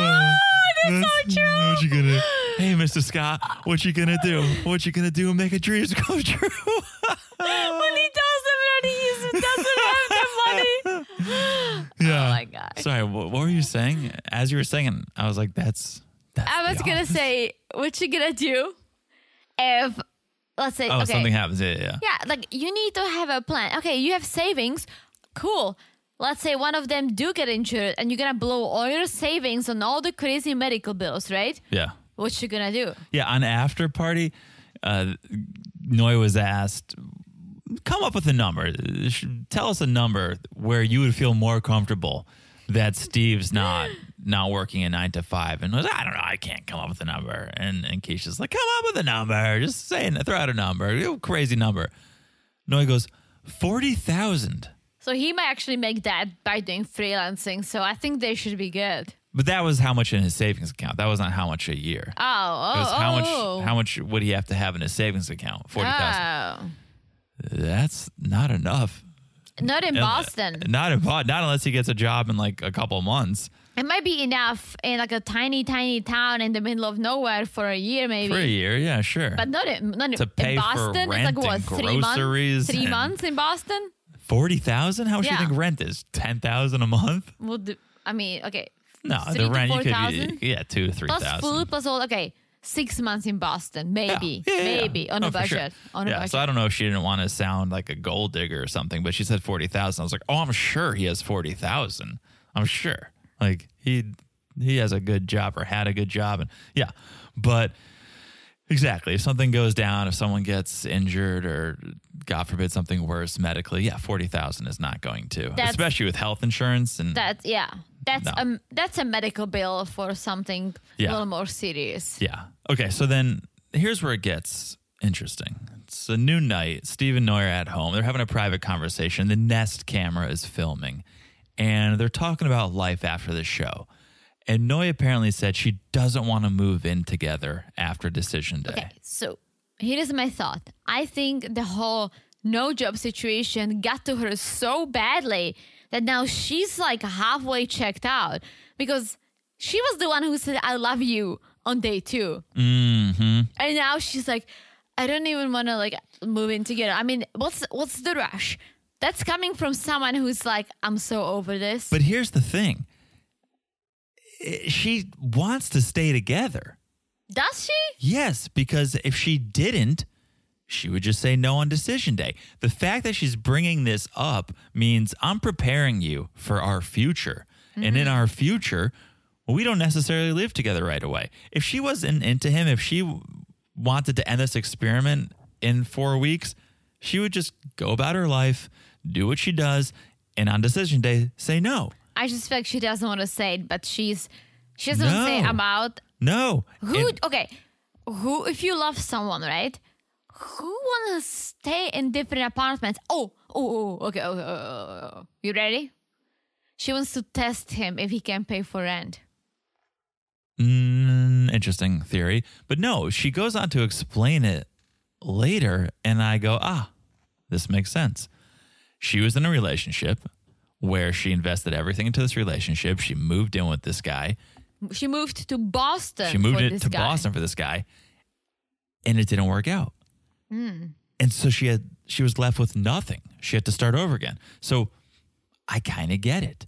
Speaker 6: That's so true. What you gonna? Hey, Mr. Scott, what you gonna do? What you gonna do? Make a dream come true.
Speaker 7: when he doesn't, he doesn't have the money.
Speaker 6: Hmm. yeah.
Speaker 7: Oh my God.
Speaker 6: Sorry, wha- what, were you saying? As you were singing, I was like, "That's." that's
Speaker 7: I
Speaker 6: the
Speaker 7: was gonna
Speaker 6: office.
Speaker 7: say, what you gonna do if, let's say,
Speaker 6: Oh,
Speaker 7: okay,
Speaker 6: something happens. Yeah, yeah. yeah.
Speaker 7: yeah, like you need to have a plan. Okay, you have savings, cool. Let's say one of them do get injured, and you're gonna blow all your savings on all the crazy medical bills, right?
Speaker 6: Yeah.
Speaker 7: What you gonna do?
Speaker 6: Yeah, on after party, uh, Noy was asked, "Come up with a number. Sh- Tell us a number where you would feel more comfortable that Steve's not not working a nine to five. And was I don't know, I can't come up with a number. And and Keisha's like, "Come up with a number. Just say it. Throw out a number. You know, crazy number." Noy goes, 40,000.
Speaker 7: So he might actually make that by doing freelancing. So I think they should be good.
Speaker 6: But that was how much in his savings account. That was not how much a year.
Speaker 7: Oh, oh,
Speaker 6: It was how
Speaker 7: oh.
Speaker 6: much how much would he have to have in his savings account? Forty thousand.
Speaker 7: Oh.
Speaker 6: That's not enough.
Speaker 7: Not
Speaker 6: uh,
Speaker 7: in Boston.
Speaker 6: Not in Boston. Not unless he gets a job in like a couple months.
Speaker 7: It might be enough in like a tiny, tiny town in the middle of nowhere for a year, maybe.
Speaker 6: For a year, yeah, sure.
Speaker 7: But not in, not in-
Speaker 6: To pay
Speaker 7: in
Speaker 6: for
Speaker 7: Boston. it's
Speaker 6: rent
Speaker 7: like what
Speaker 6: and
Speaker 7: three months?
Speaker 6: groceries
Speaker 7: Three
Speaker 6: and-
Speaker 7: months in Boston?
Speaker 6: Forty thousand? How much do
Speaker 7: Yeah.
Speaker 6: you think rent is? Ten thousand a month?
Speaker 7: Would I mean okay?
Speaker 6: No,
Speaker 7: Three
Speaker 6: the
Speaker 7: to
Speaker 6: rent you could
Speaker 7: 4,000?
Speaker 6: yeah, two to three
Speaker 7: Plus
Speaker 6: thousand.
Speaker 7: food, plus all okay. Six months in Boston, maybe,
Speaker 6: Yeah, yeah, yeah.
Speaker 7: maybe on
Speaker 6: Oh,
Speaker 7: a
Speaker 6: for sure.
Speaker 7: budget, on a
Speaker 6: yeah,
Speaker 7: budget.
Speaker 6: so I don't know if she didn't want to sound like a gold digger or something, but she said forty thousand. I was like, oh, I'm sure he has forty thousand. I'm sure, like he he has a good job or had a good job, and yeah, but exactly, if something goes down, if someone gets injured or God forbid something worse medically, yeah, forty thousand is not going to,
Speaker 7: That's-
Speaker 6: especially with health insurance and
Speaker 7: That yeah, that's
Speaker 6: No.
Speaker 7: um that's a medical bill for something
Speaker 6: Yeah.
Speaker 7: a little more serious.
Speaker 6: Yeah. Okay. So then here's where it gets interesting. It's a new night. Steve and Noy are at home. They're having a private conversation. The Nest camera is filming and they're talking about life after the show. And Noy apparently said she doesn't want to move in together after decision day.
Speaker 7: Okay, so here is my thought. I think the whole no job situation got to her so badly that now she's like halfway checked out because she was the one who said I love you on day 2 Mm-hmm. And now she's like, I don't even want to like move in together. I mean, what's what's the rush? That's coming from someone who's like, I'm so over this.
Speaker 6: But here's the thing I- she wants to stay together.
Speaker 7: Does she?
Speaker 6: Yes, because if she didn't, she would just say no on decision day. The fact that she's bringing this up means I'm preparing you for our future. And in our future, we don't necessarily live together right away. If she wasn't into him, if she w- wanted to end this experiment in four weeks, she would just go about her life, do what she does, and on decision day, say no.
Speaker 7: I just feel like she doesn't want to say it, but she's she doesn't want to say
Speaker 6: No.
Speaker 7: I'm out.
Speaker 6: No.
Speaker 7: Who?
Speaker 6: And-
Speaker 7: okay, who? If you love someone, right? Who want to stay in different apartments? Oh, oh, oh okay, okay, oh, oh, oh. you ready? She wants to test him if he can pay for rent.
Speaker 6: Mm, interesting theory. But no, she goes on to explain it later, and I go, ah, this makes sense. She was in a relationship where she invested everything into this relationship. She moved in with this guy.
Speaker 7: She moved to Boston.
Speaker 6: She moved
Speaker 7: for
Speaker 6: it
Speaker 7: this
Speaker 6: to
Speaker 7: guy.
Speaker 6: Boston for this guy, and it didn't work out.
Speaker 7: Hmm.
Speaker 6: And so she had she was left with nothing. She had to start over again. So I kind of get it.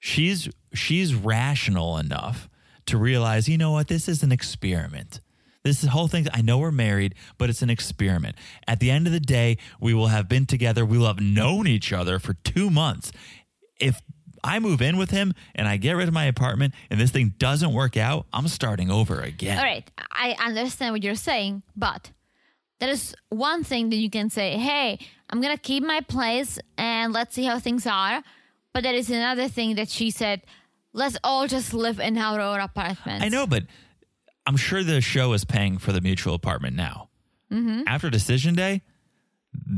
Speaker 6: She's she's rational enough to realize, you know what, this is an experiment. This is- whole thing. I know we're married, but it's an experiment. At the end of the day, we will have been together. We will have known each other for two months. If I move in with him and I get rid of my apartment and this thing doesn't work out, I'm starting over again.
Speaker 7: All right, I understand what you're saying, but there is one thing that you can say, hey, I'm going to keep my place and let's see how things are. But there is another thing that she said, let's all just live in our own apartments.
Speaker 6: I know, but I'm sure the show is paying for the mutual apartment now.
Speaker 7: Mm-hmm.
Speaker 6: After decision day,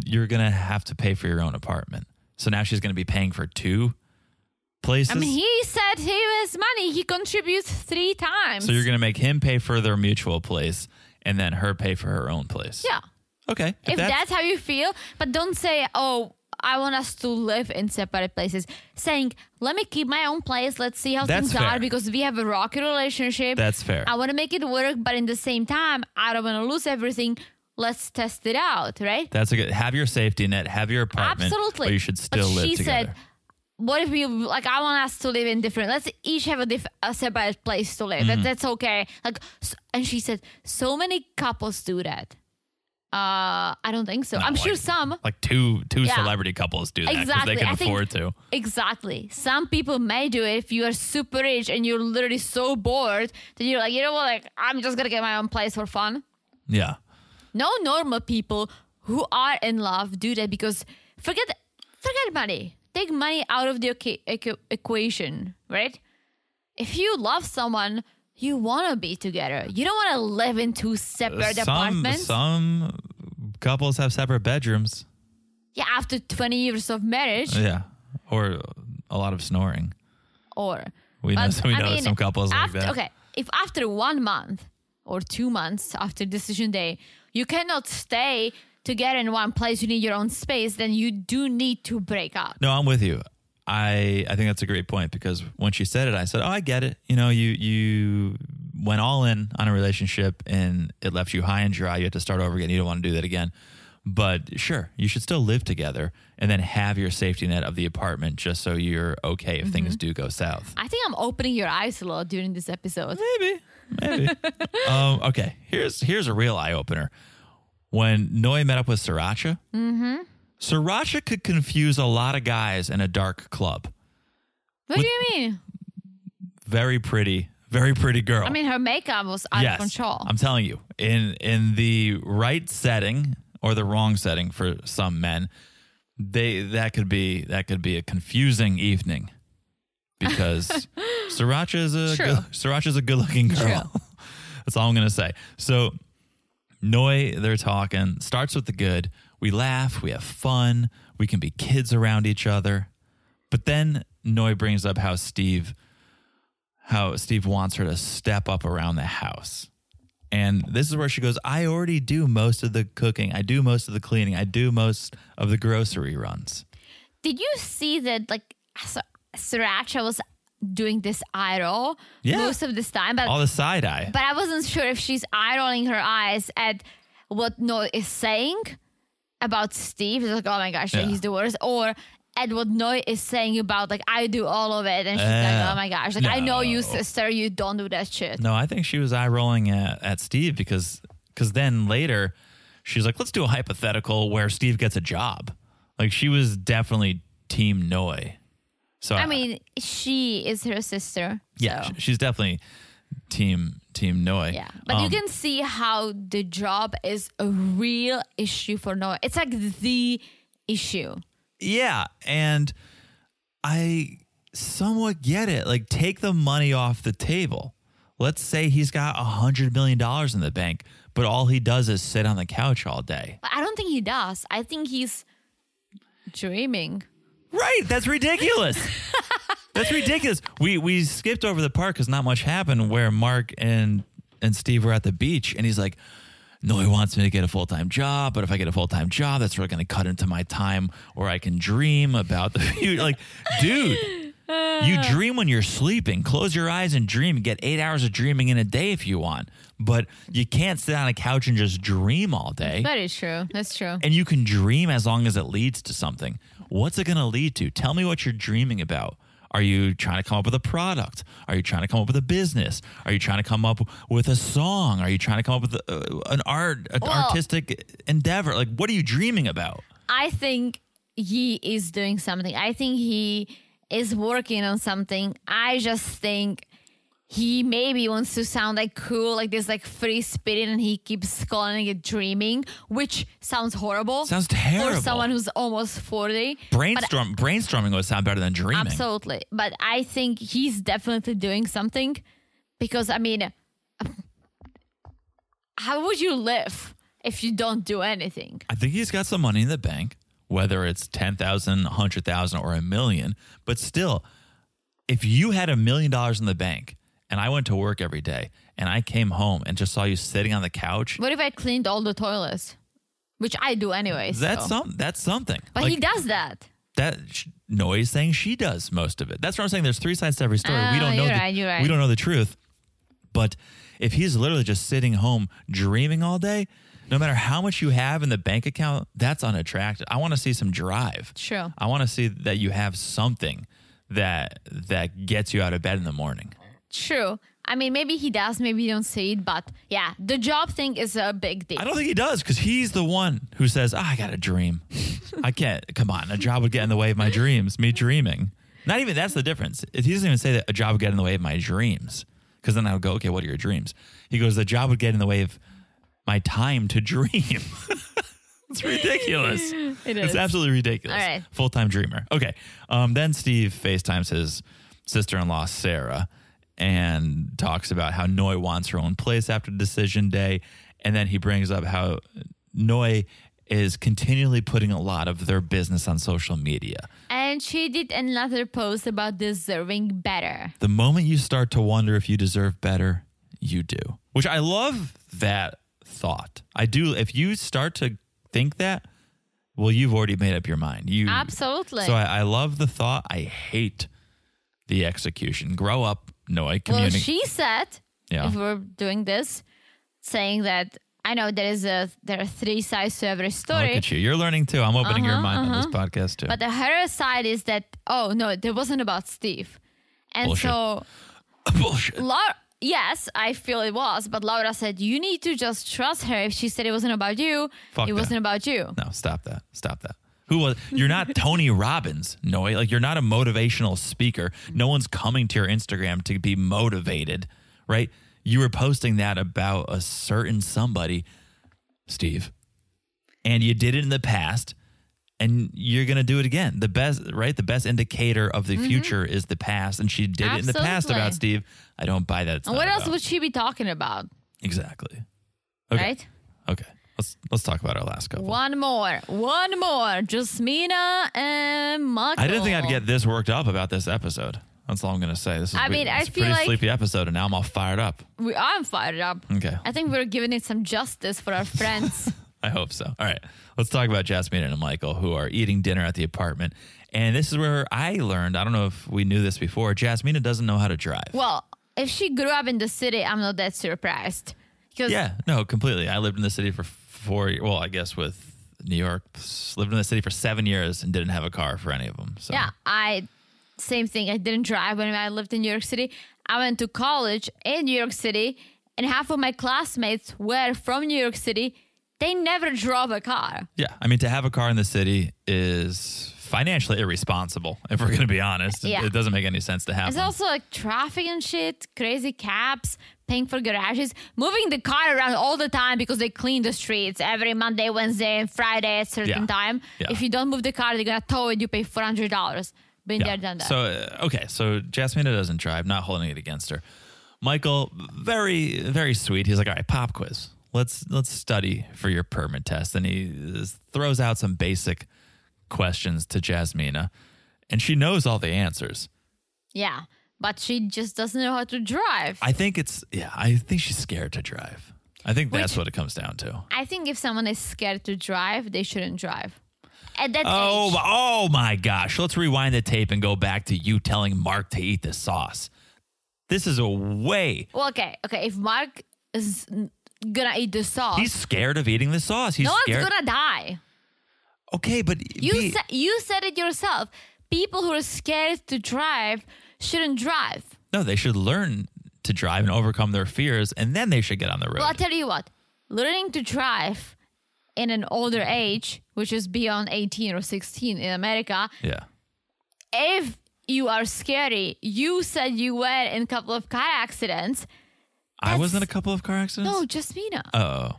Speaker 6: you're going to have to pay for your own apartment. So now she's going to be paying for two places.
Speaker 7: I mean, he said he has money. He contributes three times.
Speaker 6: so you're going to make him pay for their mutual place and then her pay for her own place.
Speaker 7: yeah.
Speaker 6: Okay.
Speaker 7: If that's, how you feel, but don't say, oh, I want us to live in separate places. Saying, let me keep my own place. Let's see how
Speaker 6: That's
Speaker 7: things are
Speaker 6: fair.
Speaker 7: because we have a rocky relationship.
Speaker 6: That's fair.
Speaker 7: I want to make it work, but in the same time, I don't want to lose everything. Let's test it out, right?
Speaker 6: That's a good. Have your safety net. Have your apartment.
Speaker 7: Absolutely.
Speaker 6: But you should
Speaker 7: But
Speaker 6: still live
Speaker 7: she said,
Speaker 6: together.
Speaker 7: "What if we like? I want us to live in different. Let's each have a, diff- a separate place to live. That,
Speaker 6: Mm-hmm.
Speaker 7: that's okay." Like, s and she said, "So many couples do that." Uh, I don't think so.
Speaker 6: No,
Speaker 7: I'm sure
Speaker 6: like-
Speaker 7: some.
Speaker 6: like two two
Speaker 7: Yeah.
Speaker 6: celebrity couples do that because
Speaker 7: Exactly.
Speaker 6: they can
Speaker 7: I think-
Speaker 6: afford to.
Speaker 7: Exactly. Some people may do it if you are super rich and you're literally so bored that you're like, you know what? Like, I'm just gonna get my own place for fun.
Speaker 6: Yeah.
Speaker 7: No normal people who are in love do that because forget forget money. Take money out of the equa- equ- equation, right? If you love someone, you want to be together. You don't want to live in two separate
Speaker 6: Some
Speaker 7: apartments.
Speaker 6: some couples have separate bedrooms.
Speaker 7: Yeah, after 20 years of marriage
Speaker 6: Yeah. Or a lot of snoring.
Speaker 7: or
Speaker 6: We know, we know some couples like
Speaker 7: after-
Speaker 6: that.
Speaker 7: Okay, if after one month or two months after decision day, you cannot stay together in one place, you need your own space, then you do need to break up.
Speaker 6: No, I'm with you. I I think that's a great point because when she said it, I said, "Oh, I get it. You know, you you went all in on a relationship and it left you high and dry. You had to start over again. You don't want to do that again." But sure, you should still live together and then have your safety net of the apartment just so you're okay if things do go south.
Speaker 7: I think I'm opening your eyes a lot during this episode.
Speaker 6: Maybe, maybe. um, okay, here's here's a real eye opener. When Noi met up with Sriracha, mm-hmm. Sriracha could confuse a lot of guys in a dark club.
Speaker 7: What do you mean?
Speaker 6: very pretty, very pretty girl.
Speaker 7: I mean, her makeup was out of control.
Speaker 6: I'm telling you, in in the right setting or the wrong setting for some men, they that could be that could be a confusing evening because Sriracha is a
Speaker 7: True.
Speaker 6: good, Sriracha is a good looking girl. That's all I'm gonna say. So Noi, they're talking. Starts with the good. We laugh. We have fun. We can be kids around each other. But then Noi brings up how Steve, how Steve wants her to step up around the house. And this is where she goes, I already do most of the cooking. I do most of the cleaning. I do most of the grocery runs.
Speaker 7: Did you see that like Sir- Sriracha was doing this eye roll
Speaker 6: Yeah.
Speaker 7: most of this time, but
Speaker 6: All the side eye.
Speaker 7: but I wasn't sure if she's eye rolling her eyes at what Noi is saying about Steve. It's like, oh my gosh,
Speaker 6: Yeah.
Speaker 7: he's the worst, or at what Noi is saying about like I do all of it, and she's
Speaker 6: Yeah.
Speaker 7: like, oh my gosh, like I know you,
Speaker 6: No.
Speaker 7: sister, you don't do that shit.
Speaker 6: No, I think she was eye rolling at, at Steve because because then later she's like, let's do a hypothetical where Steve gets a job. Like she was definitely team Noi. So
Speaker 7: I mean, she is her sister.
Speaker 6: yeah,
Speaker 7: so.
Speaker 6: sh- she's definitely team team Noi.
Speaker 7: Yeah, but you
Speaker 6: Um,
Speaker 7: can see how the job is a real issue for Noah. It's like the issue.
Speaker 6: Yeah, and I somewhat get it. Like, take the money off the table. Let's say he's got a hundred million dollars in the bank, but all he does is sit on the couch all day.
Speaker 7: But I don't think he does. I think he's dreaming.
Speaker 6: Right? That's ridiculous. that's ridiculous. We we skipped over the part because not much happened. Where Mark and and Steve were at the beach, and he's like. No, he wants me to get a full time job, but if I get a full time job, that's really going to cut into my time where I can dream about the future. Like, dude, You dream when you're sleeping. Close your eyes and dream. Get eight hours of dreaming in a day if you want. But you can't sit on a couch and just dream all day.
Speaker 7: That is true. That's true.
Speaker 6: And you can dream as long as it leads to something. What's it going to lead to? Tell me what you're dreaming about. Are you trying to come up with a product? Are you trying to come up with a business? Are you trying to come up with a song? Are you trying to come up with uh, an art, an
Speaker 7: Well-
Speaker 6: artistic endeavor? Like, what are you dreaming about?
Speaker 7: I think he is doing something. I think he is working on something. I just think he maybe wants to sound like cool, like this like free spirit, and he keeps calling it dreaming, which sounds horrible.
Speaker 6: Sounds terrible.
Speaker 7: For someone who's almost 40.
Speaker 6: Brainstorm, brainstorming would sound better than dreaming.
Speaker 7: Absolutely. But I think he's definitely doing something because, I mean, how would you live if you don't do anything?
Speaker 6: I think he's got some money in the bank, whether it's 10,000, 100,000 or a million, but still if you had a million dollars in the bank and I went to work every day and I came home and just saw you sitting on the couch,
Speaker 7: What if I cleaned all the toilets? Which I do anyways.
Speaker 6: that's
Speaker 7: so.
Speaker 6: some that's something.
Speaker 7: But
Speaker 6: like
Speaker 7: he does that.
Speaker 6: that sh- noise thing she does most of it. That's what I'm saying there's three sides to every story. we
Speaker 7: Oh,
Speaker 6: don't know
Speaker 7: you're
Speaker 6: the,
Speaker 7: right, you're right.
Speaker 6: we don't know the truth. But if he's literally just sitting home dreaming all day, no matter how much you have in the bank account, that's unattractive. I want to see some drive.
Speaker 7: True.
Speaker 6: I want to see that you have something that that gets you out of bed in the morning.
Speaker 7: True. I mean, maybe he does, maybe you don't see it, but yeah, the job thing is a big deal.
Speaker 6: I don't think he does because he's the one who says, Ah, "I got a dream. I can't. Come on, a job would get in the way of my dreams. Me dreaming. Not even that's the difference. He doesn't even say that a job would get in the way of my dreams because then I would go, okay, what are your dreams? He goes, the job would get in the way of my time to dream. it's ridiculous.
Speaker 7: It
Speaker 6: It's
Speaker 7: is.
Speaker 6: absolutely ridiculous.
Speaker 7: All right.
Speaker 6: Full time dreamer. Okay. Um, then Steve FaceTimes his sister in law, Sarah, and talks about how Noi wants her own place after decision day. And then he brings up how Noi is continually putting a lot of their business on social media.
Speaker 7: And she did another post about deserving better.
Speaker 6: The moment you start to wonder if you deserve better, you do. Which I love that thought. I do. If you start to think that, well, you've already made up your mind. You
Speaker 7: Absolutely.
Speaker 6: So I, I love the thought. I hate the execution. Grow up. No,
Speaker 7: Well,
Speaker 6: I communicate.
Speaker 7: she said,
Speaker 6: Yeah.
Speaker 7: if we're doing this, saying that I know there is a there are three sides to every
Speaker 6: Look
Speaker 7: story,
Speaker 6: at you. You're learning too. I'm opening your mind on this podcast too.
Speaker 7: Uh-huh, but the her side is that oh no, it wasn't about Steve, and
Speaker 6: Bullshit.
Speaker 7: so
Speaker 6: Bullshit.
Speaker 7: Laura. Yes, I feel it was, but Laura said you need to just trust her. If she said it wasn't about you,
Speaker 6: Fuck
Speaker 7: it
Speaker 6: that.
Speaker 7: wasn't about you.
Speaker 6: No, stop that. Stop that. Who was you're not Tony Robbins, no like you're not a motivational speaker. No one's coming to your Instagram to be motivated, right? You were posting that about a certain somebody, Steve. And you did it in the past and you're going to do it again. The best, right? The best indicator of the future is the past and she did it in the past
Speaker 7: Mm-hmm. Absolutely.
Speaker 6: about Steve. I don't buy that. It's
Speaker 7: And
Speaker 6: not
Speaker 7: what else
Speaker 6: about-
Speaker 7: would she be talking about,
Speaker 6: Exactly. Okay.
Speaker 7: right?
Speaker 6: Okay. Let's let's talk about our last couple.
Speaker 7: One more, one more. Jasmina and Michael.
Speaker 6: I didn't think I'd get this worked up about this episode. That's all I'm going to say. This is
Speaker 7: I
Speaker 6: we-
Speaker 7: mean, I
Speaker 6: it's a
Speaker 7: feel
Speaker 6: pretty
Speaker 7: like-
Speaker 6: sleepy episode, and now I'm all fired up.
Speaker 7: We, I'm fired up.
Speaker 6: Okay.
Speaker 7: I think we're giving it some justice for our friends.
Speaker 6: I hope so. All right. Let's talk about Jasmine and Michael, who are eating dinner at the apartment. And this is where I learned I don't know if we knew this before. Jasmina doesn't know how to drive.
Speaker 7: well, if she grew up in the city, I'm not that surprised. 'Cause-
Speaker 6: yeah. No, completely. I lived in the city for four Well, I guess with New York, s- lived in the city for seven years and didn't have a car for any of them. So,
Speaker 7: yeah, I same thing. I didn't drive when I lived in New York City. I went to college in New York City, and half of my classmates were from New York City. They never drove a car.
Speaker 6: Yeah. I mean, to have a car in the city is financially irresponsible, if we're going to be honest. It-
Speaker 7: Yeah.
Speaker 6: It, doesn't make any sense to have
Speaker 7: It's
Speaker 6: one.
Speaker 7: also like traffic and shit, crazy cabs, paying for garages, moving the car around all the time because they clean the streets every Monday, Wednesday, and Friday at certain
Speaker 6: Yeah.
Speaker 7: time.
Speaker 6: Yeah.
Speaker 7: If you don't move the car, they're gonna tow it. You pay four hundred dollars. Been there, done that.
Speaker 6: So uh, okay, so Jasmina doesn't drive. Not holding it against her. Michael, very very sweet. He's like, all right, pop quiz. Let's let's study for your permit test. And he uh, throws out some basic questions to Jasmina, and she knows all the answers.
Speaker 7: yeah, but she just doesn't know how to drive. I,
Speaker 6: I think it's yeah. I think she's scared to drive. I think that's
Speaker 7: Which-
Speaker 6: what it comes down to.
Speaker 7: think if someone is scared to drive, they shouldn't drive. At that
Speaker 6: Oh,
Speaker 7: age,
Speaker 6: my- oh my gosh. Let's rewind the tape and go back to you telling Mark to eat the sauce. This is a way
Speaker 7: well, okay, okay. If Mark is n- gonna eat the sauce,
Speaker 6: He's scared of eating the sauce. He's
Speaker 7: no one's
Speaker 6: scared.
Speaker 7: gonna die.
Speaker 6: okay, but
Speaker 7: You
Speaker 6: be-
Speaker 7: sa- you said it yourself. People who are scared to drive shouldn't drive.
Speaker 6: no, they should learn to drive and overcome their fears, and then they should get on the road.
Speaker 7: Well, I'll tell you what. Learning to drive in an older age, which is beyond 18 or 16 in America,
Speaker 6: yeah,
Speaker 7: if you are scary, you said you were in a couple of car accidents.
Speaker 6: I was in a couple of car accidents.
Speaker 7: No, Jasmina.
Speaker 6: Oh,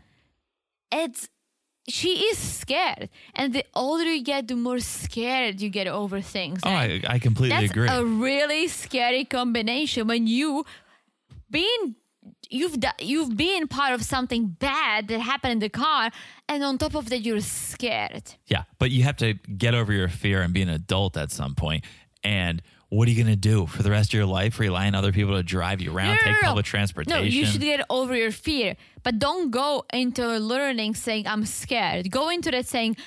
Speaker 7: It's she is scared. And the older you get, the more scared you get over things.
Speaker 6: oh,
Speaker 7: And
Speaker 6: I, I completely
Speaker 7: That's
Speaker 6: agree.
Speaker 7: a really scary combination when you been you've do- you've been part of something bad that happened in the car and on top of that you're scared.
Speaker 6: yeah, but you have to get over your fear and be an adult at some point. And what are you going to do for the rest of your life? Rely on other people to drive you around, take public transportation.
Speaker 7: No, you should get over your fear, but don't go into learning saying I'm scared. Go into that saying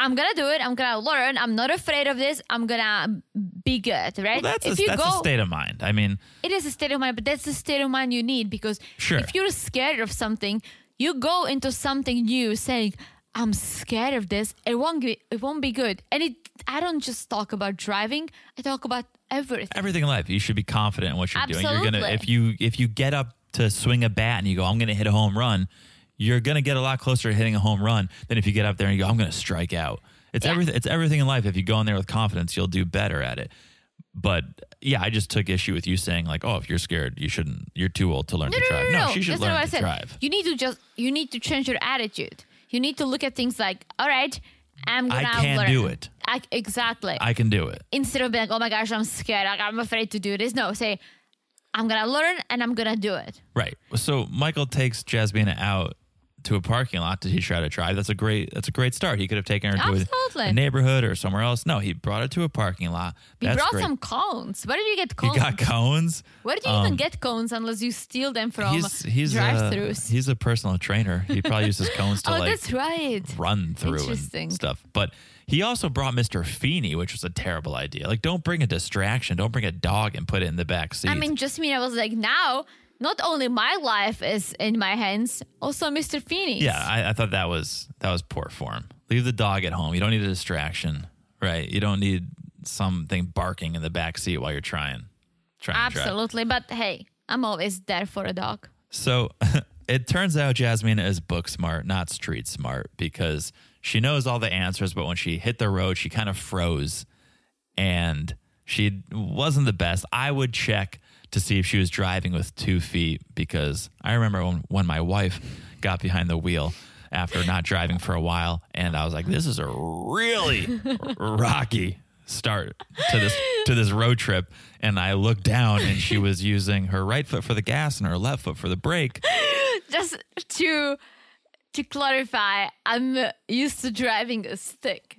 Speaker 7: I'm gonna do it. I'm gonna learn. I'm not afraid of this. I'm gonna be good, right?
Speaker 6: Well, that's a, that's a state of mind. I mean,
Speaker 7: it is a state of mind, but that's the state of mind you need because
Speaker 6: Sure.
Speaker 7: if you're scared of something, you go into something new saying, "I'm scared of this. It won't be. It won't be good." And it, I don't just talk about driving. I talk about everything.
Speaker 6: everything in life you should be confident in what you're doing you're gonna
Speaker 7: Absolutely.
Speaker 6: if you if you get up to swing a bat and you go i'm gonna hit a home run you're gonna get a lot closer to hitting a home run than if you get up there and you go i'm gonna strike out it's
Speaker 7: Yeah.
Speaker 6: everything it's everything in life if you go in there with confidence you'll do better at it but yeah i just took issue with you saying like oh if you're scared you shouldn't you're too old to learn to drive no, she should
Speaker 7: That's not
Speaker 6: learn
Speaker 7: what I
Speaker 6: to
Speaker 7: said.
Speaker 6: drive
Speaker 7: You need to just. You need to change your attitude. You need to look at things like, "All right, I'm
Speaker 6: I
Speaker 7: gonna
Speaker 6: can
Speaker 7: learn."
Speaker 6: do it.
Speaker 7: I, exactly.
Speaker 6: i can do it
Speaker 7: Instead of being like, "Oh my gosh, I'm scared. Like, I'm afraid to do this." No, say, "I'm gonna learn and I'm gonna do it."
Speaker 6: Right. So Michael takes Jasmina out to a parking lot to teach her how to drive. That's a great that's a great start. He could have taken her to
Speaker 7: Absolutely.
Speaker 6: a- a, neighborhood or somewhere else. No, he brought her to a parking lot.
Speaker 7: We
Speaker 6: That's
Speaker 7: brought
Speaker 6: great.
Speaker 7: some cones. Where did you get
Speaker 6: He
Speaker 7: cones?
Speaker 6: got cones.
Speaker 7: Where do you even get cones unless you steal them from
Speaker 6: He's he's a,
Speaker 7: drive-throughs?
Speaker 6: he's a personal trainer. He probably uses cones to
Speaker 7: oh,
Speaker 6: like
Speaker 7: that's right.
Speaker 6: run through
Speaker 7: Interesting.
Speaker 6: and stuff. But he also brought Mr. Feeney, which was a terrible idea. Like, don't bring a distraction. Don't bring a dog and put it in the back seat.
Speaker 7: I mean, just mean I was like, now not only my life is in my hands, also Mr. Feeney's.
Speaker 6: yeah, I, I thought that was that was poor form. Leave the dog at home. You don't need a distraction, right? You don't need something barking in the back seat while you're trying. trying to drive.
Speaker 7: Absolutely. But hey, I'm always there for a dog.
Speaker 6: So it turns out Jasmine is book smart, not street smart, because she knows all the answers, but when she hit the road, she kind of froze and she wasn't the best. I would check to see if she was driving with two feet because I remember when, when my wife got behind the wheel after not driving for a while, and I was like, this is a really rocky start to this to this road trip and I looked down and she was using her right foot for the gas and her left foot for the brake
Speaker 7: Just to to clarify, I'm used to driving a stick.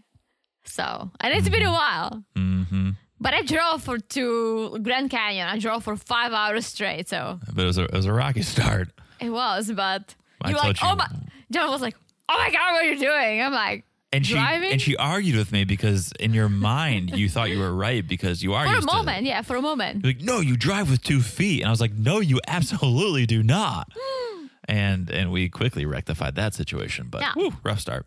Speaker 7: So, and it's been a while. Mm-hmm. But I drove for to Grand Canyon. I drove for five hours straight. So
Speaker 6: but it was a it was a rocky start
Speaker 7: it was, but
Speaker 6: I
Speaker 7: you were like,
Speaker 6: told you-
Speaker 7: oh my, John was like, oh my God, what are you doing? I'm like,
Speaker 6: and she
Speaker 7: Driving?
Speaker 6: and she argued with me because in your mind you thought you were right because you are
Speaker 7: for a
Speaker 6: used to-
Speaker 7: moment. Yeah, for a moment.
Speaker 6: You're like, no, you drive with two feet. And I was like, no, you absolutely do not. and and we quickly rectified that situation. But
Speaker 7: Hmm. Yeah.
Speaker 6: whew, rough start.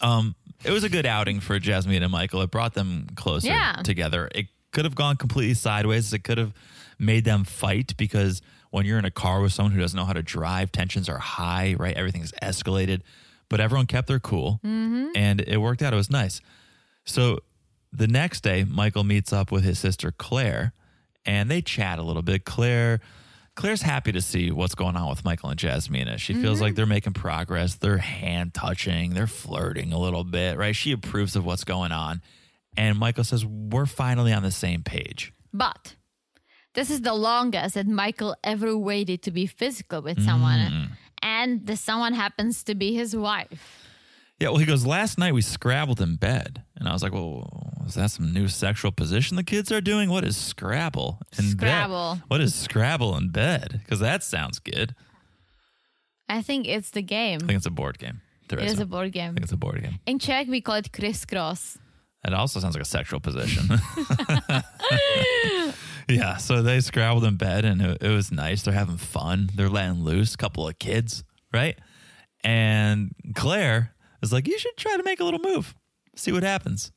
Speaker 6: Um, it was a good outing for Jasmine and Michael. It brought them closer
Speaker 7: Yeah.
Speaker 6: together. It could have gone completely sideways. It could have made them fight because when you're in a car with someone who doesn't know how to drive, tensions are high, right? Everything's escalated. But everyone kept their cool
Speaker 7: Mm-hmm.
Speaker 6: and it worked out. It was nice. So the next day, Michael meets up with his sister Claire, and they chat a little bit. Claire, Claire's happy to see what's going on with Michael and Jasmina. She feels like they're making progress. They're hand touching. They're flirting a little bit, right? She approves of what's going on, and Michael says, "We're finally on the same page."
Speaker 7: But this is the longest that Michael ever waited to be physical with
Speaker 6: Mm.
Speaker 7: someone. And the someone happens to be his wife.
Speaker 6: Yeah, well, he goes, last night we scrabbled in bed. And I was like, well, is that some new sexual position the kids are doing? What is Scrabble in
Speaker 7: Scrabble.
Speaker 6: bed? What is Scrabble in bed? Because that sounds good.
Speaker 7: I think it's the game.
Speaker 6: I think it's a board game. There
Speaker 7: It is
Speaker 6: isn't.
Speaker 7: a board
Speaker 6: I
Speaker 7: game.
Speaker 6: think it's a board game.
Speaker 7: In Czech, we call it crisscross.
Speaker 6: It also sounds like a sexual position. yeah, so they scrabbled in bed and it, it was nice. They're having fun. They're letting loose, couple of kids, right? And Claire is like, you should try to make a little move, see what happens.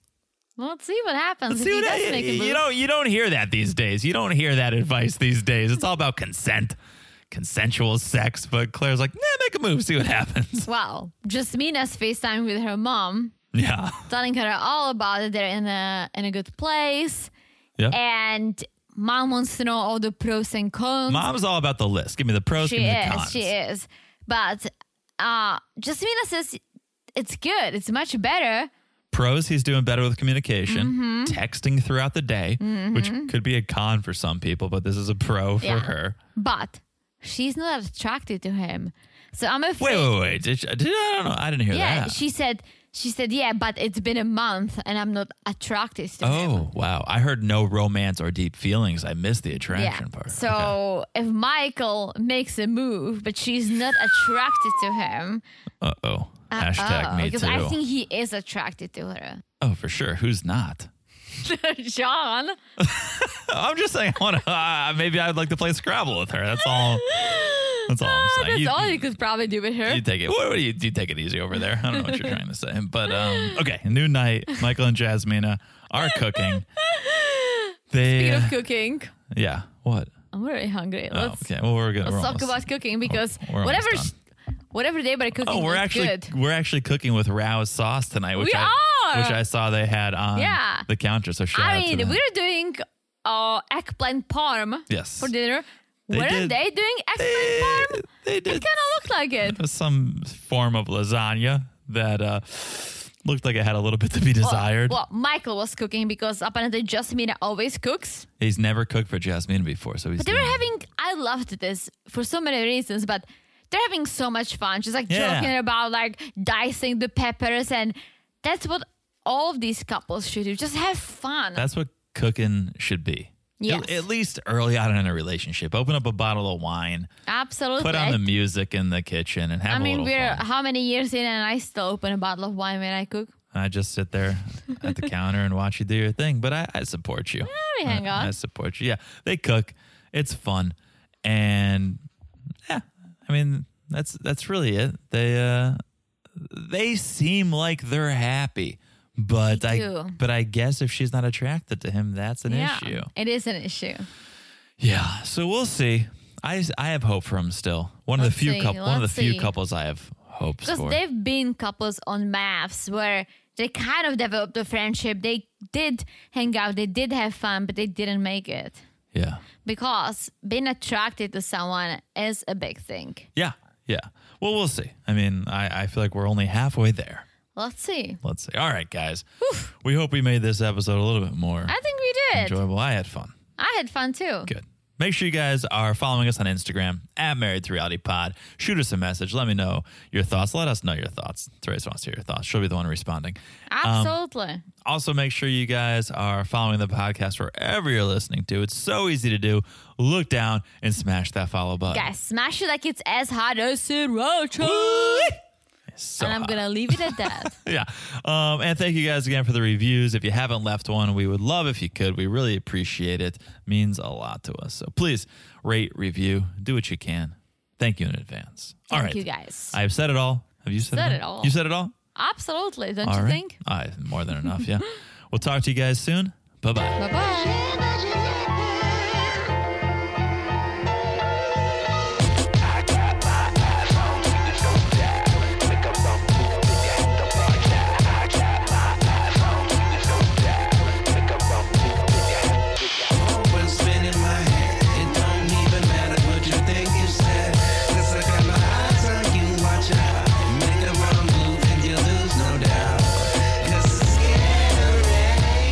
Speaker 7: Well, let's see what happens.
Speaker 6: See
Speaker 7: if he
Speaker 6: what
Speaker 7: does
Speaker 6: I-
Speaker 7: make a
Speaker 6: you,
Speaker 7: move.
Speaker 6: don't you don't hear that these days. You don't hear that advice these days. It's all about consent, consensual sex. But Claire's like, nah, make a move, see what happens.
Speaker 7: Wow. Jasmina's FaceTime with her mom,
Speaker 6: Yeah,
Speaker 7: telling her all about it. They're in a in a good place.
Speaker 6: yeah.
Speaker 7: And mom wants to know all the pros and cons.
Speaker 6: Mom's all about the list. Give me the pros,
Speaker 7: She
Speaker 6: give me the
Speaker 7: is.
Speaker 6: cons.
Speaker 7: She is. But uh Jasmina says it's good. It's much better.
Speaker 6: Pros, he's doing better with communication,
Speaker 7: Mm-hmm.
Speaker 6: texting throughout the day, which could be a con for some people, but this is a pro for
Speaker 7: Yeah.
Speaker 6: her.
Speaker 7: But she's not attracted to him. So I'm afraid.
Speaker 6: Wait, wait, wait. Did, she- did- I don't know. I didn't hear
Speaker 7: yeah,
Speaker 6: that.
Speaker 7: she said. She said, "Yeah, but it's been a month, and I'm not attracted to him."
Speaker 6: oh, wow. I heard no romance or deep feelings. I missed the
Speaker 7: Yeah.
Speaker 6: attraction part. Okay.
Speaker 7: So if Michael makes a move, but she's not attracted to him,
Speaker 6: Uh oh. Hashtag
Speaker 7: oh,
Speaker 6: me
Speaker 7: because
Speaker 6: too.
Speaker 7: I think he is attracted to her.
Speaker 6: oh, for sure. Who's not?
Speaker 7: John,
Speaker 6: I'm just saying. I want to. Uh, maybe I'd like to play Scrabble with her. That's all. That's all I'm saying.
Speaker 7: that's
Speaker 6: You-
Speaker 7: all you could probably do with her.
Speaker 6: you take it. What, what do you, you take it easy over there? I don't know what you're trying to say, but um, okay. New night. Michael and Jasmina are cooking. They
Speaker 7: Speaking of cooking,
Speaker 6: yeah. What?
Speaker 7: I'm very hungry.
Speaker 6: Oh,
Speaker 7: Let's
Speaker 6: okay. Well, we're gonna we're
Speaker 7: let's talk
Speaker 6: almost-
Speaker 7: about cooking because
Speaker 6: we're almost
Speaker 7: whatever
Speaker 6: done.
Speaker 7: whatever they by cooking
Speaker 6: Oh, we're
Speaker 7: is
Speaker 6: actually
Speaker 7: good.
Speaker 6: we're actually cooking with Rao's sauce tonight, which
Speaker 7: We
Speaker 6: I
Speaker 7: are!
Speaker 6: which I saw they had on
Speaker 7: Yeah.
Speaker 6: the counter. So shout
Speaker 7: I
Speaker 6: out to
Speaker 7: mean,
Speaker 6: them.
Speaker 7: we're doing uh, eggplant parm
Speaker 6: yes
Speaker 7: for dinner.
Speaker 6: They
Speaker 7: Weren't
Speaker 6: did-
Speaker 7: they doing eggplant
Speaker 6: They,
Speaker 7: parm? It
Speaker 6: they
Speaker 7: kind of
Speaker 6: did
Speaker 7: looked like it.
Speaker 6: It was some form of lasagna that uh, looked like it had a little bit to be desired.
Speaker 7: Well, Michael was cooking because apparently Jasmina always cooks.
Speaker 6: he's never cooked for Jasmine before, so he's.
Speaker 7: They were
Speaker 6: doing-
Speaker 7: having, I loved this for so many reasons, but they're having so much fun. She's like
Speaker 6: Yeah.
Speaker 7: joking about like dicing the peppers, and that's what all of these couples should do. Just have fun.
Speaker 6: That's what cooking should be.
Speaker 7: Yes.
Speaker 6: At, at least early on in a relationship, open up a bottle of wine,
Speaker 7: Absolutely.
Speaker 6: put on the music in the kitchen, and have
Speaker 7: I
Speaker 6: a
Speaker 7: mean,
Speaker 6: little
Speaker 7: we're
Speaker 6: fun.
Speaker 7: how many years in, and I still open a bottle of wine when I cook.
Speaker 6: I just sit there at the counter and watch you do your thing, but I, I support you.
Speaker 7: we hang
Speaker 6: I, I
Speaker 7: on.
Speaker 6: support you. Yeah, they cook. It's fun, and yeah, I mean that's that's really it. They uh, they seem like they're happy, but
Speaker 7: They
Speaker 6: I
Speaker 7: do.
Speaker 6: but I guess if she's not attracted to him, that's an
Speaker 7: yeah,
Speaker 6: issue.
Speaker 7: it is an issue.
Speaker 6: Yeah, so we'll see. I I have hope for him still. One of
Speaker 7: Let's
Speaker 6: the few
Speaker 7: see,
Speaker 6: couple, one of the
Speaker 7: let's
Speaker 6: few
Speaker 7: see.
Speaker 6: couples I have hopes
Speaker 7: Because
Speaker 6: for.
Speaker 7: they've been couples on maps where they kind of developed a friendship. They did hang out, they did have fun, but they didn't make it.
Speaker 6: yeah.
Speaker 7: Because being attracted to someone is a big thing.
Speaker 6: Yeah, yeah. Well, we'll see. I mean, I, I feel like we're only halfway there.
Speaker 7: Let's see.
Speaker 6: Let's see. All right, guys. We hope we made this episode a little bit more
Speaker 7: I think we did.
Speaker 6: enjoyable. I had fun.
Speaker 7: I had fun too.
Speaker 6: Good. Make sure you guys are following us on Instagram at Married to Reality Pod. Shoot us a message. Let me know your thoughts. Let us know your thoughts. Therese wants to hear your thoughts. She'll be the one responding.
Speaker 7: Absolutely.
Speaker 6: Also, make sure you guys are following the podcast wherever you're listening to. It's so easy to do. Look down and smash that follow button.
Speaker 7: Guys, smash it like it's as hot as sriracha.
Speaker 6: It's so
Speaker 7: And I'm
Speaker 6: hot.
Speaker 7: going to leave it at that.
Speaker 6: yeah. Um, and thank you guys again for the reviews. If you haven't left one, we would love if you could. We really appreciate it. Means a lot to us. So please rate, review, do what you can. Thank you in advance. all
Speaker 7: Thank
Speaker 6: right,
Speaker 7: you guys.
Speaker 6: I've said it all. Have you said,
Speaker 7: Said
Speaker 6: it,
Speaker 7: it all.
Speaker 6: You said it all.
Speaker 7: Absolutely. Don't
Speaker 6: all
Speaker 7: you
Speaker 6: right.
Speaker 7: think?
Speaker 6: All right, more than enough. Yeah. we'll talk to you guys soon. Bye bye.
Speaker 7: Bye bye.
Speaker 2: Always spinning my head. It don't even matter what you think you said. 'Cause I got my eyes on you, watch out. Make a wrong move and you lose, no doubt. 'Cause it's scary.